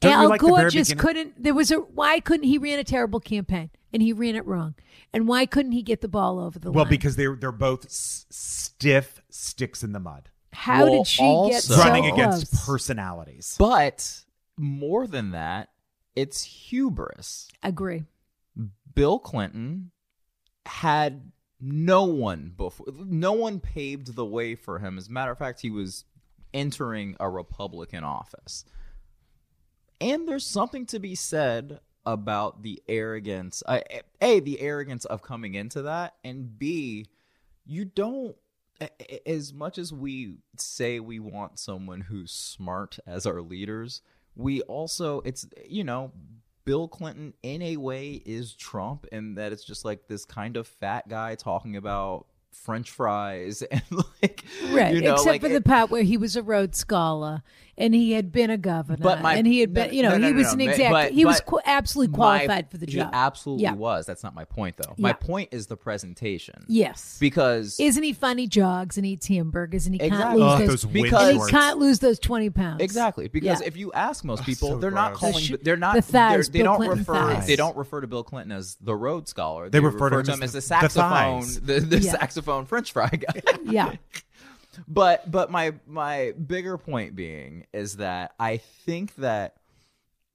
Speaker 2: Don't you
Speaker 3: Al
Speaker 2: like the
Speaker 3: Gore
Speaker 2: very
Speaker 3: just
Speaker 2: beginning-
Speaker 3: couldn't. There was a why couldn't he ran a terrible campaign and he ran it wrong, and why couldn't he get the ball over the
Speaker 2: well,
Speaker 3: line?
Speaker 2: because they're they're both s- stiff sticks in the mud,
Speaker 3: how
Speaker 4: Well,
Speaker 3: did she get
Speaker 4: also-
Speaker 3: so
Speaker 2: running against
Speaker 3: close?
Speaker 2: personalities.
Speaker 4: But more than that, it's hubris.
Speaker 3: Agree.
Speaker 4: Bill Clinton had no one before. No one paved the way for him. As a matter of fact, he was entering a Republican office. And there's something to be said about the arrogance. I- A, the arrogance of coming into that, and B, you don't. a- a- As much as we say we want someone who's smart as our leaders, we also it's you know Bill Clinton in a way is Trump, in that it's just like this kind of fat guy talking about French fries (laughs) and like
Speaker 3: Right,
Speaker 4: you know,
Speaker 3: except
Speaker 4: like,
Speaker 3: for the
Speaker 4: it-
Speaker 3: part where he was a Rhodes Scholar and he had been a governor,
Speaker 4: But my-
Speaker 3: and he had
Speaker 4: no,
Speaker 3: been, you know,
Speaker 4: no, no,
Speaker 3: he
Speaker 4: no,
Speaker 3: was
Speaker 4: no,
Speaker 3: an
Speaker 4: ma-
Speaker 3: exact,
Speaker 4: but-
Speaker 3: he was
Speaker 4: but
Speaker 3: qu- absolutely
Speaker 4: my-
Speaker 3: qualified for the job.
Speaker 4: He absolutely
Speaker 3: Yeah.
Speaker 4: was. That's not my point though. My
Speaker 3: Yeah.
Speaker 4: point is the presentation.
Speaker 3: Yes,
Speaker 4: Because
Speaker 3: isn't he funny? Jogs and eats hamburgers, and he
Speaker 4: Exactly.
Speaker 3: can't
Speaker 2: Ugh,
Speaker 3: lose
Speaker 2: those
Speaker 3: those.
Speaker 2: wind
Speaker 4: Because-
Speaker 3: and he
Speaker 2: shorts.
Speaker 3: can't lose those twenty pounds.
Speaker 4: Exactly, because
Speaker 3: Yeah.
Speaker 4: if you ask most people,
Speaker 2: Oh, so
Speaker 4: they're not
Speaker 2: gross.
Speaker 4: calling.
Speaker 3: The sh-
Speaker 4: they're not.
Speaker 3: the thighs,
Speaker 4: they're, they
Speaker 3: Bill
Speaker 4: don't
Speaker 3: Clinton
Speaker 4: refer.
Speaker 3: thighs.
Speaker 4: They don't refer to Bill Clinton as the Rhodes Scholar.
Speaker 2: They refer to him as the-
Speaker 4: the
Speaker 2: the
Speaker 4: saxophone,
Speaker 2: thighs.
Speaker 4: the, the
Speaker 3: Yeah.
Speaker 4: saxophone French fry guy.
Speaker 3: Yeah,
Speaker 4: but but my my bigger point being is that I think that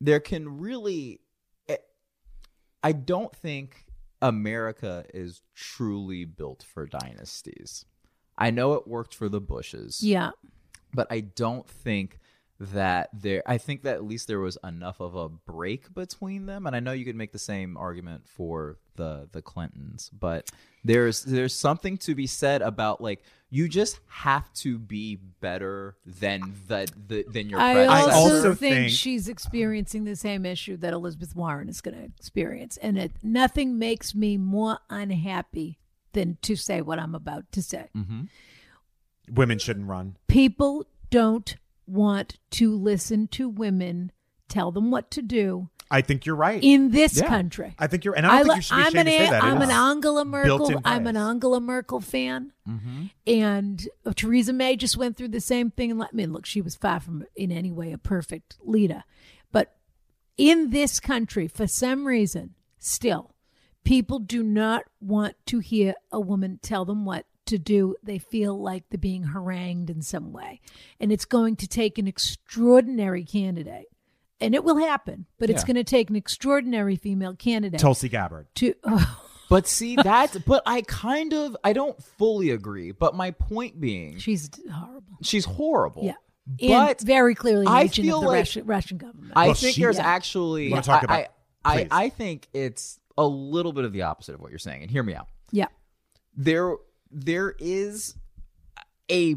Speaker 4: there can really, eh, I don't think America is truly built for dynasties. I know it worked for the Bushes (laughs)
Speaker 3: yeah.
Speaker 4: but I don't think that there I think that at least there was enough of a break between them and I know you could make the same argument for the the Clintons but there's there's something to be said about like you just have to be better than the, the than your
Speaker 3: I
Speaker 4: predecessor.
Speaker 3: also,
Speaker 2: also
Speaker 3: think,
Speaker 2: think-
Speaker 3: she's experiencing the same issue that Elizabeth Warren is going to experience, and it, nothing makes me more unhappy than to say what I'm about to say.
Speaker 4: Mm.
Speaker 2: Women shouldn't run.
Speaker 3: People don't want to listen to women tell them what to do
Speaker 2: I think you're right.
Speaker 3: in this
Speaker 4: Yeah.
Speaker 3: country.
Speaker 2: I think you're, and I don't think you should be
Speaker 3: I'm an,
Speaker 2: ashamed to say
Speaker 3: A-
Speaker 2: that.
Speaker 3: I'm
Speaker 2: It's
Speaker 3: an Angela Merkel.
Speaker 2: built-in
Speaker 3: I'm an
Speaker 2: bias. Mm-hmm.
Speaker 3: Angela Merkel fan, and uh, Theresa May just went through the same thing. And let I mean, look, she was far from in any way a perfect leader, but in this country, for some reason, still, people do not want to hear a woman tell them what to do. They feel like they're being harangued in some way, and it's going to take an extraordinary candidate. And it will happen, but it's
Speaker 4: Yeah.
Speaker 3: going to take an extraordinary female candidate
Speaker 2: Tulsi Gabbard.
Speaker 3: (laughs) to
Speaker 4: but see that's but I kind of I don't fully agree but my point being
Speaker 3: she's horrible.
Speaker 4: she's horrible
Speaker 3: Yeah.
Speaker 4: but
Speaker 3: and very clearly an
Speaker 4: I
Speaker 3: agent
Speaker 4: feel
Speaker 3: of the
Speaker 4: like-
Speaker 3: Russian, Russian government.
Speaker 4: I
Speaker 2: Well,
Speaker 4: think
Speaker 2: she-
Speaker 4: there's
Speaker 2: Yeah.
Speaker 4: actually.
Speaker 2: Wanna talk about-
Speaker 4: I, I,
Speaker 2: please.
Speaker 4: I think it's a little bit of the opposite of what you're saying, and hear me out.
Speaker 3: yeah.
Speaker 4: There, there is a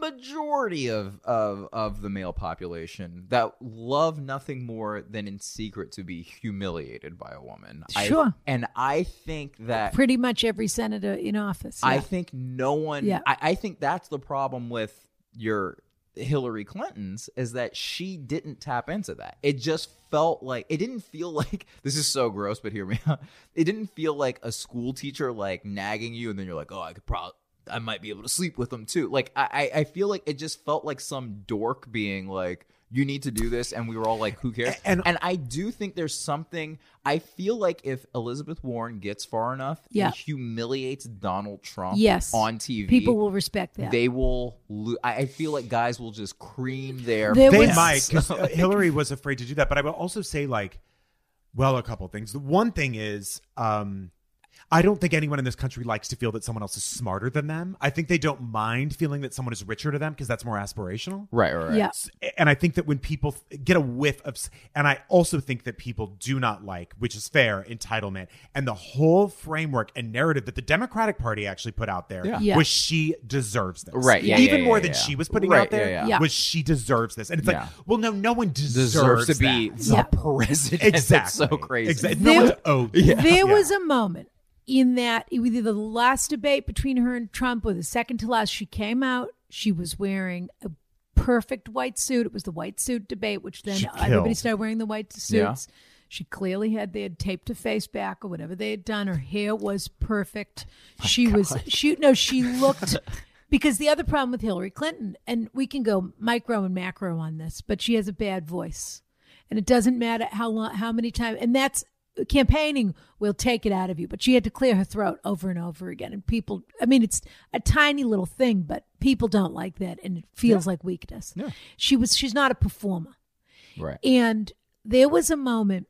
Speaker 4: majority of of of the male population that love nothing more than in secret to be humiliated by a woman. I-
Speaker 3: Sure.
Speaker 4: and I think that
Speaker 3: Pretty much every senator in office.
Speaker 4: I
Speaker 3: yeah.
Speaker 4: think no one.
Speaker 3: Yeah.
Speaker 4: I, I think that's the problem with your Hillary Clinton's is that she didn't tap into that. It just felt like it didn't feel (laughs) like this is so gross, but hear me out. It didn't feel like a school teacher like nagging you, and then you're like, oh, I could probably. I might be able to sleep with them too. Like I, I I feel like it just felt like some dork being like, "You need to do this," and we were all like, "Who cares?"
Speaker 2: And-
Speaker 4: and I do think there's something. I feel like if Elizabeth Warren gets far enough
Speaker 3: Yeah.
Speaker 4: and humiliates Donald Trump
Speaker 3: Yes.
Speaker 4: on TV,
Speaker 3: people will respect that.
Speaker 4: they will. Lo- I I feel like guys will just cream their.
Speaker 3: There It
Speaker 2: they
Speaker 3: was-
Speaker 2: might because (laughs) hillary was afraid to do that but i will also say like well a couple things the one thing is um i don't think anyone in this country likes to feel that someone else is smarter than them i think they don't mind feeling that someone is richer to them because that's more aspirational
Speaker 4: Right, right, right.
Speaker 3: yeah.
Speaker 2: S- and i think that when people th- get a whiff of s- and i also think that people do not like which is fair entitlement and the whole framework and narrative that the democratic party actually put out there
Speaker 4: Yeah.
Speaker 3: Yeah.
Speaker 2: was she deserves this
Speaker 4: Right, yeah,
Speaker 2: even
Speaker 4: yeah,
Speaker 2: more
Speaker 4: yeah,
Speaker 2: than
Speaker 4: yeah.
Speaker 2: she was putting
Speaker 4: Right,
Speaker 2: out there
Speaker 4: yeah, yeah.
Speaker 3: Yeah.
Speaker 2: was she deserves this and it's
Speaker 4: Yeah.
Speaker 2: like well no no one deserves,
Speaker 4: Deserves to
Speaker 2: (laughs)
Speaker 4: be
Speaker 2: that.
Speaker 4: (laughs) the
Speaker 3: Yeah.
Speaker 4: president.
Speaker 2: exactly
Speaker 4: That's so crazy.
Speaker 2: exactly no one's
Speaker 3: There-
Speaker 2: owed
Speaker 3: There
Speaker 2: Yeah.
Speaker 3: was a moment in that either the last debate between her and Trump or the second to last, she came out. She was wearing a perfect white suit. It was the white suit debate, which then
Speaker 2: She
Speaker 3: everybody
Speaker 2: killed.
Speaker 3: started wearing the white suits.
Speaker 4: Yeah.
Speaker 3: She clearly had they had taped her face back or whatever they had done. Her hair was perfect. she was she no,
Speaker 2: (laughs)
Speaker 3: she looked because the other problem with Hillary Clinton, and we can go micro and macro on this, but she has a bad voice and it doesn't matter how long, how many times, and that's campaigning will take it out of you. But she had to clear her throat over and over again, and people, I mean, it's a tiny little thing, but people don't like that, and it feels like weakness.
Speaker 4: Yeah.
Speaker 3: She was, she's not a performer,
Speaker 4: Right.
Speaker 3: and there was a moment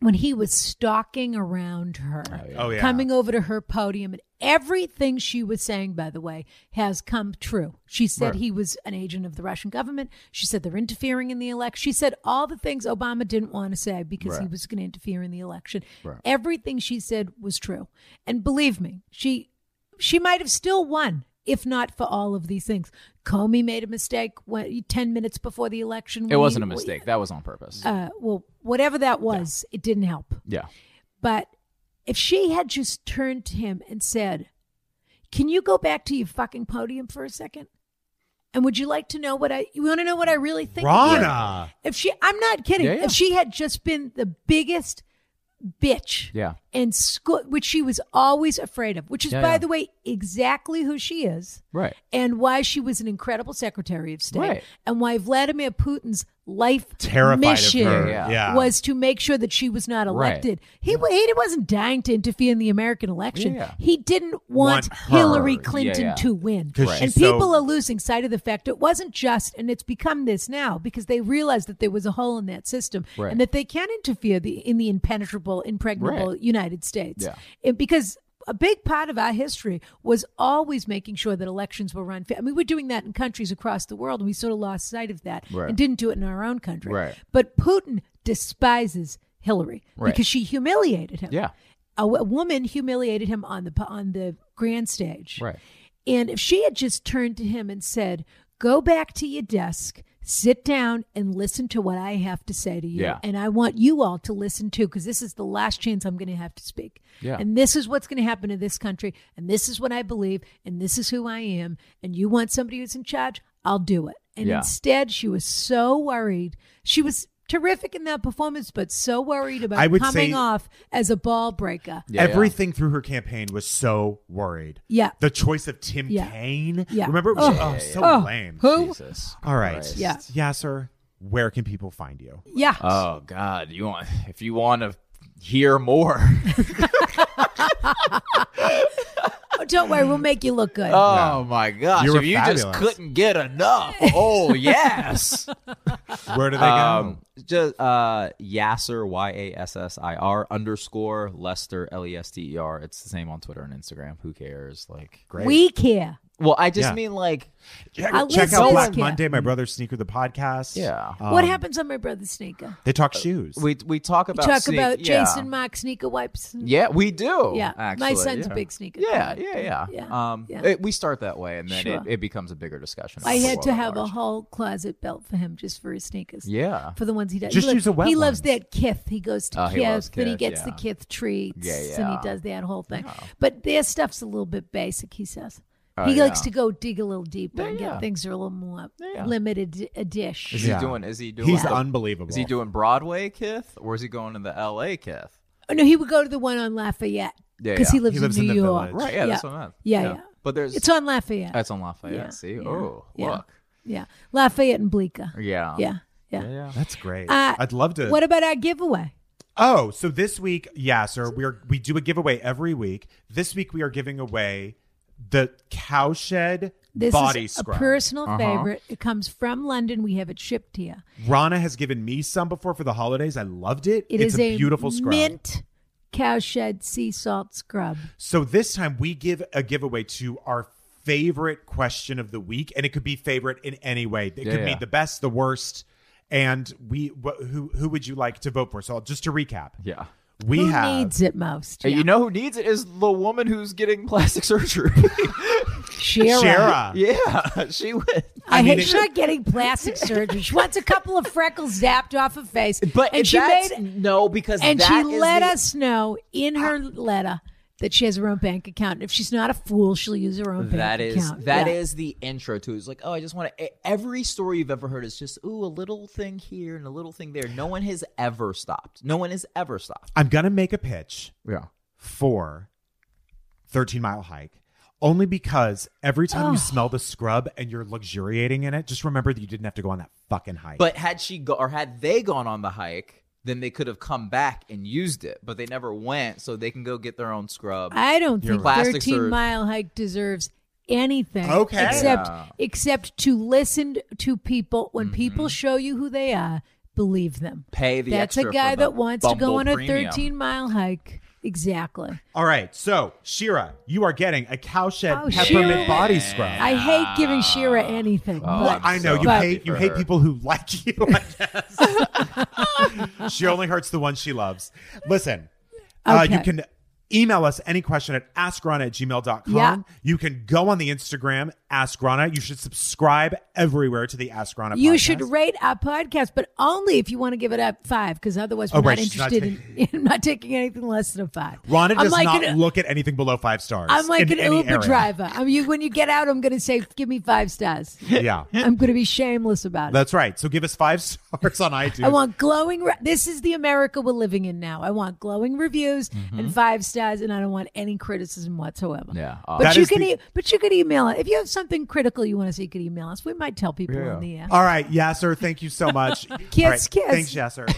Speaker 3: when he was stalking around her
Speaker 2: oh yeah
Speaker 3: coming over to her podium and everything she was saying by the way has come true she said he was an agent of the russian government she said they're interfering in the election she said all the things obama didn't want to say because he
Speaker 4: Right.
Speaker 3: was going to interfere in the election everything she said was true and believe me she she might have still won if not for all of these things comey made a mistake when, 10 minutes before the election
Speaker 4: It
Speaker 3: when
Speaker 4: wasn't
Speaker 3: he-
Speaker 4: a mistake. That was on purpose.
Speaker 3: uh, well whatever that was it didn't help
Speaker 4: yeah.
Speaker 3: but if she had just turned to him and said, Can you go back to your fucking podium for a second? And would you like to know what I? You want to know what I really think? of you?
Speaker 2: Rana.
Speaker 3: If she, I'm not kidding.
Speaker 4: Yeah, yeah.
Speaker 3: If she had just been the biggest bitch,
Speaker 4: Yeah.
Speaker 3: and sco- which she was always afraid of, which is,
Speaker 4: Yeah,
Speaker 3: by
Speaker 4: yeah.
Speaker 3: the way, exactly who she is,
Speaker 4: Right.
Speaker 3: and why she was an incredible Secretary of State,
Speaker 4: Right.
Speaker 3: and why Vladimir Putin's life
Speaker 2: Terrified of
Speaker 3: mission
Speaker 2: her.
Speaker 4: Yeah.
Speaker 2: Yeah.
Speaker 3: was to make sure that she was not
Speaker 4: Right.
Speaker 3: elected. He wa- he wasn't dying to interfere in the American election.
Speaker 4: Yeah.
Speaker 3: He didn't want,
Speaker 2: Want her.
Speaker 3: Hillary
Speaker 2: Yeah,
Speaker 3: Clinton
Speaker 4: yeah.
Speaker 3: to win.
Speaker 2: 'Cause Right.
Speaker 3: And
Speaker 2: she's so-
Speaker 3: people are losing sight of the fact it wasn't just, and it's become this now because they realize that there was a hole in that system
Speaker 4: Right.
Speaker 3: and that they can interfere the, in the impenetrable, impregnable
Speaker 4: Right.
Speaker 3: United States.
Speaker 4: Yeah.
Speaker 3: It- because a big part of our history was always making sure that elections were run fair. I mean, we're doing that in countries across the world, and we sort of lost sight of that
Speaker 4: Right.
Speaker 3: and didn't do it in our own country.
Speaker 4: Right.
Speaker 3: But Putin despises Hillary
Speaker 4: Right.
Speaker 3: because she humiliated him.
Speaker 4: Yeah.
Speaker 3: A, w- a woman humiliated him on the on the grand stage.
Speaker 4: Right.
Speaker 3: And if she had just turned to him and said, Go back to your desk, sit down, and listen to what I have to say to you.
Speaker 4: Yeah.
Speaker 3: And I want you all to listen to, because this is the last chance I'm going to have to speak.
Speaker 4: Yeah.
Speaker 3: And this is what's going to happen to this country. And this is what I believe. And this is who I am. And you want somebody who's in charge? I'll do it. And
Speaker 4: Yeah.
Speaker 3: instead, she was so worried. She was terrific in that performance, but so worried about
Speaker 2: I would
Speaker 3: coming
Speaker 2: say-
Speaker 3: off as a ball breaker.
Speaker 4: Yeah,
Speaker 2: Everything through her campaign was so worried.
Speaker 3: Yeah.
Speaker 2: The choice of Tim
Speaker 3: Yeah.
Speaker 2: Kaine.
Speaker 3: Yeah.
Speaker 2: Remember? It was, oh, so
Speaker 3: Oh,
Speaker 2: lame.
Speaker 3: who?
Speaker 4: Jesus.
Speaker 2: All right.
Speaker 4: Christ.
Speaker 3: Yeah.
Speaker 2: Yasser, where can people find you?
Speaker 3: Yeah.
Speaker 4: Oh God, you want if you want to hear more.
Speaker 3: Oh, don't worry, we'll make you look good.
Speaker 4: oh my gosh,
Speaker 2: You were
Speaker 4: if you just
Speaker 2: fabulous.
Speaker 4: couldn't get (laughs) enough. Oh yes.
Speaker 3: Uh,
Speaker 2: Where do they go?
Speaker 4: um, just uh, Yasser Y A S S I R underscore Lester L E S T E R. It's the same on Twitter and Instagram. Who cares? Like,
Speaker 2: Great.
Speaker 3: We care.
Speaker 4: well, I just
Speaker 2: Yeah.
Speaker 4: mean like,
Speaker 2: check,
Speaker 3: our
Speaker 2: check out
Speaker 3: listeners
Speaker 2: Black
Speaker 3: can't-
Speaker 2: Monday, my brother Sneaker, the podcast. Uh,
Speaker 4: yeah. Uh,
Speaker 3: what happens on my brother's sneaker?
Speaker 2: They talk shoes.
Speaker 4: We we talk
Speaker 3: You
Speaker 4: Um, about
Speaker 3: talk
Speaker 4: sneak-
Speaker 3: about
Speaker 4: yeah.
Speaker 3: Jason Mock sneaker wipes.
Speaker 4: Yeah, we do.
Speaker 3: Yeah, my
Speaker 4: actually,
Speaker 3: son's a
Speaker 4: yeah.
Speaker 3: big sneaker
Speaker 4: Yeah,
Speaker 3: collector.
Speaker 4: yeah, yeah.
Speaker 3: Yeah,
Speaker 4: Um,
Speaker 3: yeah.
Speaker 4: It, we start that way, and then
Speaker 3: Sure.
Speaker 4: it, it becomes a bigger discussion.
Speaker 3: I
Speaker 4: about the
Speaker 3: had
Speaker 4: world
Speaker 3: to
Speaker 4: at
Speaker 3: have a
Speaker 4: large.
Speaker 3: whole closet belt for him just for his sneakers.
Speaker 4: Yeah.
Speaker 3: For the ones he does.
Speaker 2: Just
Speaker 3: he
Speaker 2: use the wet
Speaker 3: He loves
Speaker 2: ones.
Speaker 3: that kith. He goes to
Speaker 4: Oh,
Speaker 3: kith,
Speaker 4: he loves
Speaker 3: then he
Speaker 4: kith,
Speaker 3: gets the
Speaker 4: yeah.
Speaker 3: kith treats
Speaker 4: Yeah,
Speaker 3: and he
Speaker 4: yeah.
Speaker 3: does that whole thing. But their stuff's a little bit basic, he says.
Speaker 4: Oh,
Speaker 3: he likes
Speaker 4: yeah.
Speaker 3: to go dig a little deeper
Speaker 4: Yeah,
Speaker 3: and
Speaker 4: yeah.
Speaker 3: get things that are a little more
Speaker 4: Yeah.
Speaker 3: limited a dish.
Speaker 4: Is
Speaker 2: Yeah.
Speaker 4: he doing? Is he doing?
Speaker 2: He's
Speaker 4: the-
Speaker 2: unbelievable.
Speaker 4: Is he doing Broadway Kith or is he going to the L.A. Kith?
Speaker 3: Oh, no, he would go to the one on Lafayette
Speaker 4: Yeah,
Speaker 3: because he
Speaker 4: yeah.
Speaker 3: lives,
Speaker 2: He lives
Speaker 3: in
Speaker 2: in
Speaker 3: New
Speaker 2: the
Speaker 3: York.
Speaker 2: village.
Speaker 4: Right. Yeah, that's
Speaker 3: Yeah.
Speaker 4: what I meant.
Speaker 3: Yeah, yeah.
Speaker 4: But there's
Speaker 3: It's on Lafayette.
Speaker 4: That's on Lafayette.
Speaker 3: Yeah,
Speaker 4: See,
Speaker 3: yeah,
Speaker 4: oh,
Speaker 3: yeah.
Speaker 4: look.
Speaker 3: yeah, Lafayette and Bleecker.
Speaker 4: Yeah.
Speaker 3: Yeah, yeah.
Speaker 4: Yeah. yeah.
Speaker 2: That's great.
Speaker 3: Uh,
Speaker 2: I'd love to.
Speaker 3: What about our giveaway?
Speaker 2: Oh, so this week, yeah, sir, we are we do a giveaway every week. This week we are giving away the cowshed
Speaker 3: This
Speaker 2: body
Speaker 3: is
Speaker 2: scrub.
Speaker 3: a personal favorite. It comes from London. We have it shipped here.
Speaker 2: Rana has given me some before for the holidays. I loved it.
Speaker 3: It
Speaker 2: it's
Speaker 3: is
Speaker 2: a beautiful scrub.
Speaker 3: mint cowshed sea salt scrub.
Speaker 2: So this time we give a giveaway to our favorite question of the week, and it could be favorite in any way. It could be
Speaker 4: yeah.
Speaker 2: the best, the worst, and we wh- who who would you like to vote for? So I'll- just to recap,
Speaker 4: Yeah.
Speaker 2: we
Speaker 3: Who
Speaker 2: have
Speaker 3: needs it most?
Speaker 4: Hey,
Speaker 3: Yeah.
Speaker 4: You know who needs it is the woman who's getting (laughs) plastic surgery.
Speaker 3: Shira.
Speaker 2: Shara.
Speaker 4: yeah, she would.
Speaker 3: I,
Speaker 2: mean,
Speaker 3: hate
Speaker 2: it-
Speaker 3: she's not getting plastic surgery. She wants a couple of freckles zapped off her face.
Speaker 4: But
Speaker 3: and she
Speaker 4: that's,
Speaker 3: made
Speaker 4: no, because
Speaker 3: and
Speaker 4: that
Speaker 3: she
Speaker 4: is
Speaker 3: let
Speaker 4: the- Ah.
Speaker 3: us know in her letter that she has her own bank account. If she's not a fool, she'll use her own
Speaker 4: That
Speaker 3: bank
Speaker 4: is
Speaker 3: account.
Speaker 4: that is
Speaker 3: Yeah.
Speaker 4: the intro to it. It's like, oh, I just want to. Every story you've ever heard is just, ooh, a little thing here and a little thing there. No one has ever stopped. No one has ever stopped.
Speaker 2: I'm gonna make a pitch.
Speaker 4: Yeah.
Speaker 2: for 13 mile hike only because every time you smell the scrub and you're luxuriating in it just remember that you didn't have to go on that fucking hike
Speaker 4: But had she go- or had they gone on the hike, then they could have come back and used it. But they never went, so they can go get their own scrub.
Speaker 3: I don't think
Speaker 4: right. Plastic
Speaker 3: 13
Speaker 4: surgery.
Speaker 3: Mile Hike deserves anything
Speaker 2: Okay.
Speaker 3: except
Speaker 4: Yeah. Mm-hmm.
Speaker 3: except to listen to people when people show you who they are, believe them.
Speaker 4: Pay the
Speaker 3: That's
Speaker 4: extra
Speaker 3: a
Speaker 4: for
Speaker 3: guy
Speaker 4: the
Speaker 3: that wants to go
Speaker 4: Bumble
Speaker 3: on a
Speaker 4: premium.
Speaker 3: 13 mile hike. Exactly.
Speaker 2: all right so shira you are getting a cowshed
Speaker 3: Oh,
Speaker 2: peppermint
Speaker 3: Shira.
Speaker 2: body scrub
Speaker 3: I hate giving Shira anything.
Speaker 4: Oh,
Speaker 2: Well,
Speaker 3: but
Speaker 2: I know you
Speaker 3: But-
Speaker 2: hate you
Speaker 4: for
Speaker 2: hate
Speaker 4: her.
Speaker 2: people who like (laughs) you. I
Speaker 3: (laughs)
Speaker 2: guess. she only hurts the ones she loves. Listen, uh, you
Speaker 3: Okay.
Speaker 2: can email us any question at askrun at gmail.com.
Speaker 3: Yeah.
Speaker 2: You can go on the Instagram Ask Grana. You should subscribe everywhere to the Ask Grana.
Speaker 3: You
Speaker 2: podcast.
Speaker 3: should rate our podcast, but only if you want to give it up five, because otherwise we're
Speaker 2: Oh, right,
Speaker 3: not
Speaker 2: she's not
Speaker 3: interested in, (laughs) in not taking anything less than a five.
Speaker 2: Rana
Speaker 3: I'm
Speaker 2: does
Speaker 3: like
Speaker 2: not
Speaker 3: an,
Speaker 2: look at anything below five stars.
Speaker 3: I'm like
Speaker 2: in
Speaker 3: an
Speaker 2: any
Speaker 3: Uber
Speaker 2: area.
Speaker 3: driver. I mean, you, when you get out, I'm going to say, "Give me five stars."
Speaker 2: Yeah,
Speaker 3: I'm going to be shameless about it.
Speaker 2: that's right. So give us five (laughs) stars on iTunes.
Speaker 3: I want glowing. Re- this is the America we're living in now. I want glowing reviews
Speaker 2: Mm-hmm.
Speaker 3: and five stars, and I don't want any criticism whatsoever.
Speaker 4: Yeah,
Speaker 3: But
Speaker 2: That
Speaker 3: you
Speaker 2: is
Speaker 3: can,
Speaker 2: the-
Speaker 3: e- but you could email it if you have something critical you want to say. You could email us. We might tell people on the air.
Speaker 2: All right, Yasser, thank you so much.
Speaker 3: (laughs) Kiss,
Speaker 2: All
Speaker 3: kiss.
Speaker 2: right, Thanks, Yasser.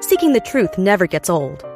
Speaker 5: Seeking the truth never gets old.